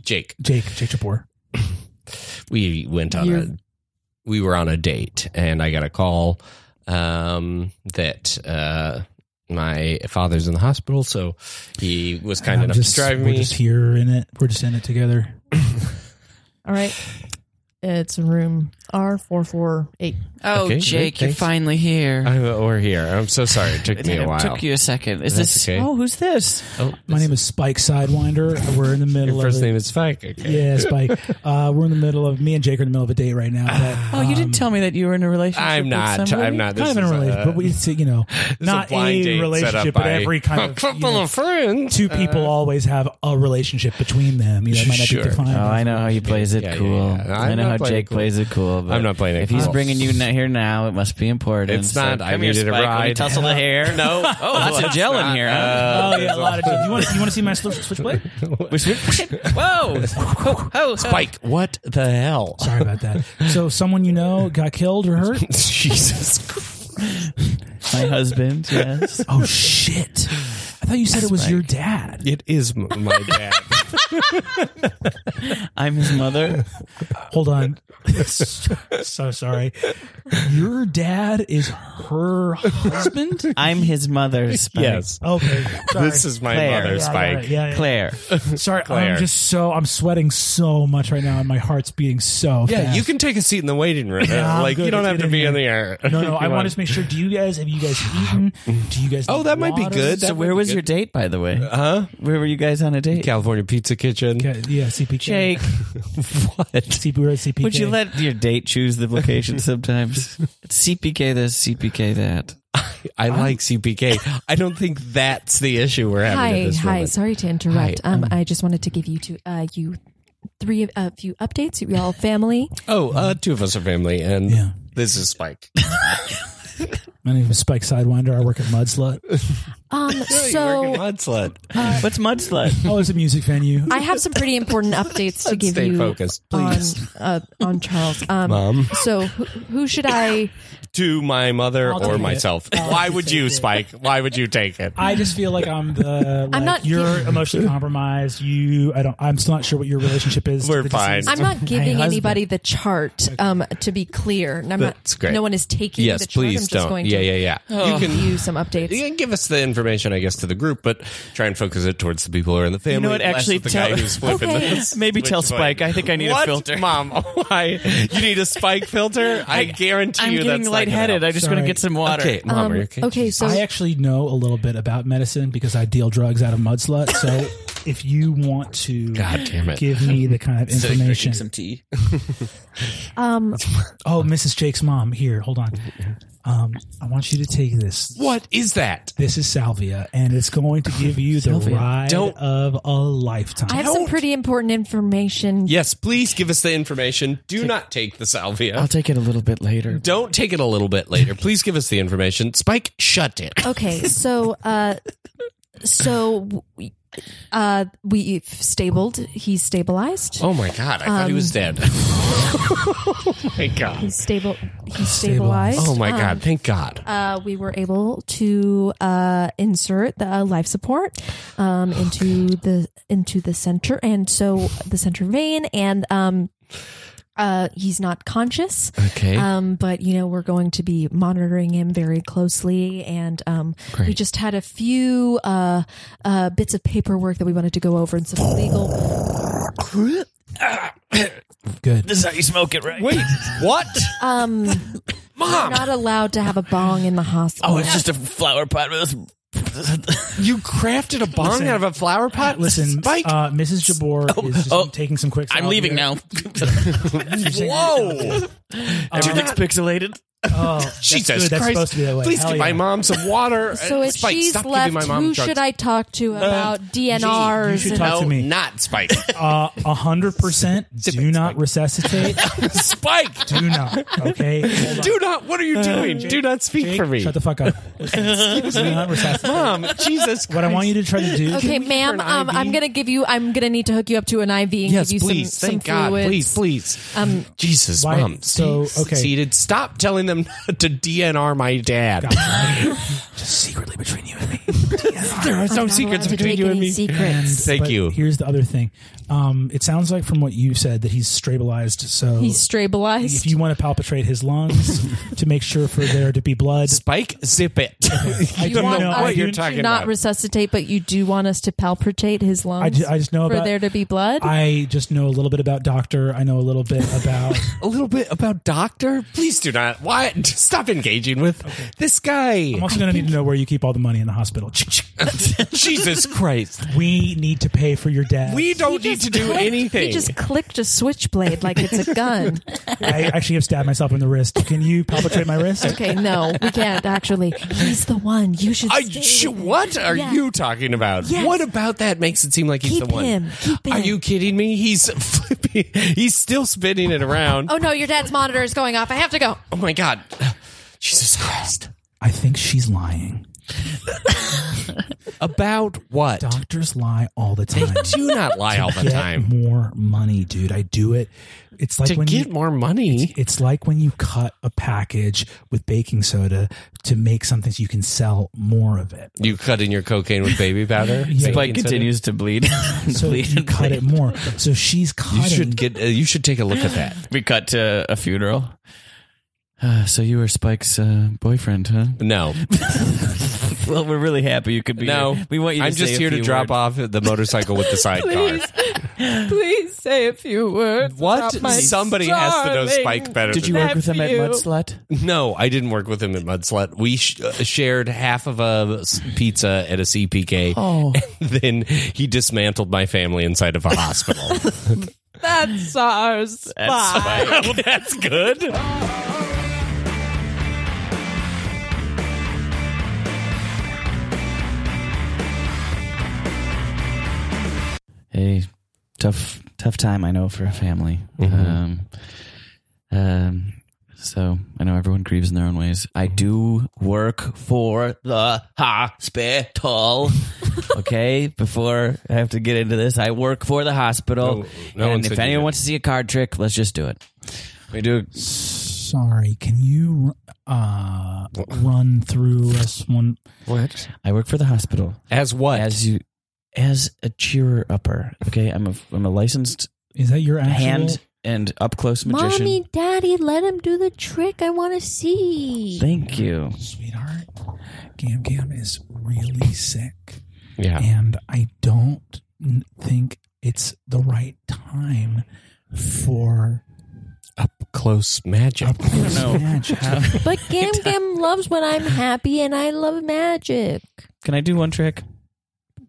[SPEAKER 3] Jake.
[SPEAKER 4] Jake Jake Chapur.
[SPEAKER 3] we went on
[SPEAKER 6] You're-
[SPEAKER 3] a we were on a date and i got a call um that uh my father's in the hospital so he was kind
[SPEAKER 4] I'm
[SPEAKER 3] enough
[SPEAKER 4] just
[SPEAKER 3] to drive
[SPEAKER 4] we're
[SPEAKER 3] me
[SPEAKER 4] just here in it. We're just in it together.
[SPEAKER 6] All right. It's room R four four eight.
[SPEAKER 2] Oh,
[SPEAKER 3] Okay,
[SPEAKER 2] Jake,
[SPEAKER 3] great,
[SPEAKER 2] you're
[SPEAKER 3] thanks.
[SPEAKER 2] finally here.
[SPEAKER 3] I, we're here i'm so sorry it
[SPEAKER 4] <laughs>
[SPEAKER 3] took
[SPEAKER 2] it
[SPEAKER 3] me a while
[SPEAKER 2] took you a second. Is
[SPEAKER 3] That's
[SPEAKER 2] this?
[SPEAKER 3] okay.
[SPEAKER 2] Oh, who's this?
[SPEAKER 3] oh,
[SPEAKER 4] My name is Spike Sidewinder. We're in the middle
[SPEAKER 3] your first
[SPEAKER 4] of it.
[SPEAKER 3] name is Spike. Okay.
[SPEAKER 4] <laughs> Yeah, Spike. Uh, we're in the middle of me and Jake are in the middle of a date right now. But,
[SPEAKER 2] Oh, you didn't tell me that you were in a relationship.
[SPEAKER 3] Um, I'm
[SPEAKER 2] with
[SPEAKER 3] not.
[SPEAKER 2] somebody?
[SPEAKER 3] I'm not. Ah, This
[SPEAKER 4] Kind of in a
[SPEAKER 3] is uh,
[SPEAKER 4] relationship, but we, it's, you know,
[SPEAKER 3] this is
[SPEAKER 4] not a,
[SPEAKER 3] blind date set up
[SPEAKER 4] relationship, but
[SPEAKER 3] by
[SPEAKER 4] every
[SPEAKER 3] <laughs>
[SPEAKER 4] kind
[SPEAKER 3] a
[SPEAKER 4] of
[SPEAKER 3] couple
[SPEAKER 4] you know,
[SPEAKER 3] of friends.
[SPEAKER 4] two people always have a relationship between them. You know, it might not
[SPEAKER 3] Uh, Sure.
[SPEAKER 4] be defined.
[SPEAKER 2] Oh, I know how he plays it
[SPEAKER 3] Yeah, yeah,
[SPEAKER 2] cool.
[SPEAKER 3] yeah. I'm
[SPEAKER 2] I know
[SPEAKER 3] not
[SPEAKER 2] how
[SPEAKER 3] playing
[SPEAKER 2] Jake
[SPEAKER 3] it cool.
[SPEAKER 2] plays it cool. But
[SPEAKER 3] I'm not playing it
[SPEAKER 2] If he's
[SPEAKER 3] cool.
[SPEAKER 2] bringing you n- here now, it must be important.
[SPEAKER 3] It's not.
[SPEAKER 2] So,
[SPEAKER 3] I
[SPEAKER 2] come here,
[SPEAKER 3] needed a
[SPEAKER 2] Spike. Let me
[SPEAKER 3] ride.
[SPEAKER 2] Tussle
[SPEAKER 3] <laughs>
[SPEAKER 2] the hair. No. <laughs> Oh, lots of gel in here.
[SPEAKER 3] uh,
[SPEAKER 2] huh?
[SPEAKER 4] Oh yeah, a lot of You want you want to see my sli- switchblade?
[SPEAKER 3] <laughs>
[SPEAKER 2] We should- Oh. Whoa! Oh, oh,
[SPEAKER 3] Spike. What the hell?
[SPEAKER 4] <laughs> Sorry about that. So someone you know got killed or hurt?
[SPEAKER 3] <laughs> Jesus. Christ.
[SPEAKER 2] My husband. Yes.
[SPEAKER 4] Oh shit! I thought you said it was your dad.
[SPEAKER 3] It is m- my <laughs> dad.
[SPEAKER 2] I'm his mother.
[SPEAKER 4] Hold
[SPEAKER 3] <laughs>
[SPEAKER 4] on. so sorry. Your dad is her husband.
[SPEAKER 2] I'm his
[SPEAKER 3] <laughs>
[SPEAKER 2] mother. Spike.
[SPEAKER 3] yes.
[SPEAKER 4] Okay. Sorry.
[SPEAKER 3] This is my
[SPEAKER 2] Claire.
[SPEAKER 3] mother,
[SPEAKER 2] Yeah,
[SPEAKER 3] Spike.
[SPEAKER 4] Yeah, yeah.
[SPEAKER 2] Claire.
[SPEAKER 4] Sorry,
[SPEAKER 3] Claire.
[SPEAKER 4] I'm just so I'm sweating so much right now, and my heart's beating so.
[SPEAKER 3] Yeah,
[SPEAKER 4] fast.
[SPEAKER 3] you can take a seat in the waiting room.
[SPEAKER 4] <laughs> Yeah, I'm
[SPEAKER 3] like you
[SPEAKER 4] good.
[SPEAKER 3] don't have
[SPEAKER 4] Let's get
[SPEAKER 3] to
[SPEAKER 4] in
[SPEAKER 3] be
[SPEAKER 4] here.
[SPEAKER 3] in the air.
[SPEAKER 4] No, no.
[SPEAKER 3] <laughs>
[SPEAKER 4] I
[SPEAKER 3] Come
[SPEAKER 4] want
[SPEAKER 3] on. <sighs>
[SPEAKER 4] to make sure. Do you guys have you guys eaten? Do you guys?
[SPEAKER 3] Oh,
[SPEAKER 4] need
[SPEAKER 3] that might be
[SPEAKER 4] water?
[SPEAKER 3] good.
[SPEAKER 2] So
[SPEAKER 3] That
[SPEAKER 2] where
[SPEAKER 3] would
[SPEAKER 2] was
[SPEAKER 3] be
[SPEAKER 2] your date, by the way?
[SPEAKER 3] Huh?
[SPEAKER 2] Where were you guys on a date?
[SPEAKER 3] California Pizza Kitchen.
[SPEAKER 4] Yeah, yeah, CPK.
[SPEAKER 2] Jake,
[SPEAKER 3] <laughs> what?
[SPEAKER 4] CP, we're at CPK.
[SPEAKER 2] would you let your date choose the <laughs> location sometimes? It's CPK this, CPK that.
[SPEAKER 3] I like CPK. I don't think that's the issue we're having
[SPEAKER 6] Hi,
[SPEAKER 3] at this
[SPEAKER 6] hi.
[SPEAKER 3] moment.
[SPEAKER 6] Sorry to interrupt. um, I just wanted to give you two, uh, you three, a few updates. You
[SPEAKER 3] <laughs>
[SPEAKER 6] all family.
[SPEAKER 3] Oh, uh, two of us are family, and
[SPEAKER 4] Yeah.
[SPEAKER 3] this is Spike.
[SPEAKER 4] My name is Spike Sidewinder. I work at
[SPEAKER 3] <laughs>
[SPEAKER 4] Mudslut.
[SPEAKER 6] Um, so
[SPEAKER 3] Mud slut.
[SPEAKER 2] What's mudslide?
[SPEAKER 4] Oh, it's a music venue.
[SPEAKER 6] I have some
[SPEAKER 3] <laughs>
[SPEAKER 6] pretty important updates to give
[SPEAKER 3] Stay
[SPEAKER 6] you
[SPEAKER 3] focused, please.
[SPEAKER 6] on uh, on Charles. Um,
[SPEAKER 3] Mom.
[SPEAKER 6] So who, who should
[SPEAKER 3] <laughs>
[SPEAKER 6] I?
[SPEAKER 3] <laughs> To my mother
[SPEAKER 4] I'll take
[SPEAKER 3] or
[SPEAKER 4] it.
[SPEAKER 3] myself.
[SPEAKER 4] I'll
[SPEAKER 3] Why
[SPEAKER 4] take
[SPEAKER 3] would you,
[SPEAKER 4] it.
[SPEAKER 3] Spike? Why would you take it?
[SPEAKER 4] I just feel like I'm the. Like,
[SPEAKER 6] not
[SPEAKER 4] You're
[SPEAKER 6] giving-
[SPEAKER 4] emotionally compromised. You. I don't. I'm still not sure what your relationship is. to
[SPEAKER 3] We're
[SPEAKER 4] the
[SPEAKER 3] fine.
[SPEAKER 4] disease.
[SPEAKER 6] I'm not
[SPEAKER 4] My
[SPEAKER 6] giving
[SPEAKER 4] husband.
[SPEAKER 6] anybody the chart. Um, to be clear, And I'm not-
[SPEAKER 3] That's great.
[SPEAKER 6] No one is taking.
[SPEAKER 3] yes,
[SPEAKER 6] the chart. I'm
[SPEAKER 3] please
[SPEAKER 6] just
[SPEAKER 3] don't.
[SPEAKER 6] Going
[SPEAKER 3] yeah,
[SPEAKER 6] to
[SPEAKER 3] yeah, yeah.
[SPEAKER 4] Oh.
[SPEAKER 3] Oh. You
[SPEAKER 6] Give
[SPEAKER 3] can.
[SPEAKER 6] you some updates.
[SPEAKER 3] You can give us the information, I guess, to the group, but try and focus it towards the people who are in the family.
[SPEAKER 2] know what,
[SPEAKER 3] less
[SPEAKER 2] actually,
[SPEAKER 3] with the
[SPEAKER 2] tell-
[SPEAKER 3] guy who's flipping
[SPEAKER 6] Okay.
[SPEAKER 2] <laughs>
[SPEAKER 3] this.
[SPEAKER 2] Maybe
[SPEAKER 3] Which
[SPEAKER 2] tell
[SPEAKER 3] way?
[SPEAKER 2] Spike. I think I need
[SPEAKER 3] What?
[SPEAKER 2] a filter.
[SPEAKER 3] <laughs> mom. Why? You need a
[SPEAKER 2] <laughs>
[SPEAKER 3] Spike filter? I, guarantee
[SPEAKER 2] I'm
[SPEAKER 3] you
[SPEAKER 2] getting
[SPEAKER 3] that's
[SPEAKER 2] lightheaded. I just want to
[SPEAKER 4] Sorry.
[SPEAKER 2] get some water. Um,
[SPEAKER 3] Okay, mom, are you okay?
[SPEAKER 6] Okay, so
[SPEAKER 4] I actually know a little bit about medicine because I deal drugs out of Mudslut.
[SPEAKER 3] <laughs>
[SPEAKER 4] So if you want to,
[SPEAKER 3] God damn it.
[SPEAKER 4] give me the
[SPEAKER 3] <laughs>
[SPEAKER 4] kind of information.
[SPEAKER 2] tea.
[SPEAKER 6] um,
[SPEAKER 4] oh, Mrs. Jake's mom. Here, hold on. Um, I want you to take this.
[SPEAKER 3] What is that?
[SPEAKER 4] This is salvia, and it's going to give you the ride
[SPEAKER 3] Don't-
[SPEAKER 4] of a lifetime.
[SPEAKER 6] I have some pretty important information.
[SPEAKER 3] Yes, please give us the information. Do not take the
[SPEAKER 2] <laughs>
[SPEAKER 3] salvia.
[SPEAKER 2] I'll take it a little bit later.
[SPEAKER 3] Don't take it a little bit later. Please give us the information. Spike, shut it.
[SPEAKER 2] Oh.
[SPEAKER 6] Okay, so uh, so we- uh, we've stabled. He's stabilized.
[SPEAKER 3] Oh my god, I thought he was
[SPEAKER 2] Um. <laughs>
[SPEAKER 3] dead. oh my god.
[SPEAKER 6] He's stable. He's stabilized.
[SPEAKER 3] Oh my
[SPEAKER 6] Um,
[SPEAKER 3] god, thank god.
[SPEAKER 6] Uh, we were able to uh, insert the uh, life support um,
[SPEAKER 3] Oh,
[SPEAKER 6] into the into the center, and so the center vein, and um, uh, he's not conscious.
[SPEAKER 3] Okay.
[SPEAKER 6] Um, but you know we're going to be monitoring him very closely, and um, we just had a few uh, uh, bits of paperwork that we wanted to go over and some legal.
[SPEAKER 4] Good.
[SPEAKER 2] This is how you smoke it, right?
[SPEAKER 3] Wait, what?
[SPEAKER 6] Um,
[SPEAKER 3] Ah.
[SPEAKER 6] Mom, not allowed to have a bong in the
[SPEAKER 2] <laughs>
[SPEAKER 6] hospital.
[SPEAKER 2] Oh, it's just a flower pot with
[SPEAKER 3] You crafted a bong out of a flower pot?
[SPEAKER 4] Listen,
[SPEAKER 3] Spike.
[SPEAKER 4] uh, Mrs. Jabor is just
[SPEAKER 2] oh.
[SPEAKER 4] taking some quick.
[SPEAKER 2] I'm leaving
[SPEAKER 4] salvia. <laughs>
[SPEAKER 2] <laughs> now.
[SPEAKER 3] Whoa.
[SPEAKER 4] <laughs>
[SPEAKER 2] Everything's pixelated.
[SPEAKER 4] Oh, that's
[SPEAKER 3] Jesus
[SPEAKER 4] good. That's
[SPEAKER 3] Christ.
[SPEAKER 4] supposed to be that way.
[SPEAKER 3] Please
[SPEAKER 4] Hell
[SPEAKER 3] give
[SPEAKER 4] yeah.
[SPEAKER 3] my mom some water.
[SPEAKER 6] <laughs> So
[SPEAKER 3] Uh,
[SPEAKER 6] if
[SPEAKER 3] Spike,
[SPEAKER 6] she's
[SPEAKER 3] stop
[SPEAKER 6] left,
[SPEAKER 3] giving my mom
[SPEAKER 6] who
[SPEAKER 3] drugs. Uh,
[SPEAKER 6] should I talk to about DNRs?
[SPEAKER 4] should
[SPEAKER 6] and-
[SPEAKER 4] talk
[SPEAKER 3] no,
[SPEAKER 4] to me.
[SPEAKER 3] not Spike.
[SPEAKER 4] <laughs> Uh, A
[SPEAKER 3] <laughs>
[SPEAKER 4] hundred percent. Do not resuscitate.
[SPEAKER 3] Spike,
[SPEAKER 4] Do not. Okay. Hold on.
[SPEAKER 3] do not. What are you doing? do not speak for me.
[SPEAKER 4] Uh, Shut the fuck up. Do not
[SPEAKER 3] <laughs>
[SPEAKER 4] resuscitate.
[SPEAKER 3] Mom, Jesus
[SPEAKER 4] What I want you to try to do.
[SPEAKER 6] Okay, ma'am, um, I'm gonna give you. I'm gonna need to hook you up to an IV and
[SPEAKER 3] Yes,
[SPEAKER 6] give you
[SPEAKER 3] please.
[SPEAKER 6] some,
[SPEAKER 3] Thank
[SPEAKER 6] some
[SPEAKER 3] God.
[SPEAKER 6] fluids.
[SPEAKER 3] Please, please.
[SPEAKER 6] Um,
[SPEAKER 3] Jesus,
[SPEAKER 4] Why-
[SPEAKER 3] mom.
[SPEAKER 4] so,
[SPEAKER 3] see-
[SPEAKER 4] okay.
[SPEAKER 3] Seated. Stop telling them <laughs> to DNR my dad. <laughs>
[SPEAKER 4] Just secretly between you and me. <laughs>
[SPEAKER 3] There are no
[SPEAKER 6] I'm not allowed to take any Secrets.
[SPEAKER 3] Thank
[SPEAKER 4] But
[SPEAKER 3] you.
[SPEAKER 4] Here's the other thing. Um, it sounds like from what you said that he's stabilized. So
[SPEAKER 6] He's
[SPEAKER 4] if
[SPEAKER 6] stabilized.
[SPEAKER 4] you want to palpitate his lungs to make sure for there to be blood,
[SPEAKER 3] Spike, zip it. <laughs>
[SPEAKER 4] I
[SPEAKER 6] You
[SPEAKER 4] don't
[SPEAKER 6] want
[SPEAKER 4] know
[SPEAKER 6] us
[SPEAKER 4] I
[SPEAKER 3] what you're
[SPEAKER 4] do-
[SPEAKER 6] to
[SPEAKER 3] talking
[SPEAKER 6] not
[SPEAKER 3] about.
[SPEAKER 6] resuscitate, but you do want us to palpitate his lungs.
[SPEAKER 4] I, ju- I just know
[SPEAKER 6] for
[SPEAKER 4] about
[SPEAKER 6] there to be blood.
[SPEAKER 4] I just know a little bit about doctor. I know a little bit
[SPEAKER 6] <laughs>
[SPEAKER 4] about.
[SPEAKER 3] a little bit about Doctor. Please do not. Why? Stop engaging with this guy. <laughs>
[SPEAKER 4] I'm also going to need to know where you keep all the money in the hospital.
[SPEAKER 3] Jesus Christ.
[SPEAKER 4] We need to pay for your dad.
[SPEAKER 3] We don't need to do anything.
[SPEAKER 6] he just clicked a switchblade like
[SPEAKER 3] <laughs>
[SPEAKER 6] it's a gun.
[SPEAKER 4] I actually have stabbed myself in the wrist. Can you palpitate my
[SPEAKER 3] <laughs>
[SPEAKER 4] wrist?
[SPEAKER 6] okay, no, we can't actually. He's the one. You should.
[SPEAKER 3] I-
[SPEAKER 6] stay
[SPEAKER 3] sh-
[SPEAKER 6] with him.
[SPEAKER 3] what are
[SPEAKER 6] Yeah.
[SPEAKER 3] you talking about?
[SPEAKER 6] Yes.
[SPEAKER 3] What about that makes it seem like he's
[SPEAKER 6] Keep
[SPEAKER 3] the one?
[SPEAKER 6] him. Keep
[SPEAKER 3] Are
[SPEAKER 6] him.
[SPEAKER 3] you kidding me? He's <laughs> flipping. He's still spinning it around.
[SPEAKER 6] Oh no, your dad's monitor is going off. I have to go.
[SPEAKER 3] Oh my god. Jesus Christ.
[SPEAKER 4] I think she's lying.
[SPEAKER 3] <sighs> About what?
[SPEAKER 4] Doctors lie all
[SPEAKER 6] <laughs>
[SPEAKER 4] the time.
[SPEAKER 3] Do not <laughs> lie all the
[SPEAKER 4] Get
[SPEAKER 3] time.
[SPEAKER 4] more money, dude. I do it. It's like
[SPEAKER 3] To
[SPEAKER 4] when
[SPEAKER 3] get
[SPEAKER 4] you,
[SPEAKER 3] more money.
[SPEAKER 4] it's like when you cut a package with baking soda to make something so you can sell more of it.
[SPEAKER 3] You cut in your cocaine with baby <laughs> powder.
[SPEAKER 4] Yeah.
[SPEAKER 2] Spike
[SPEAKER 3] Baking soda?
[SPEAKER 2] continues to bleed. <laughs>
[SPEAKER 4] So
[SPEAKER 2] bleed
[SPEAKER 4] you
[SPEAKER 2] and
[SPEAKER 4] cut
[SPEAKER 2] bleed.
[SPEAKER 3] <laughs>
[SPEAKER 4] it more. So she's cutting.
[SPEAKER 3] You should get. Uh, you should take a look at <gasps> that.
[SPEAKER 2] We cut to a funeral. Uh, so you were Spike's uh, boyfriend, huh?
[SPEAKER 3] No,
[SPEAKER 2] <laughs> well, we're really happy you could be.
[SPEAKER 3] No,
[SPEAKER 2] here. we want you. To
[SPEAKER 3] I'm
[SPEAKER 2] say
[SPEAKER 3] just
[SPEAKER 2] a
[SPEAKER 3] here to
[SPEAKER 2] few
[SPEAKER 3] drop
[SPEAKER 2] words.
[SPEAKER 3] off the motorcycle
[SPEAKER 2] <laughs>
[SPEAKER 3] with the sidecar.
[SPEAKER 6] Please say a few words.
[SPEAKER 3] Oh. What?
[SPEAKER 6] about my
[SPEAKER 3] Somebody has to know
[SPEAKER 6] darling.
[SPEAKER 3] Spike better.
[SPEAKER 2] Did
[SPEAKER 3] than
[SPEAKER 2] you work
[SPEAKER 3] that.
[SPEAKER 2] with him at
[SPEAKER 6] Nephew.
[SPEAKER 2] Mud Slut?
[SPEAKER 3] No, I didn't work with him at Mudslut. We sh- uh, shared half of a s- pizza at a CPK.
[SPEAKER 2] Oh.
[SPEAKER 3] <laughs> And then he dismantled my family inside of a <laughs> hospital.
[SPEAKER 6] That's ours.
[SPEAKER 3] <laughs> Wow, that's good.
[SPEAKER 2] Hey, tough, tough time. I know for a family.
[SPEAKER 3] Mm-hmm.
[SPEAKER 2] Um, um, so I know everyone grieves in their own ways. I do work for the
[SPEAKER 3] <laughs>
[SPEAKER 2] hospital. okay, before I have to get into this, I work for the hospital.
[SPEAKER 3] No- no one
[SPEAKER 2] and
[SPEAKER 3] said
[SPEAKER 2] if
[SPEAKER 3] you
[SPEAKER 2] anyone
[SPEAKER 3] did.
[SPEAKER 2] wants to see a card trick, let's just do it. We do.
[SPEAKER 4] Sorry, can you uh, run through us one?
[SPEAKER 2] What? I work for the hospital
[SPEAKER 3] As what?
[SPEAKER 2] as you, as a cheerer upper. Okay, I'm a I'm a licensed
[SPEAKER 4] Is that your actual?
[SPEAKER 2] hand and up close magician.
[SPEAKER 8] Mommy, Daddy, let him do the trick I want to see.
[SPEAKER 2] Thank you.
[SPEAKER 4] Sweetheart, Gam Gam is really sick,
[SPEAKER 3] yeah.
[SPEAKER 4] and I don't n- think it's the right time for
[SPEAKER 3] Up close magic. <laughs>
[SPEAKER 4] a magic.
[SPEAKER 8] But Gam Gam loves when I'm happy, and I love magic.
[SPEAKER 2] Can I do one trick?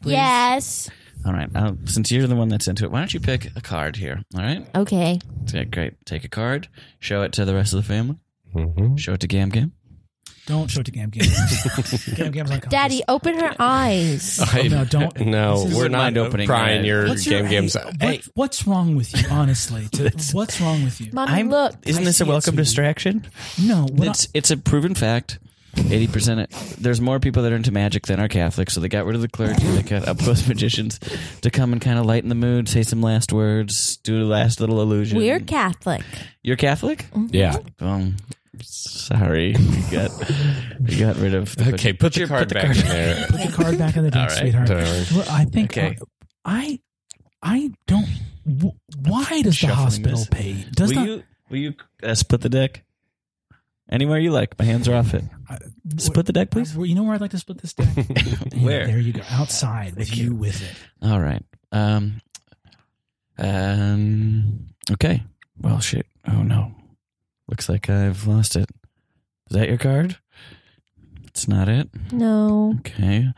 [SPEAKER 8] Yes.
[SPEAKER 2] All right. I'll, since you're the one that's into it, why don't you pick a card here? All right.
[SPEAKER 8] Okay.
[SPEAKER 2] Okay, great. Take a card. Show it to the rest of the family.
[SPEAKER 3] Mhm.
[SPEAKER 2] Show it to Gam Gam.
[SPEAKER 4] Don't show it to
[SPEAKER 3] <laughs>
[SPEAKER 4] Gam Gam. Gam "Oh, Gam's unconscious.
[SPEAKER 8] Daddy, open her eyes.
[SPEAKER 3] I-
[SPEAKER 4] no, don't-
[SPEAKER 3] Oh, <laughs> No,
[SPEAKER 4] this is-
[SPEAKER 3] we're
[SPEAKER 2] Wouldn't
[SPEAKER 3] not
[SPEAKER 2] mind
[SPEAKER 3] opening
[SPEAKER 2] opening
[SPEAKER 3] prying
[SPEAKER 2] that.
[SPEAKER 3] your
[SPEAKER 4] What's your-
[SPEAKER 3] game games.
[SPEAKER 4] hey,
[SPEAKER 3] Hey,
[SPEAKER 4] what- what's wrong with you,
[SPEAKER 1] <laughs>
[SPEAKER 4] honestly? To- what's wrong with you?
[SPEAKER 8] Mommy, look.
[SPEAKER 2] Isn't
[SPEAKER 4] I
[SPEAKER 2] this a
[SPEAKER 4] see it,
[SPEAKER 2] welcome
[SPEAKER 4] sweetie.
[SPEAKER 2] distraction?
[SPEAKER 4] No, we're not-
[SPEAKER 2] It's it's a proven fact. Eighty percent. There's more people that are into magic than are Catholic, so they got rid of the clergy. They got up close <laughs> magicians to come and kind of lighten the mood, say some last words, do the last little illusion.
[SPEAKER 8] We're Catholic.
[SPEAKER 2] You're Catholic?
[SPEAKER 4] Mm.
[SPEAKER 3] yeah.
[SPEAKER 2] Um, sorry, we got we got rid of. The
[SPEAKER 3] Okay, put the card <laughs> back in there.
[SPEAKER 4] Put the card
[SPEAKER 1] <laughs>
[SPEAKER 4] back in the deck,
[SPEAKER 3] right,
[SPEAKER 4] sweetheart.
[SPEAKER 3] darling.
[SPEAKER 4] Well, I think uh,
[SPEAKER 2] Okay.
[SPEAKER 4] I, I don't. wh- Why does the
[SPEAKER 2] Shuffling
[SPEAKER 4] hospital
[SPEAKER 2] this.
[SPEAKER 4] pay? Does
[SPEAKER 2] will
[SPEAKER 4] not
[SPEAKER 2] you will you uh, split the deck? Anywhere you like. My hands are off it. Split the deck, please.
[SPEAKER 4] Uh, You know where I'd like to split
[SPEAKER 1] <laughs>
[SPEAKER 4] this deck? Yeah,
[SPEAKER 2] Where?
[SPEAKER 4] There you go. Outside with you with it.
[SPEAKER 2] All right. Um. Um. Okay. Well, shit. Oh no. Looks like I've lost it. Is that your card? It's not it.
[SPEAKER 8] No.
[SPEAKER 2] Okay.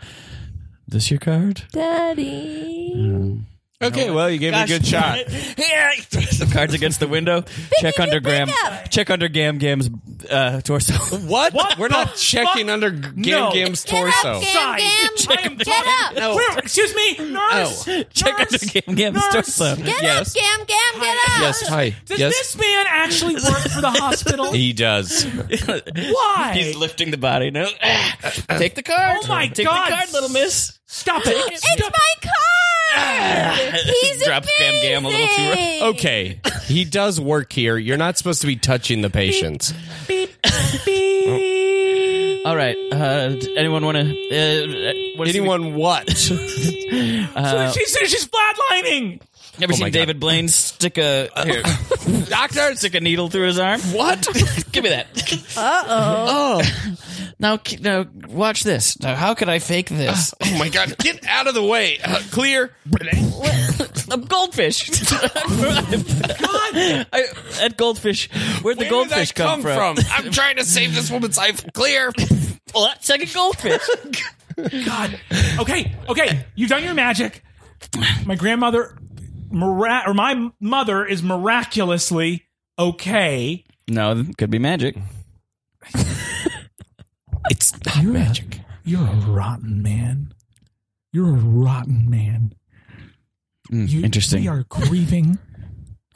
[SPEAKER 2] This your card?
[SPEAKER 8] Daddy.
[SPEAKER 2] Um,
[SPEAKER 3] Okay, well, you gave me a good shot.
[SPEAKER 2] the card's against the
[SPEAKER 3] <laughs>
[SPEAKER 2] window. Check under Graham. Check under Gam Gam's uh, torso. <laughs>
[SPEAKER 3] What? We're not checking under Game
[SPEAKER 1] No.
[SPEAKER 3] Gam's
[SPEAKER 8] Get
[SPEAKER 3] torso.
[SPEAKER 8] up, Gam Gam. Get up.
[SPEAKER 1] Where- excuse me, nurse.
[SPEAKER 2] Check under Gam Gam's torso.
[SPEAKER 3] <laughs>
[SPEAKER 8] Get
[SPEAKER 3] Oh. Yes.
[SPEAKER 8] up, Gam Gam. Get up.
[SPEAKER 3] Yes, hi.
[SPEAKER 1] Does
[SPEAKER 3] yes.
[SPEAKER 1] this man actually work for the
[SPEAKER 3] <laughs>
[SPEAKER 1] hospital?
[SPEAKER 3] He does.
[SPEAKER 1] Why?
[SPEAKER 2] He's lifting the body. No, <sighs> take the card.
[SPEAKER 1] Oh my
[SPEAKER 2] Take
[SPEAKER 1] God.
[SPEAKER 2] the card, little miss.
[SPEAKER 1] Stop it.
[SPEAKER 8] It's my
[SPEAKER 6] <laughs>
[SPEAKER 8] card.
[SPEAKER 2] <laughs>
[SPEAKER 8] He's
[SPEAKER 2] Dropped Gam Gam a little too early.
[SPEAKER 8] amazing.
[SPEAKER 3] Okay, he does work here. You're not supposed to be touching the patients.
[SPEAKER 2] All right. Uh, d- anyone want to? Uh, what is
[SPEAKER 3] <laughs> Anyone what?
[SPEAKER 1] So she says she's flatlining.
[SPEAKER 2] It, ever
[SPEAKER 3] Oh my
[SPEAKER 2] seen
[SPEAKER 3] God.
[SPEAKER 2] David Blaine stick a
[SPEAKER 3] <laughs>
[SPEAKER 2] here,
[SPEAKER 3] Doctor,
[SPEAKER 2] stick a needle through his arm?
[SPEAKER 3] what?
[SPEAKER 2] <laughs> Give me that. Uh oh. <laughs> Now, k- now, watch this. Now, how could I fake this?
[SPEAKER 3] Oh <laughs> my god, get out of the way. Uh, clear.
[SPEAKER 2] I'm goldfish. <laughs> I, at goldfish, where'd the
[SPEAKER 3] Where did
[SPEAKER 2] goldfish
[SPEAKER 3] that come from? I'm trying to save this woman's life. Clear.
[SPEAKER 2] Well, that's like a goldfish.
[SPEAKER 1] God. Okay, okay. You've done your magic. My grandmother, mira- or my mother, is miraculously okay.
[SPEAKER 2] <laughs> no, could be magic.
[SPEAKER 3] It's not magic.
[SPEAKER 4] You're a rotten man. You're a rotten man.
[SPEAKER 3] Mm,
[SPEAKER 4] You,
[SPEAKER 2] Hmm, interesting.
[SPEAKER 4] We are grieving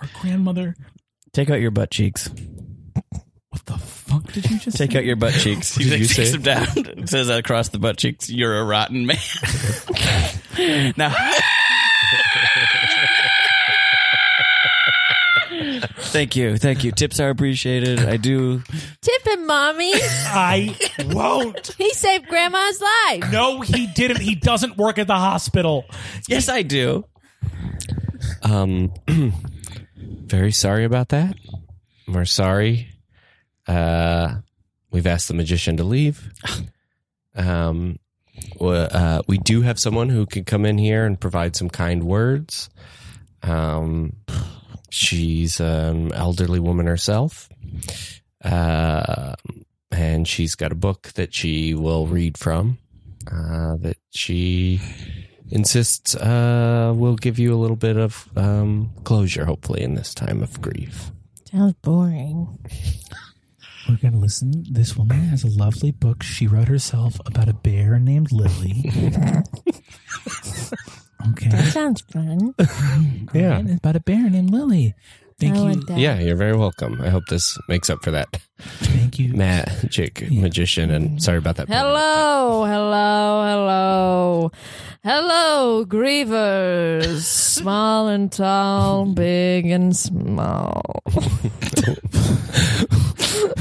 [SPEAKER 4] our grandmother.
[SPEAKER 2] Take out your butt cheeks.
[SPEAKER 4] What the fuck did you just
[SPEAKER 2] Take
[SPEAKER 4] say?
[SPEAKER 2] out your butt <laughs> cheeks.
[SPEAKER 3] did you say?
[SPEAKER 2] them down. It says across the butt cheeks, "You're a rotten man." <laughs> now, <laughs> thank you, thank you. Tips are appreciated. I do.
[SPEAKER 8] Tip him, Mommy.
[SPEAKER 1] I won't.
[SPEAKER 8] he saved Grandma's life.
[SPEAKER 1] No, he didn't. He doesn't work at the hospital.
[SPEAKER 2] Yes, I do.
[SPEAKER 3] Um, <clears throat> very sorry about that. We're sorry. Uh, we've asked the magician to leave. Um, uh, we do have someone who can come in here and provide some kind words. Um, she's an elderly woman herself. Uh, and she's got a book that she will read from uh, that she insists uh, will give you a little bit of um, closure, hopefully, in this time of grief.
[SPEAKER 6] Sounds boring.
[SPEAKER 4] We're going to listen. This woman has a lovely book she wrote herself about a bear named Lily.
[SPEAKER 3] <laughs>
[SPEAKER 4] okay.
[SPEAKER 6] Sounds fun.
[SPEAKER 3] Yeah.
[SPEAKER 4] And about a bear named Lily. Thank
[SPEAKER 6] I
[SPEAKER 4] you.
[SPEAKER 6] want that.
[SPEAKER 3] Yeah, you're very welcome. I hope this makes up for that. <laughs>
[SPEAKER 4] Thank you.
[SPEAKER 3] Magic magician, and sorry about that.
[SPEAKER 6] Hello, hello, hello. Hello, grievers. small and tall, big and small.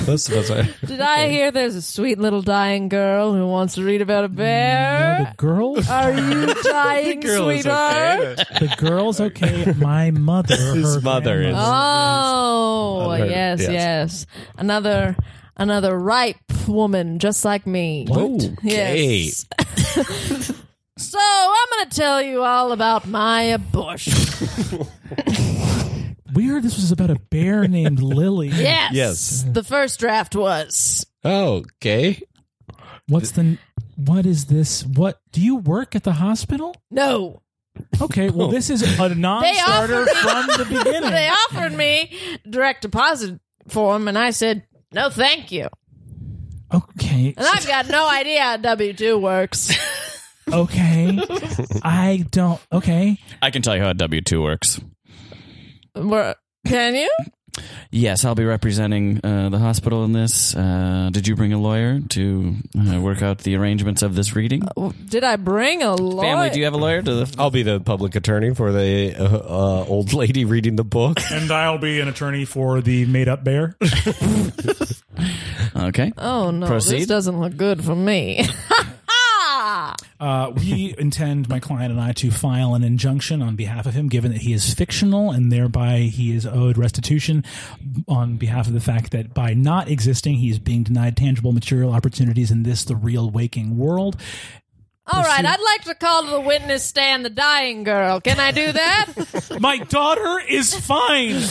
[SPEAKER 3] Most of us are.
[SPEAKER 2] <laughs>
[SPEAKER 3] <laughs>
[SPEAKER 6] Did I hear there's a sweet little dying girl who wants to read about a
[SPEAKER 4] The
[SPEAKER 6] bear?
[SPEAKER 4] girl
[SPEAKER 6] Are you dying, sweetheart?
[SPEAKER 4] the
[SPEAKER 3] <laughs>
[SPEAKER 4] girl's okay. My mother.
[SPEAKER 3] His
[SPEAKER 4] her
[SPEAKER 3] mother is-
[SPEAKER 4] grandmother-
[SPEAKER 6] Oh,
[SPEAKER 3] Unheard of.
[SPEAKER 6] yes, yes,
[SPEAKER 3] Yes.
[SPEAKER 6] Another another ripe woman just like me.
[SPEAKER 3] Okay.
[SPEAKER 6] Yes. <laughs> so, I'm going to tell you all about my abortion.
[SPEAKER 4] Weird. This was about a
[SPEAKER 1] <laughs>
[SPEAKER 4] bear named Lily.
[SPEAKER 6] Yes.
[SPEAKER 3] Yes.
[SPEAKER 6] The first draft was.
[SPEAKER 3] Okay.
[SPEAKER 4] What's the? What is this? What do you work at the hospital?
[SPEAKER 6] No.
[SPEAKER 4] Okay. Well, this is a non-starter from the beginning. <laughs>
[SPEAKER 6] <laughs> They offered me direct deposit form and I said, "No, thank you."
[SPEAKER 4] Okay.
[SPEAKER 6] And I've got no idea how W2 works. <laughs>
[SPEAKER 4] Okay. I don't. Okay.
[SPEAKER 2] I can tell you how a W two works.
[SPEAKER 6] We're- Can you?
[SPEAKER 2] Yes, I'll be representing uh, the hospital in this. Uh, did you bring a lawyer to uh, work out the arrangements of this reading?
[SPEAKER 6] Did I bring a lawyer?
[SPEAKER 2] Family, do you have a lawyer? To the
[SPEAKER 3] I'll be the public attorney for the uh, uh, old lady reading the book.
[SPEAKER 1] And I'll be an attorney for the made up bear.
[SPEAKER 2] okay.
[SPEAKER 6] Oh no, this
[SPEAKER 2] Proceed.
[SPEAKER 6] doesn't look good for me. <laughs>
[SPEAKER 4] Uh,
[SPEAKER 1] <laughs>
[SPEAKER 4] we intend, my client and I, to file an injunction on behalf of him, given that he is fictional and thereby he is owed restitution on behalf of the fact that by not existing, he is being denied tangible material opportunities in this, the real waking world.
[SPEAKER 6] All right, I'd like to call to the witness stand the dying girl. Can I
[SPEAKER 2] <laughs>
[SPEAKER 6] do that?
[SPEAKER 1] My daughter is fine.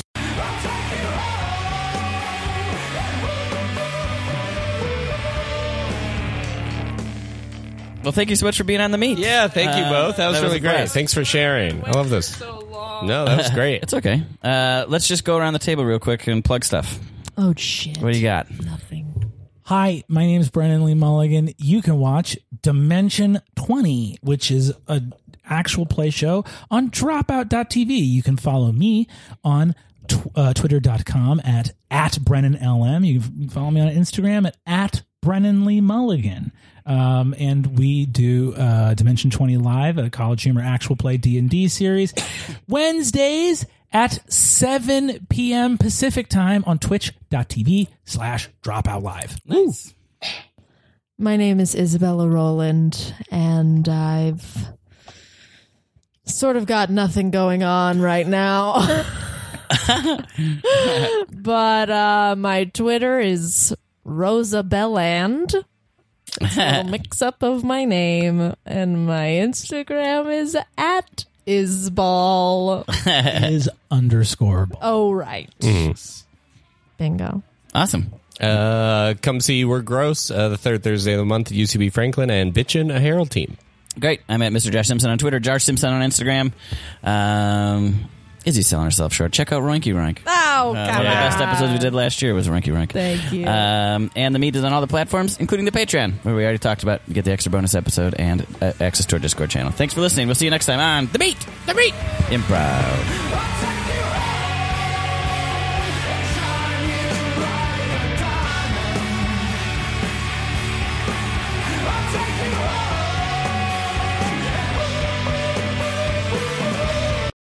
[SPEAKER 2] Well, thank you so much for being on the meet.
[SPEAKER 3] Yeah, thank you
[SPEAKER 2] Uh,
[SPEAKER 3] both. That was
[SPEAKER 2] that was
[SPEAKER 3] really
[SPEAKER 2] a
[SPEAKER 3] great.
[SPEAKER 2] blast.
[SPEAKER 3] Thanks for sharing. I love this. No, that
[SPEAKER 2] <laughs>
[SPEAKER 3] was great.
[SPEAKER 2] It's okay. Uh, let's just go around the table real quick and plug stuff.
[SPEAKER 6] oh shit.
[SPEAKER 2] What do you got?
[SPEAKER 6] Nothing.
[SPEAKER 4] Hi, my name is Brennan Lee Mulligan. You can watch Dimension 20, which is a actual play show on dropout.tv. You can follow me on tw- uh, twitter.com at, at BrennanLM. You can follow me on Instagram at, at Brennan Lee Mulligan. Um, and we do uh, Dimension 20 Live, a college humor actual play D&D series, Wednesdays at 7 p.m. Pacific time on twitch.tv slash dropout live.
[SPEAKER 6] My name is Isabella Roland, and I've sort of got nothing going on right now. <laughs> but uh, my Twitter is Rosa Belland. It's a little mix up of my name, and my Instagram is at Isball.
[SPEAKER 4] Is underscoreable.
[SPEAKER 6] Oh, right.
[SPEAKER 2] Mm.
[SPEAKER 6] Bingo.
[SPEAKER 2] Awesome.
[SPEAKER 3] Uh, come see We're Gross uh, the third Thursday of the month at UCB Franklin and Bitchin' a Herald team.
[SPEAKER 2] Great. I'm at Mr. Josh Simpson on Twitter, Josh Simpson on Instagram. Um, Izzy's selling herself short. Check out Ranky Rank.
[SPEAKER 6] Oh,
[SPEAKER 2] Uh, one of the best episodes we did last year was Ranky Rank.
[SPEAKER 6] Thank you.
[SPEAKER 2] Um, and the meet is on all the platforms, including the Patreon, where we already talked about. You get the extra bonus episode and uh, access to our Discord channel. Thanks for listening. We'll see you next time on The Meet. The Meet. Improv.
[SPEAKER 7] What's